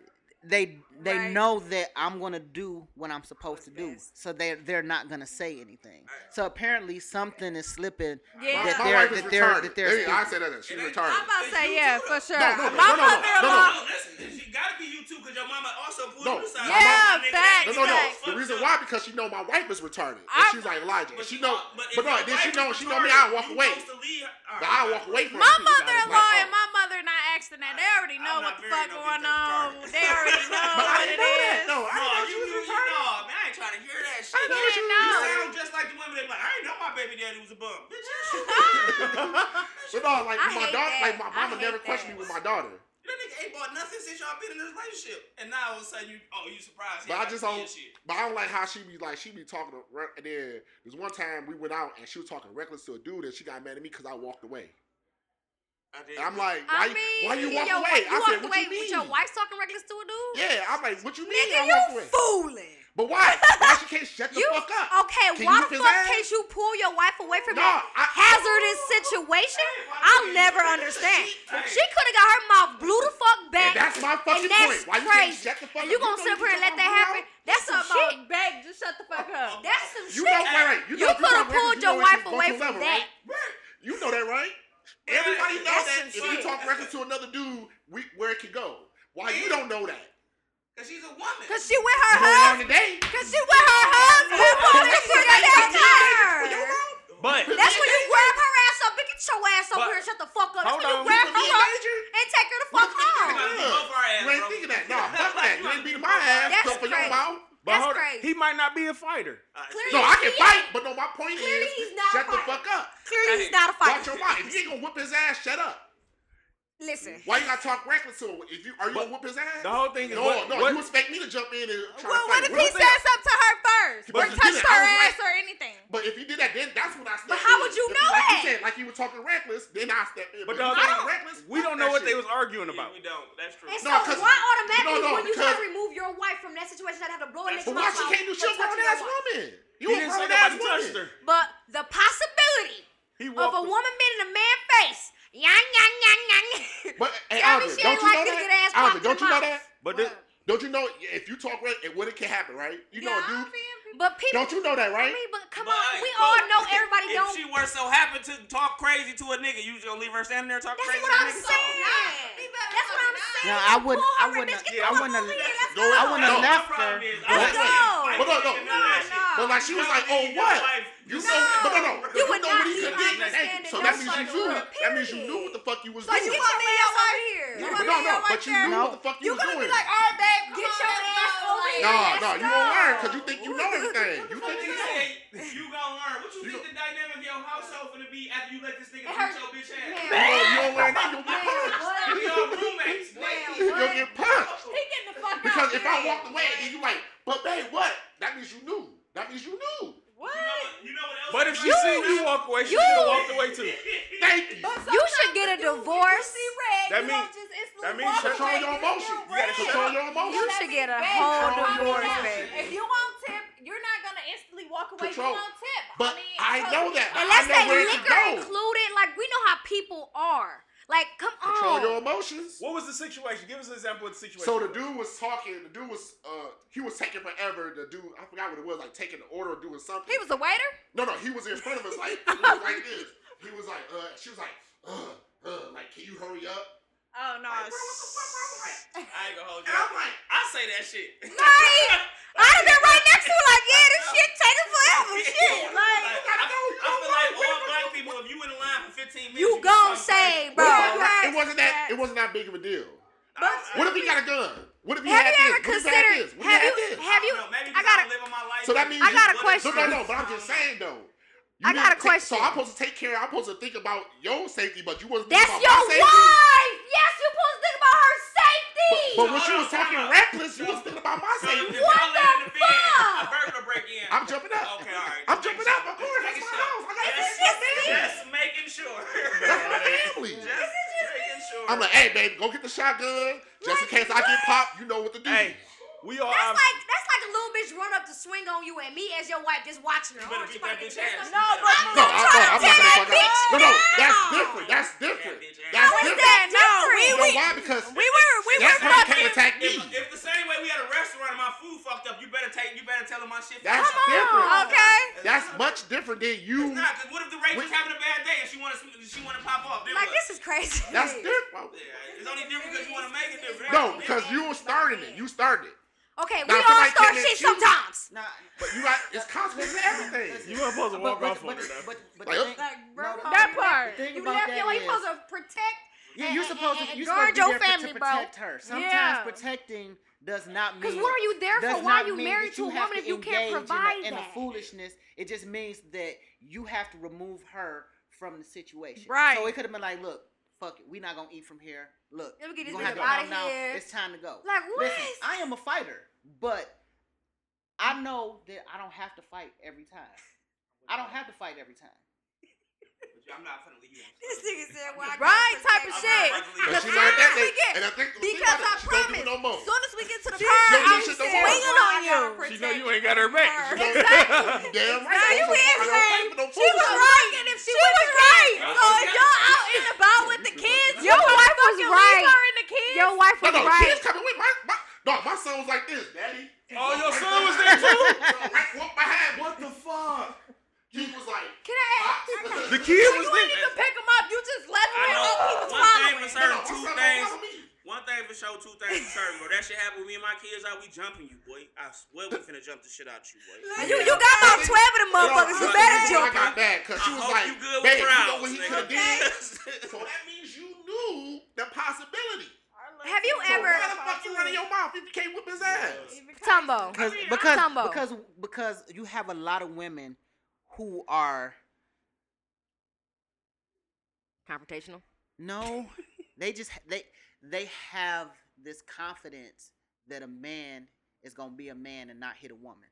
S3: they they
S6: Right.
S3: know that I'm gonna do what I'm supposed to do.
S2: best.
S3: So they they're not gonna say anything. So apparently something is slipping
S6: Yeah.
S3: that
S5: My
S3: they're
S5: wife is
S3: that they're
S5: retarded.
S3: that
S5: There
S3: they're
S5: you go, I
S3: speaking.
S5: said that, she's
S4: It ain't-
S5: retarded.
S6: I'm about to
S4: It's
S6: say
S4: you
S6: yeah
S4: too,
S6: for
S4: though.
S6: sure.
S5: No, no,
S6: My
S5: no, no, no,
S4: No,
S6: mother-in-law.
S4: no, listen. She gotta be you too, cause your mama also pulled
S5: No.
S4: you aside.
S5: Yeah,
S4: Mama, nigga,
S6: facts,
S5: No,
S4: nigga,
S5: no, no.
S4: that's
S6: Exactly.
S5: The
S4: fucked
S5: reason
S4: up.
S5: why because she know my wife is retarded, and
S6: I-
S5: she's like Elijah. And she
S4: you-
S5: know, but
S4: if
S5: no,
S4: your
S5: then she
S4: wife
S5: know,
S4: is
S5: she know me. I
S4: retarded,
S5: walk
S4: you
S5: away,
S4: supposed to leave her- all
S5: but
S4: right,
S5: I
S4: all
S5: walk
S4: right.
S5: away from
S6: My
S5: her.
S6: mother-in-law
S5: oh,
S6: and my mother not asking that. They already
S4: I'm
S6: know
S4: not
S6: what the fuck
S4: married, no bitch,
S6: going
S4: that's
S6: on.
S4: retarded.
S6: They already know
S5: But I
S6: what
S5: didn't
S6: it
S5: know that.
S6: is.
S5: No, I
S4: No,
S5: didn't know
S4: you,
S5: she was
S4: you, you,
S5: retarded.
S4: no, man, I ain't trying to hear that shit.
S5: I didn't know
S6: You
S5: she
S6: didn't
S5: was
S4: You
S6: know.
S5: retarded.
S4: sound just like the women that be like, I ain't know my baby daddy was a bum. Bitch, you
S5: but no, like
S2: I
S5: my
S2: hate
S5: daughter,
S2: that.
S5: like my
S2: I
S5: mama
S2: hate
S5: never questioned
S2: that.
S5: me with my daughter.
S4: That nigga ain't bought nothing since y'all been in this relationship. And now all of a sudden you oh you surprised. he
S5: But I
S4: got
S5: just
S4: the kid
S5: don't.
S4: and shit.
S5: But I don't like how she be like she be talking. To, re- and then there's one time we went out and she was talking reckless to a dude and she got mad at me because I walked away.
S4: I did.
S5: And I'm like, why,
S2: I
S5: you-
S2: mean,
S5: why you walk
S2: your,
S5: away?
S2: You
S5: I
S2: walked
S5: said, what
S2: away
S5: you mean?
S2: with your wife talking reckless to a dude?
S5: Yeah, I'm like, what you mean?
S2: Nigga,
S5: I
S2: you
S5: walked away.
S2: fooling.
S5: But why? Why she can't shut the
S2: You
S5: fuck up?
S2: okay?
S5: Can
S2: why
S5: you
S2: the
S5: his
S2: fuck
S5: ass?
S2: can't you pull your wife away from
S5: No,
S2: that
S5: I-
S2: hazardous situation? I'll never understand. She could have got her mouth blew the fuck back.
S5: And that's my fucking
S2: and that's
S5: point. Why you can't
S2: crazy.
S5: shut the
S2: and
S5: fuck up?
S2: You
S5: You
S2: gonna
S5: know
S2: sit up
S5: you
S2: here and let
S5: get
S2: that
S5: your mouth
S2: happen? That's some shit.
S6: about back. Just shut the fuck up.
S2: That's some
S5: You
S2: shit.
S5: know, wait, wait. You,
S2: You
S5: know,
S2: coulda
S5: know that
S2: pulled
S5: you
S2: your
S5: know
S2: wife
S5: that shit
S2: away
S5: fucked
S2: from
S5: level,
S2: that.
S5: Right? You know that, right? Everybody
S2: That's
S5: knows that.
S2: some
S5: If
S2: shit.
S5: you talk record to another dude, we, where it could go. Why you don't know that?
S4: Because she's a woman.
S2: Cause she with her
S5: You don't know
S2: husband.
S5: today.
S2: Cause she with her husband. Who
S5: But
S2: wanted
S5: this
S2: to
S5: is
S2: get
S5: like
S2: that
S5: something you
S2: tire?
S5: don't know.
S7: But
S2: That's when you grab her ass up. Bitch, get your ass over
S7: But-
S2: here and shut the fuck up. That's
S7: hold
S2: when you
S7: on,
S2: grab
S7: you
S2: her
S5: Be a
S2: up
S5: major?
S2: and take her the fuck
S4: Come on,
S2: home.
S5: Yeah.
S4: both our ass,
S5: You ain't
S4: bro.
S5: thinking that. Nah, fuck that. You ain't beating my ass.
S2: That's
S5: That's for your
S2: crazy.
S5: mouth.
S7: but
S2: That's
S7: hold on.
S2: crazy.
S7: he might not be a fighter.
S4: Alright,
S2: Clearly-
S5: No, I can
S2: He
S5: fight, but no, my point
S2: Clearly
S5: is,
S2: he's not
S5: shut the
S2: fighting.
S5: fuck up.
S2: Clearly,
S4: Hey,
S2: he's not a
S5: Watch
S2: fighter.
S5: your mouth. If you ain't gonna whip his ass, shut up.
S2: Listen.
S5: Why you gotta talk reckless to him? If you are you gonna
S7: But
S5: whip his
S7: The
S5: ass?
S7: whole thing is
S5: no,
S7: what,
S5: no.
S7: what-
S5: you expect me to jump in and try
S6: Well,
S5: to
S6: what
S5: fight?
S6: if
S5: What
S6: he says
S5: that-
S6: up to her first,
S5: But
S6: or
S5: you
S6: touched
S5: didn't.
S6: her
S5: I was
S6: ass or anything?
S5: But if you did that, then that's when I stepped
S2: how
S5: in.
S2: would you
S5: If-
S2: know
S5: like
S2: that?
S5: You said, like you were talking reckless, then I stepped in.
S7: But
S5: if
S7: the
S5: you
S7: other-
S5: talking reckless.
S7: we
S5: fuck
S7: don't know
S5: that
S7: what they
S5: shit.
S7: was arguing
S4: Yeah,
S7: about.
S4: we don't. That's true.
S2: And
S5: No,
S2: so
S5: 'cause-
S2: why automatically
S5: no, no,
S2: when you
S5: because-
S2: try to remove your wife from that situation, you have to blow a nigga
S5: But why she can't do shit, grown ass woman? You
S7: he
S5: a
S7: didn't say nobody
S5: grown ass
S7: touched
S5: woman.
S7: her.
S2: But the possibility
S7: He
S2: of
S7: walked.
S2: a woman being in a man's face, yan yan yan yan.
S5: But hey,
S2: Tell me
S5: Andre,
S2: she
S5: don't
S2: ain't
S5: you
S2: like
S5: know
S2: this good
S5: that?
S2: ass
S5: Andre,
S2: popped
S5: don't
S2: in
S5: you know
S2: mouth.
S5: that?
S7: But this,
S5: Don't you know if you talk reckless, it- what it can happen, right? You know,
S6: I'm
S5: dude.
S6: being people-
S2: But people,
S5: Don't you know that,
S2: I
S5: right?
S2: mean, but come
S4: But,
S2: on, we
S4: but
S2: all know everybody
S4: if
S2: don't.
S4: she were so happen to talk crazy to a nigga, you just gonna leave her standing there talking
S2: That's
S4: crazy
S2: what
S4: to a
S2: I'm
S4: nigga?
S2: saying.
S6: Be better
S2: That's what I'm
S6: fucking
S2: saying.
S6: not.
S3: No, I
S2: Pull
S3: wouldn't-
S2: her
S3: I
S2: and
S3: wouldn't-
S2: bitch, get
S7: yeah,
S2: the
S7: I
S2: fuck
S3: wouldn't have-
S2: over here. Let's
S5: No, I
S2: go.
S5: wouldn't have
S2: No,
S5: left.
S3: After-
S2: Let's go.
S5: But no, no,
S6: no.
S5: But like she was like, oh what? You know, but no, no,
S2: You
S5: you,
S2: would
S5: know
S2: not
S5: what he
S2: be
S5: could
S2: like
S5: do. Thank you.
S2: standing
S5: So
S2: no
S5: that means you
S2: fucking
S5: knew.
S2: way,
S5: That means you knew
S2: period.
S5: what the fuck you was
S2: So you
S5: doing.
S2: get your ass over here.
S5: No, no, no, but you knew what the fuck you
S6: You're
S5: was
S6: gonna be
S5: doing.
S6: like, all right, babe, come on,
S2: Get your
S6: let's
S2: ass
S6: go."
S2: over
S6: Like,
S2: here.
S5: No,
S2: Let's
S5: no, you
S2: go.
S5: won't learn because you think you know everything. You think you know.
S4: You gonna learn. What you think the dynamic of your household gonna be after you let this
S2: It
S4: nigga beat
S2: hurts.
S4: your bitch
S5: You
S4: ass?
S2: Yeah.
S5: don't- you don't learn that, you'll
S2: Man,
S5: get punched.
S2: what?
S4: We all roommates.
S2: Man,
S5: You'll
S2: what?
S5: get punched.
S2: He getting the fuck
S5: Because
S2: out
S5: if I walked away and then you like, but babe, what? That means you knew. That means you knew.
S6: What?
S4: You know what else?
S7: but if she
S4: you
S7: seen you walk away, she
S2: you-
S7: should have walked away too.
S5: Thank you.
S2: You should get a divorce.
S7: That mean- that means
S5: Control your emotion. You gotta control your
S2: You
S5: emotion.
S2: should get a
S6: Babe,
S2: whole
S5: Control your
S2: divorce,
S5: emotion.
S2: baby.
S6: If you won't tip, you're not gonna instantly walk away.
S5: Control.
S6: You won't tip.
S5: But
S6: mean,
S5: I
S6: so-
S5: know that.
S2: Unless
S5: I
S2: they
S5: know where to
S2: liquor
S5: go.
S2: included, like we know how people are. Like, come
S5: Control your
S2: on.
S5: emotions.
S7: What was the situation? Give us an example of the situation.
S5: So the dude was talking. The dude was uh, he was taking forever. The dude, I forgot what it was, like taking the order or doing something.
S6: He was a waiter.
S5: no, no, he was in front of us, like he was like this. He was like, uh, she was like, uh, uh, like, can you hurry up?
S6: Oh no.
S5: Like, bro, what the fuck,
S4: I ain't gonna hold
S5: bro? Like, and I'm
S4: you.
S5: like,
S4: I say that shit.
S2: Right? I'd have been right next to her, like, yeah, this shit taking forever. Shit. Like,
S5: you gotta
S4: I,
S5: go. You
S4: I feel like
S5: don't know.
S4: all black people, if you in the line for 15 minutes,
S2: you
S4: can
S2: gon'
S4: stop
S2: say,
S4: fighting.
S2: bro.
S6: What
S5: It wasn't that. It wasn't that big of a deal.
S4: I don't- I
S5: What if
S4: don't
S5: he got a gun? What if he
S2: Have
S5: had
S2: you ever
S5: this? What if he had
S2: considered?
S5: this? What if he
S2: Have
S5: had
S2: you?
S5: this?
S2: Have you?
S4: know, maybe
S2: I
S4: because
S2: got a.
S4: living my life.
S5: So that means
S2: I got a
S4: What if-
S5: No,
S2: question.
S5: no, no. But I'm just saying though. You
S2: I got a
S5: didn't take- So
S2: question.
S5: I'm supposed to take care. I'm supposed to think about your safety, but you wasn't
S2: That's
S5: thinking
S2: your
S5: about my safety.
S2: wife. Yes, you supposed to think about her safety.
S5: But when
S4: No,
S5: you
S4: no,
S5: was talking
S4: no.
S5: reckless, you was thinking about my
S4: So if
S5: safety.
S4: y'all
S2: What
S4: laying in
S2: the
S4: the bed,
S2: fuck?
S4: A burglar break in.
S5: I'm jumping up.
S4: Okay, all right.
S5: I'm jumping up. Of course,
S4: Just
S5: that's
S4: making
S5: my
S4: sure.
S5: house. I got that's
S4: That's-
S5: my family.
S4: Just making sure.
S5: That's my family.
S4: Just making sure.
S5: I'm like, hey, babe, go get the shotgun just in case I get popped. You know what to do.
S7: hey, we all.
S4: Um,
S2: That's like that's like a little bitch run up to swing on you and me as your wife just watching her.
S4: You
S2: Oh,
S4: better
S2: she
S4: beat
S2: about to
S4: that bitch
S2: get
S4: ass.
S2: pissed
S6: No,
S2: off.
S6: but
S2: I'm
S6: for
S5: No,
S2: not
S5: I'm,
S2: trying to
S5: no, I'm not
S2: tear
S5: gonna
S2: that bitch
S5: fuck up. No, no, that's
S2: down.
S5: different. That's different.
S4: That bitch
S5: That's
S2: How is
S5: different.
S2: that
S6: No, we
S5: You
S2: different?
S5: know why? Because
S6: We were we were
S5: that's how you
S6: fucking.
S5: can't attack me.
S4: If, if the same way we had a restaurant and my food fucked up, you better take, you better tell them my shit.
S5: That's
S4: fucked up.
S5: different.
S6: Okay.
S5: That's much different than you.
S4: It's not, 'cause what if the Rachel's
S5: We-
S4: having a bad day and she want to, she want to pop off? Then
S2: Like
S4: what?
S2: this is crazy.
S5: That's different.
S4: Yeah, it's only different because you want to make it different.
S5: No, because you started it. You started it.
S2: Okay, we
S5: Now,
S2: all
S5: somebody
S2: start
S5: came at
S2: shit
S5: you.
S2: sometimes.
S3: Nah,
S5: But you got it's consequences to everything.
S3: listen,
S7: You weren't supposed to
S3: but-
S7: walk
S3: but-
S7: off on her,
S3: but-
S7: though.
S3: But, but
S5: Like,
S3: the thing-
S6: Like, bro,
S3: no, the-
S6: that
S3: the
S6: part.
S3: thing
S2: You
S3: about
S2: left
S3: that
S2: your you
S3: is-
S2: supposed to protect.
S3: Yeah, you're
S2: and-
S3: supposed
S2: and-
S3: to.
S2: and
S3: You're
S2: guard
S3: supposed to
S2: your
S3: be there
S2: family,
S3: to
S2: bro.
S3: protect her. Sometimes
S6: Yeah.
S3: protecting does not mean.
S2: Because what are you there
S3: does
S2: for? Why
S3: not
S2: are you
S3: mean
S2: married
S3: that
S2: to a
S3: have
S2: woman if
S3: to
S2: you can't
S3: engage in a-
S2: provide
S3: in a
S2: that?
S3: foolishness, it just means that you have to remove her from the situation.
S6: Right.
S3: So it could have been like, look, fuck it, we're not gonna eat from here. Look,
S2: Let me get this
S3: you gonna have
S2: nigga
S3: to go
S2: outta
S3: home now.
S2: here.
S3: It's time to go.
S2: Like what?
S3: Listen, I am a fighter, but I know that I don't have to fight every time. I don't have to fight every time.
S4: I'm not gonna leave you. on-
S8: This nigga said, "Why?"
S6: Right type of
S4: I'm
S6: shit.
S4: not gonna leave you on-
S5: But she
S6: The
S5: learned that
S6: first
S5: late,
S6: weekend,
S5: and I think she
S6: Because
S5: learned
S6: I
S5: that she don't do
S6: promise,
S5: it no more.
S6: as soon as we get to the
S5: She
S6: car,
S5: don't do
S6: I'm
S5: shit no more.
S6: swinging on you.
S8: She
S7: know you ain't got her back.
S5: She don't- Damn
S6: Now you
S5: right. I don't fuck- I don't
S6: is
S5: pay for no
S6: She was
S5: food.
S6: right. If she, was, right. So if y'all out in the bout with the kids, your wife was
S8: right.
S6: Her and the kids.
S8: Your wife
S5: No,
S8: was
S5: no,
S8: right.
S5: kids coming with my, my no, my son was like this, daddy.
S7: Oh, your son was there too?
S5: Right, walk behind. What the fuck? He was like,
S6: Can I ask?
S5: "What?"
S7: The kid
S6: You
S7: was
S6: didn't
S7: there.
S6: even pick him up. You just left him
S4: I
S6: and
S4: know.
S6: hope he was
S4: One thing
S6: following.
S4: for
S5: No, no,
S4: certain,
S5: my
S4: two
S5: son don't
S4: things.
S5: follow me.
S4: One thing for sure, two things for certain, bro. That shit happened with me and my kids. Out, we jumping you, boy. I swear we finna jump the shit out you, boy.
S2: You, you got about 12 of them motherfuckers.
S5: Yo,
S2: You
S5: I-
S2: better
S5: I
S2: jump.
S5: got mad because she
S4: I
S5: was
S4: hope
S5: like,
S4: you good
S5: "Babe,
S4: with
S5: you
S4: rounds,
S5: know what he
S4: nigga."
S5: could have did." So that means you knew the possibility.
S2: Have you
S5: So
S2: ever.
S5: why the fuck you running your mouth if you can't whip his ass?
S8: Tumbo.
S3: Because because
S8: Tumbo.
S3: because because you have a lot of women who are
S2: Confrontational.
S3: no, they just they they have this confidence that a man is gonna be a man and not hit a woman,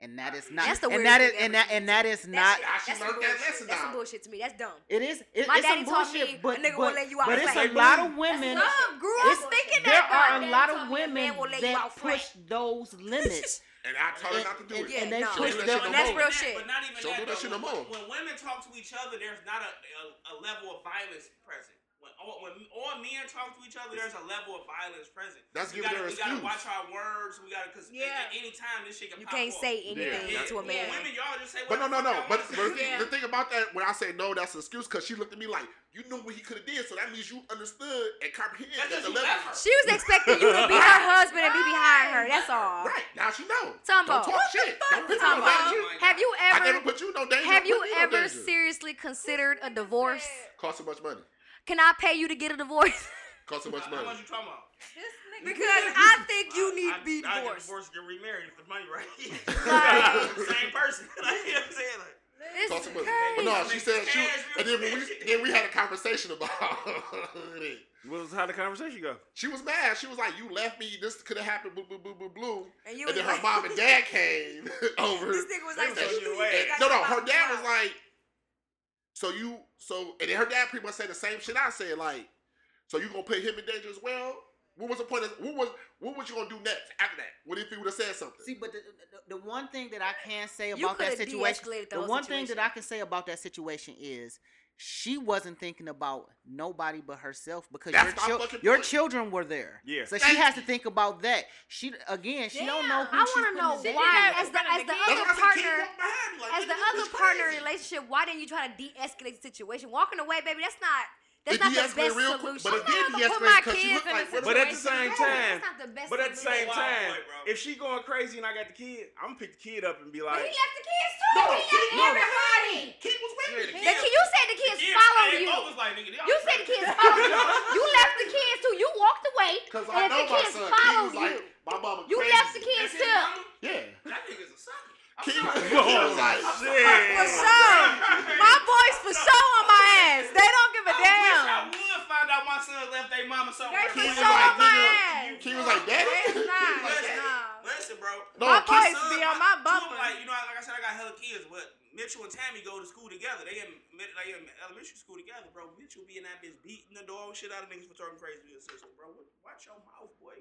S3: and that is not
S2: That's the
S3: and
S2: weirdest
S3: that is
S2: thing
S3: and
S2: ever
S3: that and
S2: to
S3: that is not.
S5: I
S2: That's some
S5: should learn that
S2: bullshit.
S5: lesson
S2: That's some
S5: now.
S2: bullshit to me. That's dumb.
S3: It is. It,
S2: My
S3: it's
S2: daddy
S3: some
S2: taught
S3: bullshit,
S2: me a
S3: but
S2: nigga won't
S3: but,
S2: let you out
S3: but
S2: the
S3: it's
S2: flat.
S3: a lot of women.
S6: Some grew up
S3: It's-
S6: thinking
S3: There
S6: that.
S3: are a
S6: goddamn
S3: lot
S6: time a
S3: of
S6: man
S3: women
S6: will let you
S3: that
S6: out front.
S3: push those limits,
S5: And I told her
S3: and,
S5: not to do
S3: and,
S5: it.
S3: and they
S2: Yeah, no.
S3: push
S5: Don't
S3: them.
S2: And
S5: let you
S2: that's
S5: know.
S2: real
S4: But
S2: shit.
S4: not even
S5: Don't do
S4: that,
S5: that shit no
S4: though. when,
S5: more.
S4: when women talk to each other, there's not a, a, a level of violence present. When all, when all men talk to each other, there's a level of violence present.
S5: That's
S4: we
S5: giving
S4: gotta,
S5: her
S4: We gotta
S5: excuse.
S4: watch our words. We gotta, cause
S6: Yeah.
S4: at, at any time this shit
S2: You
S4: can pop
S2: can't
S4: off.
S2: say anything
S5: Yeah.
S2: to a man.
S4: Women, y'all just say
S5: But no,
S4: whatever
S5: no, no.
S4: the fuck
S5: But, but
S4: y'all
S5: the,
S4: want.
S5: thing, the thing about that, when I say no, that's an excuse because she looked at me like, you knew what he could have did, so that means you understood and comprehended that
S4: That's
S5: the
S4: just
S5: level.
S4: whoever.
S2: She was expecting you to be her husband and be behind her. That's all.
S5: Right now, she know.
S2: Tumbo.
S5: Don't talk shit. Don't put me in
S2: Tumbo.
S5: no danger.
S2: Have you
S5: I
S2: ever
S5: never put you in no danger.
S2: have you
S5: Don't put me in no
S2: ever
S5: danger.
S2: seriously considered a divorce?
S5: Cost so much money.
S2: Can I pay you to get a divorce?
S5: Cost so much
S4: How
S5: money.
S4: much you talking about?
S2: because I think you need
S4: I-
S2: to be
S4: I- I get
S2: divorced.
S4: divorced, get remarried if the money right.
S2: Right.
S4: Same person. like, you know what I'm saying? Like,
S2: This
S5: Cost so
S2: is
S5: much. But no,
S2: crazy.
S5: she said she.
S4: Cash,
S5: And then when we
S4: real quick.
S5: then we had a conversation about it.
S1: What was how the conversation go?
S5: She was mad. She was like, "You left me. This could have happened." Boo, boo, boo, boo, blue.
S8: And you was
S5: And then her
S8: like-
S5: mom and dad came over.
S8: This nigga was
S5: They
S8: like,
S5: was
S8: so
S5: like,
S8: you
S5: "You
S8: knew
S4: ain't."
S8: you got
S5: No,
S8: your
S5: no. Her
S8: fucking
S5: dad was
S8: job.
S5: like, "So you, so," and then her dad pretty much said the same shit I said. Like, "So you gonna put him in danger as well?" What was the point? Of, what was what was you gonna do next after that? What if he would have said something?
S3: See, but the, the, the one thing that I can
S2: You
S3: say about that
S2: coulda
S3: situation,
S2: de-escalated the
S3: the
S2: whole
S3: one thing that I
S2: situation.
S3: can say about that situation is she wasn't thinking about nobody but herself because
S5: That's my
S3: your,
S5: fucking
S3: chil- your
S5: point.
S3: children were there.
S1: Yeah.
S3: So she
S5: Thank
S3: has to think about that. She again, she don't know who
S2: I
S3: she's
S2: wanna
S3: putting
S2: know
S3: in danger.
S2: why, as the as the
S5: That's
S2: other
S5: why I said, "Keep
S2: partner
S5: walking behind me,"
S2: as
S5: like, nigga,
S2: the
S5: this
S2: other
S5: bitch
S2: partner in
S5: crazy.
S2: a relationship, why didn't you try to de-escalate the situation? Walking away, baby, that's not that's
S5: It
S2: not the
S5: de-escalated
S2: best
S5: real quick,
S2: solution.
S5: but it did
S6: I'm not gonna put
S5: de-escalate
S6: my
S5: because she
S6: kids
S5: looked
S6: in
S5: like,
S6: a
S5: what
S1: But at the same
S6: situation.
S1: time,
S2: That's not the best
S1: but at the
S2: solution.
S1: same
S4: Wild
S1: time,
S4: boy, bro.
S1: if she going crazy and I got the kid, I'm gonna pick the kid up and be like,
S2: But he left the kids too.
S5: No, no,
S2: he left
S5: he- no, no.
S2: everybody.
S5: Keith was with me.
S2: The kid, you said the kids follow you.
S4: Was like, nigga, y'all
S2: You said the kids follow you. You left the kids too. You walked away,
S5: Because
S2: and
S5: I
S2: if
S5: know
S2: the
S5: my
S2: kids
S5: son. Keith
S2: followed
S5: was like,
S2: you,
S5: my mama
S2: you
S5: crazy.
S2: left the
S4: That's
S2: kids
S4: his
S2: too.
S4: mama?
S5: Yeah.
S4: That nigga's a sucker. I'm
S5: Keith
S4: sorry.
S5: Keith was like,
S6: For
S1: shit.
S6: sure. My
S4: I
S6: boys for sure on my ass. They don't give a
S4: wish
S6: damn.
S4: I would find out my son left their mama somewhere.
S6: They for
S5: Keith was
S6: sure on
S5: like,
S6: my
S5: nigga,
S6: ass.
S5: Keith was like, daddy?
S6: That's
S5: Keith
S6: not-
S5: was like,
S4: Listen,
S5: "Daddy?"
S6: Nah.
S4: listen, bro.
S5: No,
S6: My
S5: Keith-
S6: boys
S4: Son,
S6: be on my
S4: my- two of
S6: bumper.
S4: them, Like, you know, like I said, I got hella kids, but Mitchell and Tammy go to school together. They in, mid- they in elementary school together, bro. Mitchell be in that bitch beating the dog shit out of niggas for talking crazy to your sister, bro. What- Watch your mouth, boy.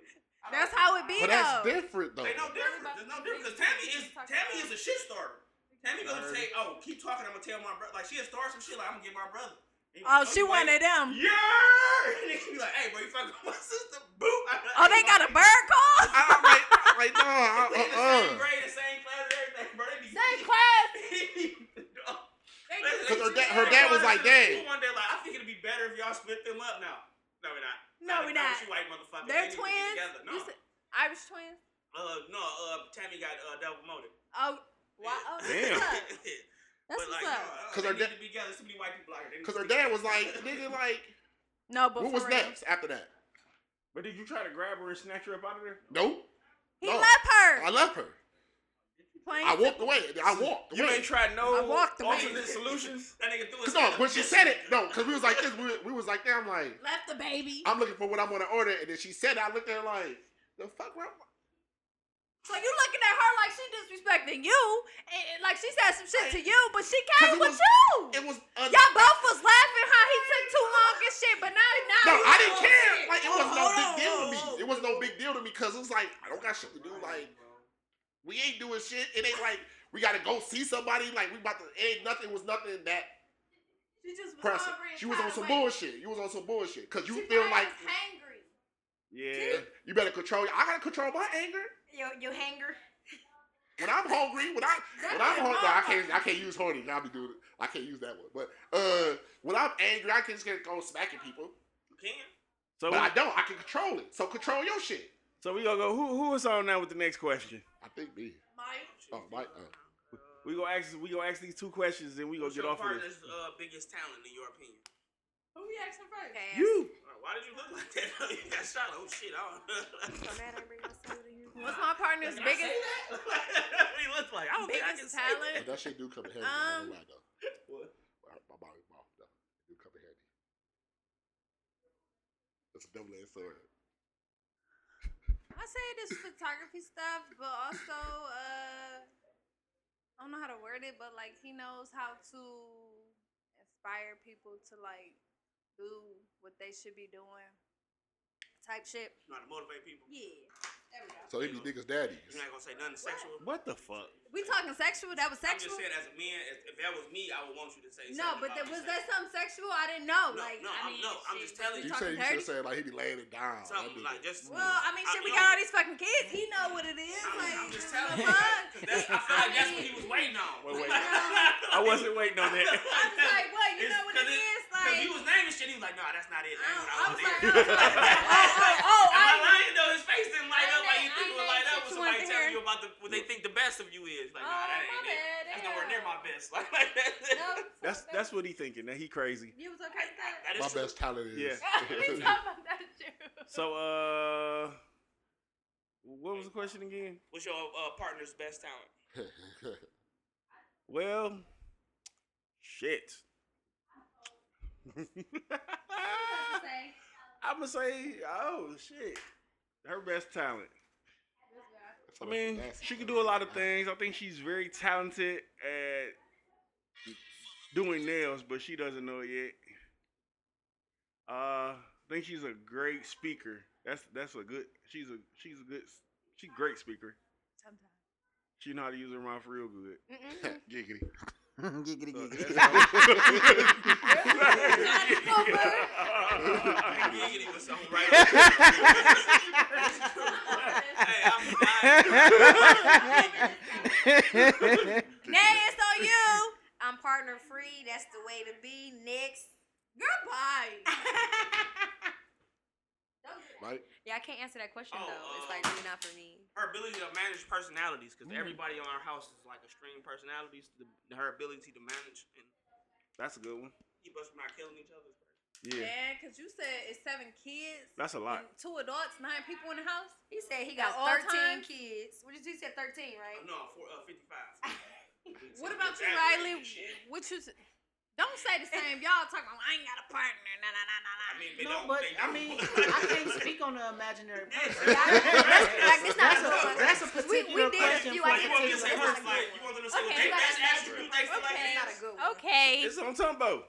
S4: I don't-
S6: That's how it be.
S5: But that's different though.
S4: They no different. There's no different because Tammy is Tammy is a shit starter. Tammy gonna say, "Oh, keep talking. I'm gonna tell my brother." Like she'll start some shit. Like I'm gonna get my brother. And
S6: Oh,
S4: you
S6: she
S4: like,
S6: one of them.
S4: Yeah. And then she be like, "Hey, bro, you fucking with my sister? Boo!"
S6: Oh, they got a bird call.
S5: I, I'm like, I'm like, no, I-
S4: We in the same
S5: uh-uh.
S4: grade, the same class, and everything, bro. They be
S2: Same class.
S5: Cause her dad- her dad was like, "Dang."
S4: One day, like, I think it'd be better if y'all split them up now. No, we're not.
S6: No, we not.
S4: You white motherfucker.
S6: They're
S4: need to be
S6: twins.
S4: together. No,
S6: You said- Irish twins.
S4: uh, no. Uh, Tammy got uh, double motive.
S6: Oh, why? Oh, that's
S1: Damn.
S6: what's up.
S4: But,
S6: That's what's
S4: like,
S6: up.
S4: no, uh,
S5: 'Cause
S4: they
S5: her
S4: need
S5: da-
S4: to be together. There's too many white people out here. They need
S5: Cause
S4: to
S5: her
S4: be
S5: dad was like,
S4: together.
S5: nigga, like,
S6: No, but
S5: what was
S6: for real.
S5: next after that?
S1: But did you try to grab her and snatch her up out of there?
S5: Nope.
S6: He
S5: No.
S6: left her.
S5: Oh. I love her.
S6: Plain
S5: I walked
S6: simple.
S5: away. I walked.
S1: You
S5: away.
S1: ain't tried no
S6: I walked away.
S1: alternate solutions.
S4: That nigga threw his
S5: Cause no,
S4: hand up.
S5: when she said it, no, cause we was like this. We, we was like that. I'm like,
S6: Left the baby.
S5: I'm looking for what I'm gonna order, and then she said, it, I looked at her like, the fuck, wrong?
S6: So you looking at her like she disrespecting you, and, and like she said some shit to you, but she came
S5: 'Cause it
S6: with
S5: was-
S6: you.
S5: It was. Uh,
S6: Y'all both was laughing how he took too long and shit, but now now
S5: No,
S6: you
S5: I didn't
S6: oh,
S5: care.
S6: shit.
S5: Like it wasn't no
S4: Hold
S5: big
S4: on,
S5: deal to
S4: hold
S5: me.
S4: on.
S5: It wasn't no big deal to me because it was like I don't got shit to do. Like we ain't doing shit. It ain't like we gotta go see somebody. Like we about to. It ain't nothing. It was nothing that
S6: She just was
S5: pressing.
S6: hungry and
S5: She was
S6: kinda
S5: on some
S6: like-
S5: bullshit. You was on some bullshit because
S6: she
S5: you feel
S6: probably
S5: like
S6: was hangry.
S1: Yeah.
S5: you better control. I gotta control my anger.
S2: Yo, yo, hanger.
S5: When I'm hungry, when I when I'm
S6: That's
S5: hungry,
S6: wrong.
S5: I can't I can't use horny. I'll be doing it. I can't use that one. But uh, when I'm angry, I can just get go smacking people.
S4: You can.
S1: So
S5: But
S1: we,
S5: I don't. I can control it. So control your shit.
S1: so we gonna go. Who who is on now with the next question?
S5: I think me.
S6: Mike,
S5: Oh, Mike. Uh,
S1: We gonna ask we gonna ask these two questions and we gonna
S4: What's
S1: get
S4: your
S1: off of this.
S4: partner's uh, biggest talent in your opinion?
S6: who we asking first?
S5: you.
S4: Uh, Why did you look like that? you got shot. Oh shit! I don't.
S6: What's my partner's
S4: Did I say
S6: biggest
S4: that? what he looked like? I don't think I can
S6: biggest
S4: say that.
S5: But
S6: talent?
S5: that shit do come in
S6: Um,
S5: handy. Um, lie, though.
S4: What?
S5: My, my body, my, no, it do come in handy. It's a double-edged sword.
S6: I say this photography stuff, but also uh, I don't know how to word it, but like he knows how to inspire people to like do what they should be doing, type shit.
S4: You know how to motivate people.
S6: Yeah, there we go.
S5: So he be niggas' daddies.
S4: You're not gonna say nothing sexual.
S1: What the fuck?
S6: We talking sexual? That was
S4: I'm
S6: sexual.
S4: just saying, as a man, if, if that was me, I would want you to say.
S6: No, but
S4: something
S6: that,
S4: about
S6: was
S4: yourself.
S6: that something sexual? I didn't know.
S4: No,
S6: like,
S4: no,
S6: I
S4: I'm-
S6: mean,
S4: no, I'm
S6: shit,
S4: just
S6: we
S4: telling
S5: You say
S4: you.
S6: talking
S5: you should
S6: dirty?
S5: say like he be laying it down.
S4: Something
S5: That nigga-
S4: like just.
S6: Well, I mean,
S4: I-
S6: shit, we
S4: no.
S6: got all these fucking kids. He know what it is.
S4: I'm,
S6: like,
S4: I'm just telling you.
S6: fuck?
S4: That's, I feel like that's what he was waiting on.
S5: Wait, wait.
S1: I wasn't waiting on that.
S6: I was like, what? You know what it is?
S4: Because
S6: Like,
S4: he was naming shit. He was like, no, that's not it. That ain't what I
S6: I
S4: was
S6: was
S4: there.
S6: like, I was like, oh, oh, oh,
S4: Am I
S6: I-
S4: lying though? His face didn't light
S6: I
S4: up like you
S6: ain't- I
S4: think it would
S6: ain't
S4: light up
S6: what you
S4: when somebody
S6: want to
S4: telling
S6: hear.
S4: you about the, what they think the best of you is. Like,
S6: Oh,
S4: nah, that
S6: my
S4: ain't it.
S6: bad,
S4: That's nowhere
S6: yeah.
S4: near my best. Like, like that.
S6: No,
S1: That's
S6: fuck
S1: that's what he thinking. That he crazy.
S6: You was okay with that?
S4: That is
S5: My
S4: true.
S5: best talent is.
S6: We talking about that shit.
S1: So uh, what was the question again?
S4: What's your uh, partner's best talent?
S1: Well, shit.
S6: Say,
S1: I'm gonna say, oh shit, her best talent. I mean, she can do a lot of things. I think she's very talented at doing nails, but she doesn't know it yet. Uh, I think she's a great speaker. That's that's a good. She's a she's a good. She great speaker.
S6: Sometimes.
S1: She know how to use her mouth real good.
S5: Giggity.
S3: giggity
S1: So
S3: giggity.
S1: that's how-
S4: Giggity was something right up there. Hey, I'm lying.
S6: Nay, it's on you.
S2: I'm partner free. That's the way to be. Next.
S6: Goodbye.
S5: Right?
S2: Yeah, I can't answer that question
S4: Oh,
S2: though. It's
S4: uh,
S2: like really not for me.
S4: her ability to manage personalities,
S6: Mm-hmm.
S4: because everybody on our house is like a stream personalities. The, her ability to manage and
S1: That's a good one.
S4: keep us from not killing each other.
S1: Yeah,
S6: Yeah, because you said it's seven kids,
S1: that's a lot.
S6: and two adults, nine people in the house.
S2: He said he
S6: At
S2: got
S6: all
S2: 13
S6: times?
S2: kids. What did you say? 13, right?
S4: Oh, no, four, uh, 55.
S6: What about you,
S4: Exaggerating
S6: Riley?
S4: shit.
S6: What you? s- Don't say the same. Y'all talking about I ain't got a partner. Nah, nah, nah, nah,
S4: I
S6: nah.
S4: mean, they
S3: No,
S4: don't,
S3: but
S4: they
S3: I
S4: don't.
S3: mean, I can't speak on the imaginary person.
S4: Yeah,
S3: That's-
S2: Like, this not
S3: that's
S2: a good
S3: a-
S2: one.
S3: That's a
S2: we
S3: particular
S2: did a few,
S3: question for
S2: I
S3: a
S4: Like, you
S2: can
S4: want me
S2: tell
S4: to
S2: you that's
S4: say
S3: particular
S2: not
S4: her,
S2: a
S3: person.
S2: good one. Okay, that's not a
S4: like, you want them to say, well, they best attribute, they
S2: good one.
S4: select
S2: That's not a
S4: as-
S2: good one.
S6: Okay.
S1: It's what I'm talking about.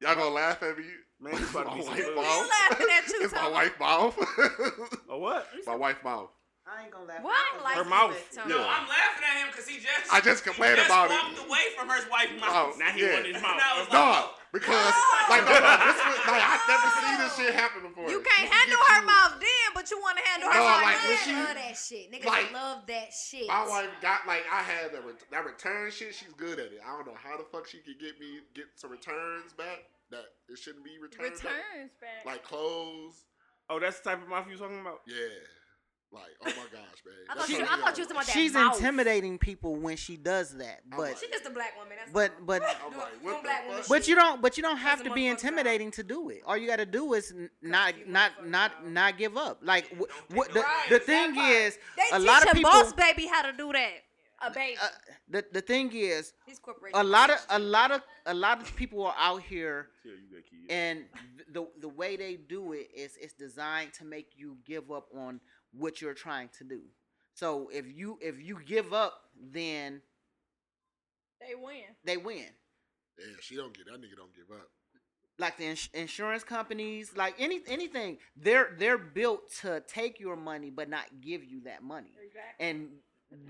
S5: Y'all gonna laugh at me?
S1: Man, you about to be some
S5: my wife
S1: bull-
S5: mouth.
S6: laughing at you,
S5: It's my
S6: Tom.
S5: wife mouth.
S1: A Oh, what?
S5: my wife mouth.
S3: I ain't gonna laugh.
S6: Why? Like,
S1: Her mouth.
S2: Tell
S4: No,
S2: me.
S4: I'm laughing at him because he just.
S5: I just complained
S4: he just
S5: about it.
S4: walked away from her wife's
S5: Oh,
S4: mouth.
S5: Now he yeah. wanted his
S4: Now
S1: mouth.
S4: it's like,
S5: No,
S4: oh,
S5: because like, no, no, this was, like I've never seen this shit happen before.
S6: You can't
S5: can
S6: handle her
S5: get you-
S6: mouth then, but you want to handle her
S5: No,
S6: mouth
S5: like, when
S6: later.
S5: she-
S2: I love that shit. Niggas
S5: like,
S2: love that shit.
S5: My wife got like I had a ret- that return shit. She's good at it. I don't know how the fuck she could get me get some returns back that it shouldn't be returned. back.
S6: Returns back.
S5: Like clothes.
S1: Oh, that's the type of mouth you talking about.
S5: Yeah. Like oh my gosh, man.
S2: I
S5: That's
S2: thought, you,
S5: what
S2: I
S5: we
S2: thought you was talking
S5: got.
S2: about that
S3: She's
S2: mouth.
S3: intimidating people when she does that, but
S2: She's just a black woman. That's
S3: but
S2: all.
S3: but
S5: I'm like,
S2: Don't
S5: what
S2: black
S5: the
S2: women
S5: fuck?
S3: but you don't but you don't have
S2: Cause
S3: to
S2: the
S3: be
S2: motherfuckers
S3: intimidating to do it. All you got to do is n- not not not not give up. Like wh- what the, the thing is,
S6: they
S3: a
S6: teach
S3: lot of
S6: a
S3: people-
S6: boss baby how to do that. A baby.
S3: uh, the the thing is,
S2: His corporation.
S3: a lot of a lot of a lot of people are out here
S1: Yeah, you got kids.
S3: and th- the the way they do it is it's designed to make you give up on what you're trying to do. So if you if you give up, then
S6: They win.
S3: they win.
S5: Yeah, she don't get that nigga don't give up.
S3: Like the ins- insurance companies, like any anything, they're they're built to take your money but not give you that money.
S6: Exactly.
S3: And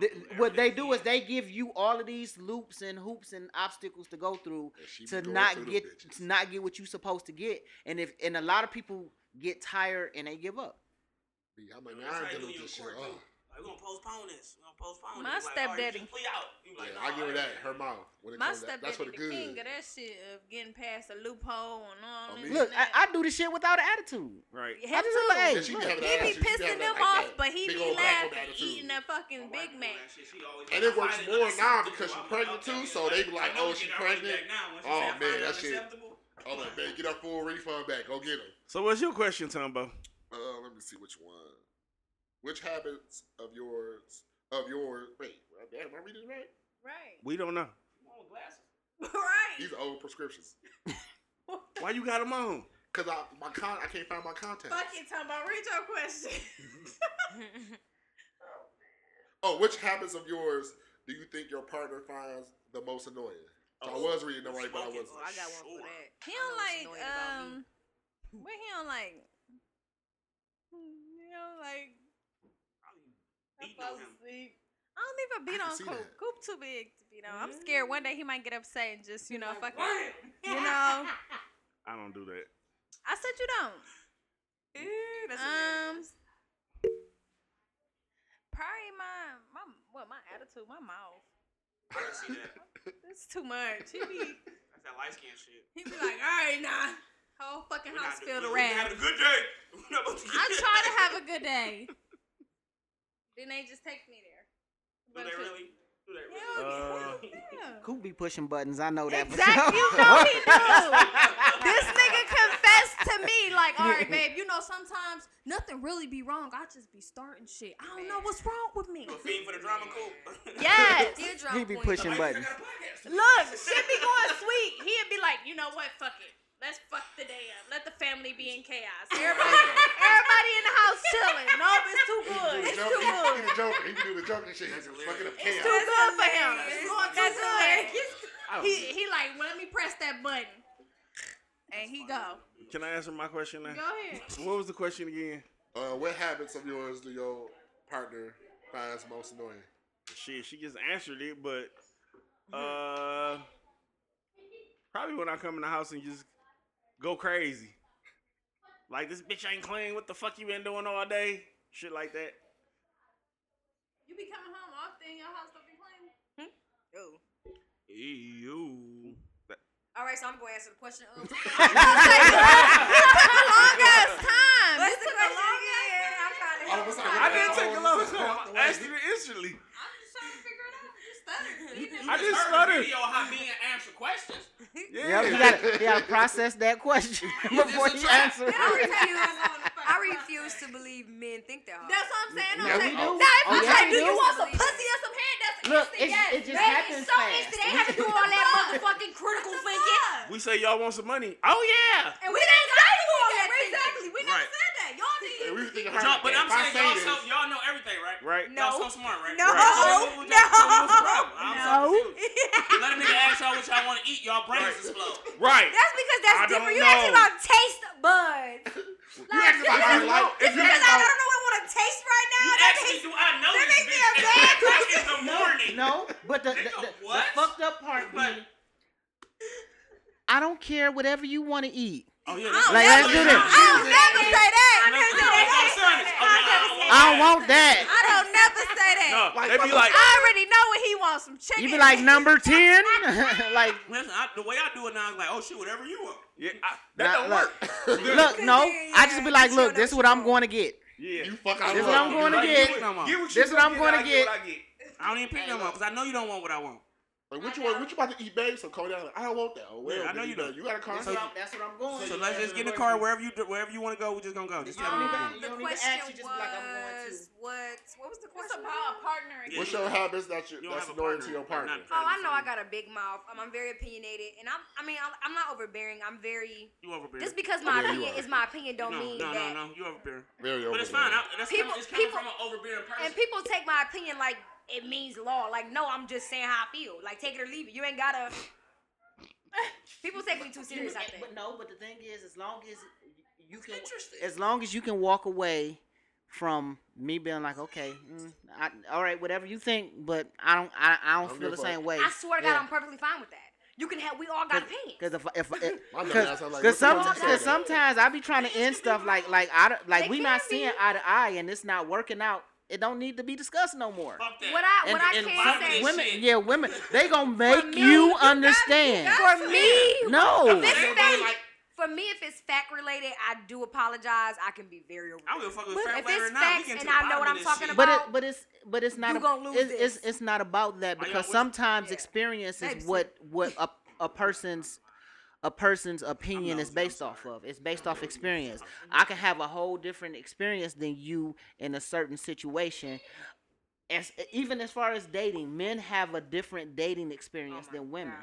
S3: th- what they do is they give you all of these loops and hoops and obstacles to go through
S5: And she be
S3: to
S5: going
S3: not
S5: through them
S3: get
S5: bitches.
S3: to not get what you supposed to get. And if and a lot of people get tired and they give up.
S5: Be, I'm like, man, I
S4: That's how
S5: ain't dealing with
S4: you do your
S5: this shit.
S4: court,
S5: Oh.
S4: too. Like, we gonna postpone this. We gonna postpone
S6: My
S4: this. Like, all right,
S6: stepdaddy.
S4: just plea out. You
S5: Yeah,
S4: like,
S5: I give
S4: nah,
S5: her
S4: all
S5: that.
S4: right.
S5: Her mouth.
S6: My
S5: When it comes to that,
S6: stepdaddy,
S5: that's for
S6: the,
S5: the
S6: king of
S5: good. Oh,
S6: that shit of getting past the loophole and all
S5: I
S6: this.
S5: mean-
S6: and
S3: Look,
S6: that.
S3: I, I do this shit without an attitude.
S1: Right.
S6: Him
S3: I just be
S6: too.
S5: Yeah,
S3: like, hey,
S5: she be
S3: look,
S6: He be
S5: having that attitude. She
S6: pissing
S5: having
S6: them
S5: that, like,
S6: off,
S5: that
S6: but he
S5: big
S6: be
S5: old black
S6: laughing,
S5: attitude. Oh,
S6: eating a fucking
S4: My wife
S6: Big
S4: do
S6: Mac.
S4: that shit. She always
S5: And
S4: like,
S5: it
S4: I
S5: works
S4: find
S5: more now
S4: unacceptable.
S5: because she's
S4: I'm
S5: pregnant
S4: okay,
S5: too,
S4: yeah,
S5: so they be
S4: like,
S5: like,
S4: I know
S5: oh,
S4: we
S5: she
S4: get her
S5: pregnant.
S4: money back now. Once
S5: Oh,
S4: she said,
S5: man,
S4: I find
S5: that
S4: it
S5: shit-
S4: unacceptable.
S5: Oh, like, man, get that full refund back. Go get him.
S1: So what's your question, Tumbo?
S5: Uh, let me see which one. Which habits of yours, of yours, wait, am I reading it right?
S6: Right.
S1: We don't know.
S4: You want glasses?
S5: These
S6: right.
S5: are old prescriptions.
S1: Why you got them on?
S5: Cause I my con I can't find my contact.
S6: Fuck it, talking about read your question.
S5: Oh, which habits of yours do you think your partner finds the most annoying? So I
S4: Oh,
S5: was reading it right, but I
S4: smoking.
S2: Oh,
S5: wasn't.
S2: I got one for that.
S6: he
S2: I know
S6: don't
S2: what's
S6: like
S2: annoying about me.
S6: um what he don't like you know like I
S4: Beating
S6: fall
S4: on him.
S6: asleep. I don't even beat
S5: I can
S6: on
S5: see
S6: Coop.
S5: that.
S6: Coop too big to beat on. I'm scared one day he might get upset and just, you know, fucking
S4: What?
S6: you know.
S1: I don't do that.
S6: I said you don't.
S4: Eh,
S2: Ew, that's
S6: Um,
S2: hilarious.
S6: probably my my what my attitude, my mouth.
S4: I can see that.
S6: It's too much. He be
S4: That's that light skin shit.
S6: he be like, all right now, whole fucking
S4: We're
S6: house
S4: not-
S6: filled
S4: we're
S6: around.
S4: having a good day. We're not about to get
S6: I try to have a good day. then they just take me there.
S4: Do they really? Do they really?
S6: Hell
S1: Uh,
S6: yeah.
S3: Coop be pushing buttons. I know that. for
S6: Exactly, you
S3: sure.
S6: know he
S5: Uh,
S6: do. This nigga confessed to me, like, all right, babe, you know, sometimes nothing really be wrong. I just be starting shit. I don't know what's wrong with me.
S4: You a fiend for the drama, cool.
S6: Yes.
S2: Dear drama
S3: He be
S2: queen.
S3: pushing
S4: Like, I
S3: buttons.
S4: got a podcast.
S6: Look, shit be going sweet. He'd be like, you know what? Fuck it. Let's fuck the day up. Let the family be in chaos. Everybody, everybody in the house chilling. No, it's too good.
S5: He
S6: It's
S5: was
S6: too good.
S5: joking. He was doing the joking shit. He was fucking up
S6: It's too
S5: chaos.
S6: good for him. It's
S2: hilarious.
S6: going too
S2: That's
S6: good.
S5: Oh.
S1: I don't
S6: He
S1: do
S6: he like, well, let me press that button. And he go.
S1: that. Can I answer my question
S6: Go
S1: now?
S6: ahead.
S1: What was the question again?
S5: Uh, what habits of yours do your partner finds most annoying?
S1: Shit, she just answered it, but uh, probably when I come in the house and just go crazy, like this bitch ain't clean. What the fuck you been doing all day? Shit like that.
S6: You be coming home often. Your house don't be clean.
S5: Hmm?
S2: Ew.
S1: Ew.
S2: All right, so I'm going to answer the question. Um,
S6: Long ass time.
S2: What's
S6: This
S2: the
S6: took a
S2: question
S6: long ass
S2: again?
S6: time.
S2: I'm trying to
S5: All of
S2: help
S5: a sudden,
S1: I
S2: you out.
S1: didn't take a long time. I asked it instantly.
S6: I'm just trying to figure it out. You stuttered. You didn't-
S1: I just
S4: heard the
S1: stuttered.
S4: Video of how men answer questions.
S1: Yeah.
S3: Yep, you gotta, you gotta process that question before you
S2: I
S3: answer. it.
S2: refuse. I refuse to believe men think that hard.
S6: That's what I'm saying. I'm
S3: Yeah, we
S6: saying,
S3: do.
S6: Now, if
S3: Oh,
S6: I
S3: yeah,
S6: say,
S3: we
S6: do you
S3: do.
S6: want some pussy or some head? That's an
S3: Look,
S6: instant
S3: it's-
S6: yes.
S3: it just
S6: That is
S3: happens
S6: so
S3: fast.
S6: instant. They have to do all that motherfucking critical thinking.
S1: We say y'all want some money. Oh yeah.
S6: And we didn't say do all that
S2: Exactly.
S6: Exactly. We never
S1: Right.
S6: said that. Y'all
S5: Hey, we
S6: did.
S5: was thinking
S4: But
S5: hard.
S4: y'all, but I'm
S5: If I
S4: saying y'all,
S5: say
S4: so,
S5: this-
S4: y'all know everything, right?
S1: Right.
S4: Y'all so smart, right?
S2: No.
S4: Right. So what was y'all- so what was the problem? I'm so
S3: No.
S4: confused. Let a nigga ask y'all what y'all want to eat. Y'all brains explode.
S1: Right.
S2: That's because that's
S1: I
S2: different.
S1: don't
S2: You asking
S1: know.
S2: about taste buds.
S5: You asked about my life. If you
S2: Because
S5: asked
S2: I
S5: about
S2: don't know what I want to taste right now.
S4: You
S2: That
S4: actually
S2: tastes-
S4: do. I know
S2: that
S4: this
S2: makes me
S4: bitch. It's
S2: upset.
S4: three o'clock in the morning.
S3: No, but the, the,
S4: Nigga,
S3: the, the
S4: what?
S3: fucked up part be,
S4: But-
S3: I don't care whatever you want to eat.
S4: Oh yeah.
S6: that's-
S3: Like, let's
S2: I
S3: do this.
S2: don't never say that.
S4: I never
S2: I never say that.
S3: I don't want that.
S6: I don't never say that.
S1: No,
S5: Like,
S1: they be
S5: fucking-
S1: like,
S6: I already know what he wants. Some chicken.
S3: You be like
S2: Um,
S3: number ten, like
S4: Listen, I, the way I do it now is like, oh shit, whatever you want.
S1: yeah, I, that
S3: nah,
S1: don't
S3: look,
S1: work.
S3: look, no. I just be like,
S2: Yeah,
S3: look,
S2: that's
S3: this is what
S2: what
S3: I'm going to get.
S1: Yeah.
S5: You fuck out
S3: This
S5: of
S3: what I'm
S5: luck.
S3: going to
S1: Like,
S3: get.
S1: what-
S4: Come on.
S1: get what you
S3: This what I'm
S1: gonna
S3: gonna
S1: I get. what I get.
S4: I don't even pick no more because I know you don't want what I want.
S5: Like, what
S6: I
S5: you want?
S6: know.
S5: What you about to eat, babe? So Cody, like, I don't want that. Oh, well,
S1: Yeah, I know
S5: then
S1: you
S5: done-
S1: don't.
S5: You got a car.
S3: That's, what I'm, that's what I'm going.
S4: So
S3: to.
S4: let's
S3: That's what
S4: just get in the
S3: I'm
S4: car
S3: going to.
S4: wherever you wherever you want to go. We're just gonna go. Just
S3: You
S4: tell me.
S3: don't even-
S4: where you
S3: you
S6: the
S3: don't even ask,
S6: question
S3: you just be like, I'm going
S6: was,
S3: to.
S6: what, what was the
S2: What's
S6: question?
S2: about
S6: a partner
S4: again?
S5: What's your habits that you,
S1: You don't
S5: that's
S1: have a
S5: annoying
S1: partner.
S5: to your partner?
S1: Not-
S2: Oh, I know I got a big mouth. Um, I'm very opinionated, and I'm. I mean, I'm, I'm not overbearing. I'm very.
S1: You overbearing.
S2: Just because my
S5: Yeah, you
S2: opinion
S5: are.
S2: is my opinion, don't
S1: no,
S2: mean
S1: no,
S2: that.
S1: no, no. You overbearing.
S5: Very
S1: But it's
S5: overwhelming.
S1: fine. I, that's
S2: People-
S1: coming, it's coming
S2: people-
S1: from an overbearing person.
S2: And people take my opinion like it means law. Like, no, I'm just saying how I feel. Like, take it or leave it. You ain't gotta. people take me too serious. I
S3: You-
S2: think.
S3: But no, but the thing is, as long as you can,
S4: Interesting.
S3: as long as you can walk away from me being like, okay, mm, I, all right, whatever you think, but I don't, I, I don't
S5: don't
S3: feel
S5: give
S3: the
S5: a fuck.
S3: same way.
S2: I swear to God,
S3: Yeah.
S2: I'm perfectly fine with that. You can have. We all got opinions.
S3: Cause if if if-
S5: My dumb
S3: cause,
S5: ass,
S3: 'cause
S5: I'm like, what the
S3: some,
S5: fuck you
S3: cause
S5: saying?
S3: sometimes I be trying to end stuff like like I don't- like
S2: They
S3: we not
S2: can be.
S3: seeing eye to eye and it's not working out. It don't need to be discussed no more.
S4: Fuck that.
S2: What I
S3: And,
S2: what I
S3: and
S2: can say.
S3: women,
S4: shit.
S3: yeah, women, they gonna make
S2: me,
S3: you,
S2: you gotta-
S3: understand.
S2: for me,
S3: no,
S2: This
S4: Everybody
S2: fact-
S4: like-
S2: for me, if it's fact related, I do apologize. I can be very.
S4: I don't give a fuck if it's
S2: But
S4: fact
S2: if
S4: later
S2: it's
S4: or not. We
S2: facts
S4: getting to
S2: and
S4: the
S2: I know
S4: bottom
S2: what
S4: of
S2: I'm
S4: this
S2: talking
S4: shit.
S2: about,
S3: But it, but it's, but it's not.
S2: You
S3: ab-
S2: gonna lose
S3: it's, it's
S2: this.
S3: it's not about that
S1: y'all
S3: because
S1: wish-
S3: sometimes
S2: Yeah.
S3: experience
S2: Babe,
S3: is
S2: see.
S3: what what a, a person's a person's opinion is
S4: nosy, I'm
S3: based off
S4: sorry.
S3: of. It's based off experience. I can have a whole different experience than you in a certain situation. As even as far as dating, men have a different dating
S2: Oh
S3: experience than women.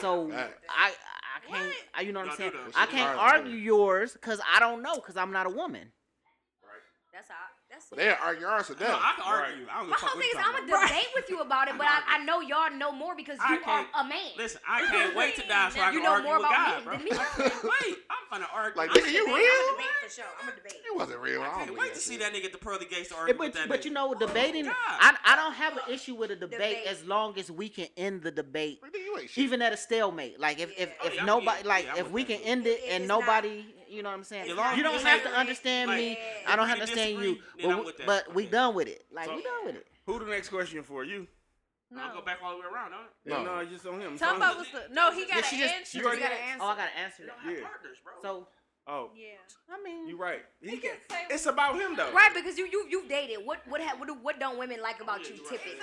S3: So
S5: Facts.
S3: I I can't I, you know what I'm
S1: Y'all do
S3: saying.
S1: that.
S3: I can't
S5: Alright,
S3: argue yours because I don't know because I'm not a woman.
S2: that's how. That's.
S5: But they argue ours to
S4: No,
S5: death.
S4: I can argue. I don't
S2: My
S4: give a fuck.
S2: whole
S4: what
S2: thing is
S4: you talking
S2: I'm gonna
S4: about.
S2: debate with you about it, but I, I know y'all know more because
S4: I
S2: you are
S4: can't-
S2: a man.
S4: Listen, I can't wait to die so I
S2: You
S4: can
S2: know
S4: argue
S2: more
S4: with
S2: about
S4: God,
S2: me
S4: bro.
S2: than me.
S4: I can't wait, I'm gonna argue.
S5: Like,
S4: I
S5: nigga, you
S2: I'm
S5: real?
S2: gonna debate for sure. I'm gonna debate.
S5: You wasn't real. I don't
S4: can't
S5: believe
S4: wait to
S5: that
S4: see
S5: shit.
S4: that nigga at the pearly gates to
S3: Yeah,
S4: argue
S3: but
S4: with that
S3: but you
S4: nigga.
S3: know, debating.
S4: Oh, God.
S3: I I don't have an issue with a debate,
S2: Debate.
S3: as long as we can end the debate,
S5: Nigga, you ain't shit.
S3: even at a stalemate. Like if if,
S2: Yeah.
S3: if
S4: Oh, yeah,
S3: nobody
S4: yeah,
S3: like
S4: yeah, I'm
S3: if
S4: with
S3: we
S4: that
S3: can
S4: too.
S3: end it
S2: It-
S3: and
S2: it's not-
S3: nobody, you know what I'm saying.
S2: it's
S4: not
S3: You don't have to
S4: disagreeing.
S3: understand me.
S2: Like,
S3: I don't
S4: if we
S3: understand you.
S4: disagree, then I'm
S3: But,
S4: with
S3: we-
S4: that.
S3: but we
S4: Okay.
S3: done with it. Like
S1: So-
S3: we done with it.
S1: Who the next question for you?
S4: I'll go back all the way around. Don't I?
S1: No,
S5: No.
S1: no it's just on him. It's on
S6: Tumbo
S1: him.
S6: was the no. He got
S4: Yeah,
S6: an
S3: she just-
S6: answer.
S1: she
S6: He
S1: already-
S6: got an
S3: Oh, I
S6: answer.
S3: gotta answer
S4: They
S3: that.
S4: don't have
S1: Yeah.
S4: partners, bro.
S3: So
S1: Oh,
S6: Yeah.
S3: I mean,
S1: you right. He
S6: can
S1: can-
S6: say-
S1: it's about him though.
S2: Right, because you you you've dated. What what ha, what, do, what don't women like about you typically?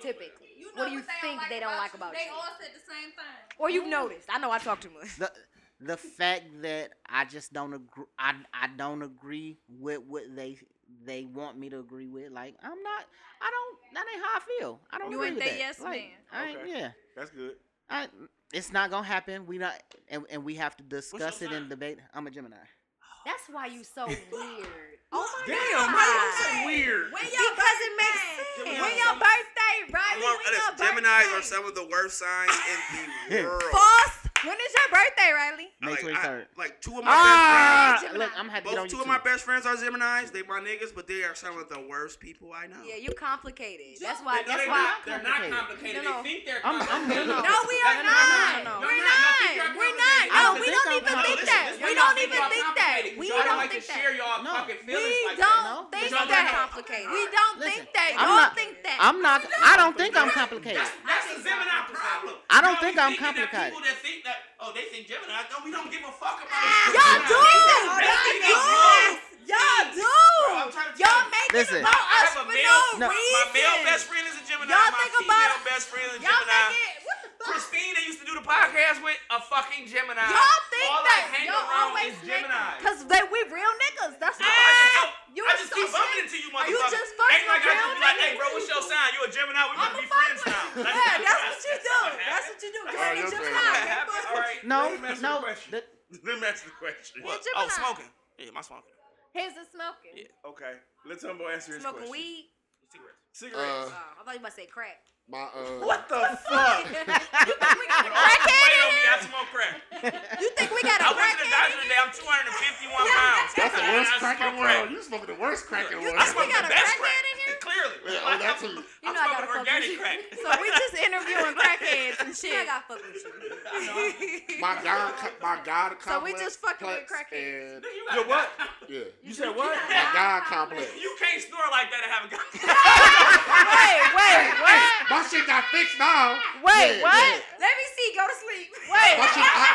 S2: Typically, what do you think they don't like about you?
S6: said the same thing.
S2: Or you've noticed? I know I talk too much.
S3: the the fact that I just don't agree. I I don't agree with what they they want me to agree with. Like I'm not. I don't. That ain't how I feel. I don't.
S6: You
S3: agree
S6: ain't
S3: with
S6: that
S3: that
S6: yes
S3: Like,
S6: man.
S3: I ain't,
S1: Okay.
S3: Yeah.
S1: That's good.
S3: I. It's not gonna happen. We not. And, and we have to discuss it
S4: sign?
S3: and debate. I'm a Gemini.
S2: That's why you so weird.
S6: Oh my
S1: Damn,
S6: God.
S1: how you so weird?
S6: When your
S2: because it makes
S4: Gemini.
S2: sense.
S6: when your birthday, right?
S4: Come on,
S6: when your
S4: listen, Geminis
S6: birthday?
S4: are some of the worst signs in the world.
S6: Boss, when is your birthday, Riley?
S3: May
S4: Like, I-
S3: twenty third.
S4: Like two of my
S3: Ah,
S4: best friends.
S3: look, I'm happy on
S4: Both two of my best friends are Geminis. They my niggas, but they are some of the worst people I know.
S2: Yeah, you complicated. That's
S4: They-
S2: why.
S4: no,
S2: That's
S4: they're
S2: why.
S4: Not, they're not complicated.
S2: No, no.
S4: They think they're
S3: I'm- I'm-
S4: complicated.
S3: no, no.
S6: No, we are not.
S2: no, no, no.
S6: We're
S4: You're not. Y'all think
S6: not. We're
S4: y'all complicated.
S6: not.
S4: I
S6: Oh,
S3: don't
S6: we
S3: think
S6: don't
S3: I'm
S6: even think
S3: complicated.
S6: that.
S4: Listen,
S6: We
S4: listen,
S6: don't
S4: y'all
S6: even think that.
S4: complicated,
S6: We
S4: 'cause y'all
S6: don't
S4: like
S6: think
S4: to share
S6: that.
S4: y'all
S3: No.
S4: fucking
S6: We
S4: feelings like that.
S3: No.
S6: don't think
S4: Y'all think
S6: that.
S4: I'm
S2: complicated.
S6: We don't
S3: Listen,
S6: think that.
S3: I'm
S6: Y'all
S3: not-
S6: think that.
S3: I'm not. I don't think I'm complicated.
S4: That's, that's a Gemini problem.
S3: I don't
S4: Y'all
S3: think
S4: be
S3: I'm
S4: thinking that
S3: complicated.
S4: People that think that oh they think Gemini. No, we don't give a fuck about
S6: Ah! Y'all
S4: Gemini.
S6: do.
S4: They think
S6: Y'all do.
S4: that's wrong.
S6: Y'all do.
S4: I'm trying to tell
S6: Y'all
S4: you.
S6: making
S3: Listen.
S6: it about
S4: I
S6: us
S4: have a
S6: for
S4: male,
S6: no
S4: my- my male
S6: reason.
S4: best friend is a Gemini.
S6: Y'all
S4: my
S6: think
S4: female
S6: about-
S4: best friend is a
S6: Y'all
S4: Gemini.
S6: make it. What the fuck?
S4: Christine that used to do the podcast with a fucking Gemini.
S6: Y'all think
S4: All
S6: that
S4: I hang
S6: y'all
S4: around
S6: always
S4: is Gemini.
S6: Cause they we real niggas. That's
S4: No,
S6: why.
S4: I just, don't-
S6: you
S4: I just
S6: so
S4: keep
S6: shit.
S4: bumping into you,
S6: Are
S4: motherfucker.
S6: you just fucking
S4: Ain't like I
S6: real
S4: just be like,
S6: nigga?
S4: hey, bro, what's your sign? You a Gemini? We
S6: I'm
S4: gonna
S6: a
S4: be
S6: fuck
S4: friends
S6: with
S4: now.
S6: you. Yeah, that's what you do. That's what you do. You
S5: Oh,
S6: ain't a
S5: you're
S6: Gemini.
S5: fair.
S6: Get
S4: All
S6: fucked.
S4: right.
S3: No,
S1: Let him answer the
S3: no.
S1: question.
S3: the-
S1: Let me answer the question.
S4: What?
S6: Gemini.
S4: Oh, smoking. Yeah, my smoking.
S6: His is smoking.
S4: Yeah.
S1: Okay, let Tumbo answer his
S2: Smoking
S1: question.
S2: weed.
S4: Cigarettes.
S1: Cigarettes.
S5: Uh,
S2: Oh, I thought you about to say crack.
S5: my uh,
S1: what the fuck?
S4: Wait on me. I smoke crack.
S6: You think we got a
S4: I went to
S6: crack
S4: the
S6: in
S4: doctor
S6: here?
S4: today. I'm 251 pounds.
S5: That's the
S4: And
S5: worst
S4: I
S5: crack in
S4: smoke
S5: the world. You smoking the worst crack in the world.
S4: I smoke
S6: got
S4: the
S6: a
S4: best
S6: crackhead
S4: crack.
S6: in here?
S4: Clearly.
S5: Yeah, oh,
S4: Like,
S5: that
S4: I'm,
S5: too.
S4: I'm
S2: You know I gotta
S4: smoking
S2: fuck with
S4: organic
S2: you.
S4: crack.
S6: So we just interviewing crackheads and
S2: Shit, I
S6: shit.
S2: got fuck with you.
S5: My God, co- my God complex.
S6: So we just fucking with
S5: complex
S6: crackheads.
S5: and-
S4: You
S1: Yo,
S4: got-
S1: what?
S5: Yeah,
S1: You said what?
S5: my God complex.
S4: You can't snore like that and have a gun.
S6: Wait, wait, wait,
S5: My shit got fixed now.
S6: wait,
S5: Yeah,
S6: what?
S5: yeah.
S2: Let me see. Go to sleep.
S6: Wait,
S5: My shit, I,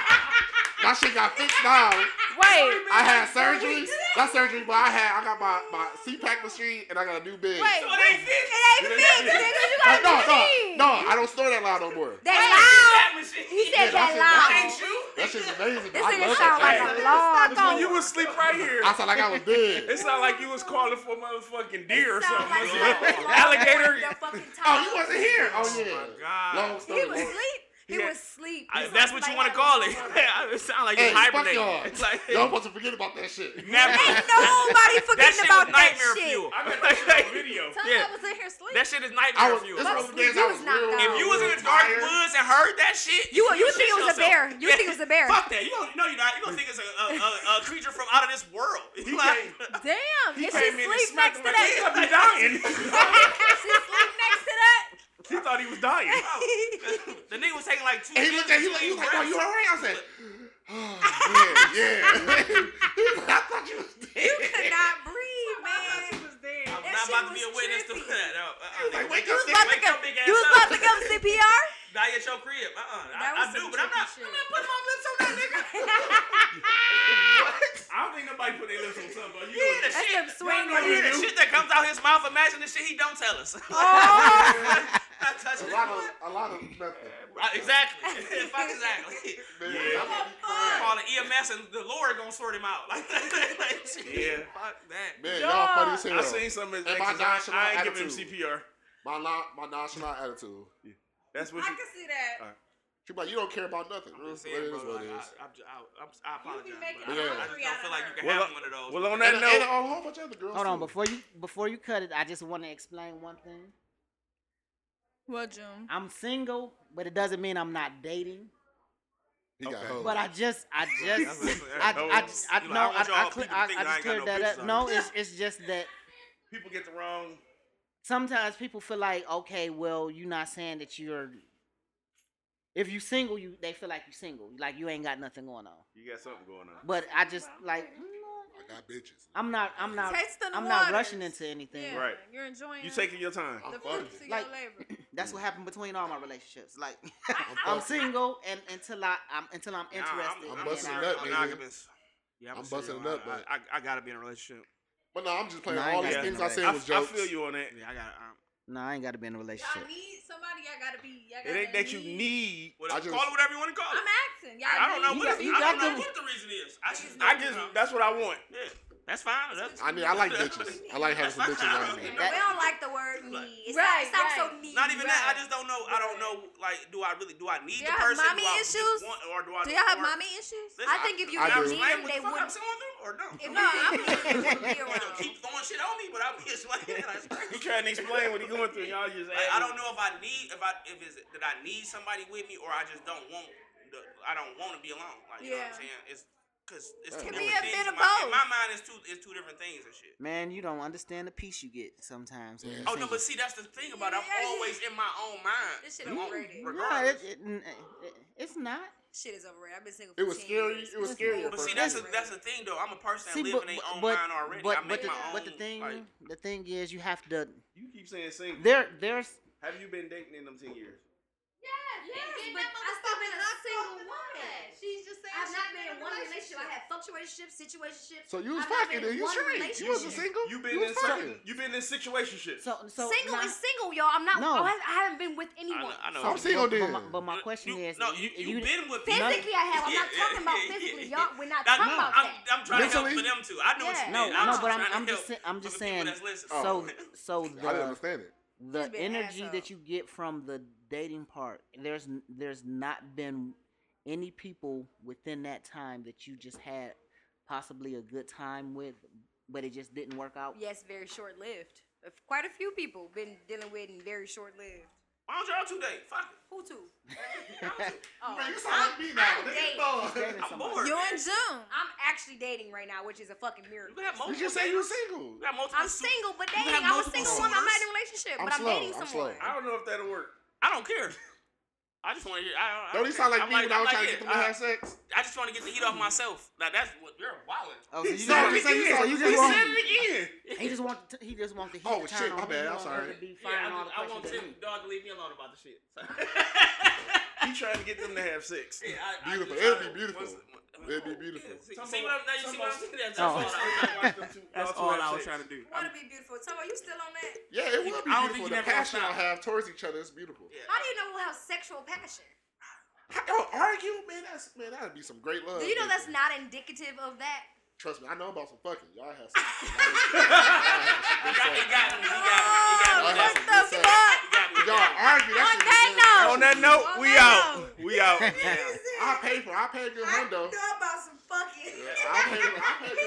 S5: my shit got fixed now.
S6: wait,
S5: I had surgery. That surgery, but I had I got my my CPAC machine and I got a new bed.
S6: wait,
S9: what they fix.
S2: It ain't
S5: It ain't
S2: fixed,
S5: fixed.
S2: nigga. You
S5: No,
S2: gotta
S5: no,
S2: be
S5: no,
S2: clean.
S5: no, I don't snore that loud no more.
S2: That
S9: Hey,
S2: loud.
S9: that machine.
S2: He said
S5: Yeah,
S2: that
S5: that's
S2: loud.
S9: Ain't you?
S5: That shit's amazing.
S2: This
S5: I
S2: nigga
S5: love
S2: sound
S5: that
S2: like a
S5: thing.
S2: log.
S4: This one, you was asleep right here.
S5: I sound like I was dead.
S4: It's not like you was calling for motherfucking deer or
S2: Sound
S4: something.
S2: like
S4: was
S2: he
S4: it?
S2: was walking
S4: Alligator. Oh,
S2: with the fucking
S5: Oh,
S2: top.
S5: you wasn't here. Oh yeah.
S4: God.
S5: Long
S2: He
S5: story.
S2: was
S5: long-
S2: asleep. He
S4: Yeah.
S2: was asleep.
S4: I,
S2: He
S4: that's
S2: was
S4: what you
S2: like
S4: want to
S2: that
S4: call
S2: little
S4: it.
S2: motherfucker.
S4: it sound like
S5: Hey,
S4: you're
S5: fuck
S4: hibernating.
S5: y'all.
S4: It's like
S5: y'all supposed to forget about that shit.
S4: nap-
S2: Ain't nobody
S4: that
S2: forgetting
S4: shit
S2: about
S4: was
S2: that
S4: nightmare
S2: shit.
S4: fuel.
S1: I got that shit on video.
S6: Tell I
S4: Yeah.
S6: was in here sleeping.
S4: That shit is
S5: I
S4: nightmare
S5: was,
S4: fuel.
S5: this
S2: Fuck
S5: was
S2: you,
S5: the
S2: you
S5: days
S2: was
S5: I was
S2: knocked
S5: real.
S2: out.
S4: If you was in the dark
S5: tired.
S4: woods and heard that shit,
S2: You- you
S4: would
S2: think
S4: shit
S2: it was a
S4: yourself.
S2: bear. You think it was a bear.
S4: Fuck that. You don't, no, you're not. You gonna think it's a, a, a, a creature from out of this world. You like,
S6: Damn, did she
S4: came in and
S6: sleep next
S4: smacked
S6: to that?
S4: him like,
S6: Did
S4: "Nigga, I'm dying.
S6: she sleep next to that?
S1: He thought he was dying.
S4: the nigga was taking like two.
S5: And he looked at he like, he was like, oh, you all
S4: breaths.
S5: right? I said, oh, yeah, yeah. He was like, I thought you was dead.
S6: You could not breathe, man. That
S4: I'm not
S6: shit
S4: about to be
S6: was
S4: a witness to
S6: trippy.
S4: that. No, uh-uh.
S5: was like, wake
S4: You
S5: up, nigga,
S4: was about to
S5: wake
S4: go- big ass
S6: You was about
S4: up.
S6: to give CPR?
S4: Die at your crib. Uh uh
S6: That was
S4: I, I do,
S6: some
S4: but I'm
S6: trippy
S4: not. I'm
S6: shit.
S4: not putting my lips on that nigga.
S1: I don't think nobody put their lips on something. but You
S4: You hear the
S1: know,
S6: That's
S4: shit.
S6: some swing Oh.
S4: You hear the shit that comes out his mouth. Imagine the shit he don't tell us. I touch
S5: A
S4: it.
S5: lot of, a lot of nothing.
S4: Right, Exactly. Fuck exactly.
S5: Man,
S1: Yeah.
S5: I'm gonna be
S4: Call
S5: crying.
S4: the EMS and the Lord gonna sort him out. Like, like shit.
S1: Yeah.
S4: Fuck that.
S5: Man, y'all funny as hell.
S1: I seen some of his
S5: And my
S1: exes. I, I ain't
S5: nonchalant
S1: giving him CPR.
S5: attitude. my, non, my nonchalant attitude.
S1: That's what
S6: I
S1: she,
S6: can see that.
S5: She be like, you don't care about nothing.
S4: I'm
S5: That's what
S4: just
S5: it
S4: saying,
S5: is
S4: bro.
S5: what
S4: Like,
S5: it
S4: I,
S5: is.
S4: I, I, I'm- I apologize.
S6: You be making
S5: a
S4: but I, I
S6: mockery
S4: just don't
S6: out
S4: feel
S6: of
S4: like you
S6: her.
S4: can
S1: well,
S4: have
S5: uh,
S4: one of those.
S1: well, on that
S5: And, and,
S1: note,
S5: a whole bunch of other girls.
S3: Hold on,
S5: too.
S3: before you before you cut it, I just want to explain one thing.
S6: Well, June.
S3: I'm single, but it doesn't mean I'm not dating.
S5: He got
S1: Okay.
S5: hoes.
S3: But I just, I
S4: That's what I'm
S3: just,
S4: saying.
S3: I, I,
S1: Hoes.
S3: I,
S4: You
S3: no,
S4: like, I
S3: I,
S4: want y'all
S3: I, cle-
S4: people to
S3: I,
S4: think
S3: I
S4: that I
S3: just
S4: ain't got
S3: cleared
S4: no
S3: that
S4: bitches
S3: up.
S4: on
S3: No,
S4: me.
S3: it's, it's just that
S1: people get the wrong.
S3: sometimes people feel like, okay, well, you're not saying that you're. If you single, you they feel like you single, like you ain't got nothing going on.
S1: You got something going on.
S3: But I just like,
S5: I got bitches.
S3: I'm not, I'm not,
S6: Taste of the
S3: I'm not
S6: waters.
S3: rushing into anything.
S6: Yeah,
S1: Right.
S6: You're enjoying
S1: You taking your time.
S5: I'm
S6: the
S5: funny.
S6: fruits of
S3: Like-
S6: your labor.
S3: That's what happened between all my relationships. Like, I'm
S5: I'm
S3: single and until I, I'm until I'm
S4: Nah,
S3: interested.
S5: I'm
S3: and then
S5: busting
S3: I-
S5: it up, nigga.
S4: monogamous. Yeah,
S5: I'm
S4: a
S5: busting
S4: serial-
S5: it up,
S4: I,
S5: but-
S4: I, I, I gotta be in a relationship.
S5: But no, I'm just playing
S3: No, I
S5: all
S3: ain't
S5: these
S3: got
S5: things
S3: no
S5: I
S3: way.
S5: said
S1: I,
S5: was
S1: I
S5: jokes.
S1: feel you on that.
S4: Yeah, I gotta. um, I'm,
S3: No, I ain't got to be in a
S6: Y'all
S3: relationship.
S6: need somebody. Y'all gotta be. Y'all
S1: It
S6: gotta
S1: ain't that you
S6: need-
S1: need.
S4: whatever,
S5: just-
S4: call it whatever you want to call
S6: I'm
S4: it.
S6: asking. Y'all
S4: I don't know
S6: need-
S4: what,
S3: got-
S4: it-
S3: you
S4: I
S3: got
S4: don't know
S3: the-
S4: what the reason is. I just know.
S1: I just that's what I want.
S4: yeah, that's fine. That's,
S5: I mean, I like bitches. I like having some
S4: That's
S5: bitches
S4: not-
S5: around me.
S2: We don't like the word need. It's
S6: Right,
S2: not, it's not
S6: right.
S2: so need.
S4: not even that. I
S6: Right.
S4: just don't know. I don't know. Like, do I really? Do I need
S6: Do y'all
S4: the
S6: have
S4: person?
S6: mommy
S4: do I
S6: issues?
S4: Just want, or do I?
S6: Do y'all have
S4: or-
S6: mommy issues?
S4: Listen,
S2: I think if you
S5: I
S2: don't
S5: do.
S2: need
S4: I
S2: them,
S4: ain't
S2: they
S4: with the fuck
S2: wouldn't.
S4: I'm going through, or no?
S2: If no, I'm they wouldn't be
S4: You know,
S2: around.
S4: keep throwing shit on me, but I'll be explaining. That's
S1: You
S4: crazy.
S1: trying to explain what he going through? Y'all just.
S4: Like, I don't know if I need if I if it's that I need somebody with me or I just don't want the, I don't want to be alone. Like you know what
S6: Yeah.
S4: I'm saying? It's because it's
S5: It
S4: two
S5: can
S4: different
S5: be
S6: a
S4: things.
S6: bit
S4: in
S6: of
S4: my, in
S6: both.
S4: my mind, it's two it's two different things and shit.
S3: Man, you don't understand the peace you get sometimes. When
S5: Yeah.
S3: you're
S4: Oh no,
S3: single.
S4: but see that's the thing about it. I'm
S6: Yeah, yeah, yeah.
S4: always in my own mind.
S2: This shit
S4: Mm.
S2: overrated.
S4: Right.
S3: No, it,
S4: regardless.
S3: it, n- it, it's not.
S2: Shit is overrated. I've been single for
S5: It was
S2: 10
S5: scary.
S2: years.
S5: It was scary. at
S4: But see
S5: first.
S4: that's a, that's the thing though. I'm a person that live in their own mind already.
S3: but,
S4: I
S3: but,
S4: make
S3: the,
S4: my own.
S3: but the thing,
S4: like,
S3: the thing is, you have to.
S1: You keep saying single.
S3: There, there's.
S1: Have you been dating in them ten years?
S2: Yes, but I still been a single woman.
S6: She's just saying
S2: I've not been in one relationship. I had fluctuationship, situationships.
S5: So you was
S2: I've not
S5: fucking
S2: been
S5: and
S2: in
S5: you
S2: one
S5: straight. You wasn't
S2: relationship.
S5: single.
S1: You been
S5: was
S1: in
S5: fucking.
S1: some, you been in situationships.
S3: So, so
S2: single
S3: nah,
S2: is single, y'all. I'm not.
S3: No.
S2: I haven't- I haven't been with
S4: I know,
S2: anyone.
S4: I know.
S5: I'm
S4: You-
S5: single
S3: but, but,
S5: then.
S3: my, but my
S4: you-
S3: question
S4: you-
S3: is,
S4: no, you you been with people.
S2: Physically, I have. I'm not
S4: Yeah,
S2: talking about
S4: yeah, yeah,
S2: physically,
S4: yeah.
S2: y'all. We're not
S4: That-
S2: talking about
S4: I'm,
S2: that.
S4: I'm trying to help
S5: Mentally?
S4: for them too. I know what
S2: Yeah.
S4: you
S3: no,
S4: mean.
S3: no, but I'm,
S4: trying to
S3: I'm just,
S4: help
S3: say- I'm just
S4: for the people
S3: saying.
S4: that's listening. Oh.
S3: So, so
S5: I didn't
S3: the
S5: understand it.
S3: the
S2: She's been an
S3: energy that you
S2: asshole.
S3: get from the dating part, there's n- there's not been any people within that time that you just had possibly a good time with, but it just didn't work out.
S2: Yes, very short lived. Quite a few people been dealing with and very short lived.
S4: Why don't y'all two date? Fuck it.
S2: Who to?
S5: Man,
S2: Oh,
S5: you sound like me now.
S2: I'm
S5: This is
S2: dating.
S5: fun.
S3: Dating
S4: I'm
S3: somebody.
S4: bored.
S6: You
S4: man.
S6: and June.
S2: I'm actually dating right now, which is a fucking
S4: You
S2: miracle.
S4: can have
S5: You
S4: multiple
S5: just say you were
S4: dates.
S5: single.
S4: You can have multiple
S2: I'm
S4: su-
S2: single, but
S4: You
S2: dating.
S4: have
S2: I'm a
S4: multiple
S2: single woman. I'm not in
S4: suitors?
S2: a relationship,
S5: I'm
S2: but I'm
S5: slow,
S2: dating
S5: I'm
S2: someone.
S5: slow.
S1: I don't know if that'll work.
S4: I don't care. I just want to hear. I, I,
S5: Don't he sound like
S4: I'm
S5: me when I was
S4: I'm
S5: trying to get them
S4: yeah,
S5: to have sex?
S4: I, I just want to get the heat off myself. Like that's what you're wilding.
S3: Oh, so
S5: He
S3: you
S5: said
S3: just want,
S5: it again.
S3: so you
S5: He
S3: just
S5: said
S3: want,
S1: it again.
S3: he just want, the- he just want the heat
S5: Oh,
S3: to turn
S5: shit,
S3: on
S5: my
S3: him.
S5: bad,
S3: He
S5: I'm
S3: want her
S5: sorry.
S3: to be firing
S4: Yeah, I,
S3: all
S4: just,
S3: the
S4: I want
S3: questions
S4: Tim
S3: at him.
S4: dog to leave me alone about the shit.
S1: He trying to get them to have sex.
S4: Yeah, I- I
S5: Beautiful.
S4: just-
S5: It'd be beautiful.
S4: Once- once-
S5: It'd be beautiful.
S4: See, see what I'm, now you see what I'm saying? That's
S3: Oh.
S4: all I was trying to- That's all I was trying to do.
S2: Wanna be beautiful? Tell you still on that?
S5: Yeah, it will be
S4: I don't think
S5: beautiful.
S4: you
S5: The
S4: never gonna
S5: passion
S4: stop.
S5: I'll have towards each other is beautiful.
S4: Yeah.
S2: How do you know how sexual passion?
S5: I don't argue, man. That's man. That'd be some great love.
S2: Do you know
S5: baby.
S2: that's not indicative of that?
S5: Trust me, I know about some fucking. Y'all have some. y'all have
S4: He
S5: some
S4: got
S5: good
S4: me,
S5: sex.
S4: got me, he
S10: Oh,
S4: got me, he got me.
S10: what
S5: that's a good
S10: the
S5: sign.
S10: fuck?
S4: Got me.
S5: Y'all argue. That's
S10: On that note.
S1: On that note,
S10: On
S1: we
S10: that
S1: out.
S10: note.
S1: We out.
S5: I pay for. I pay good
S2: I
S5: hundo.
S2: know about some fucking.
S5: I pay. I pay good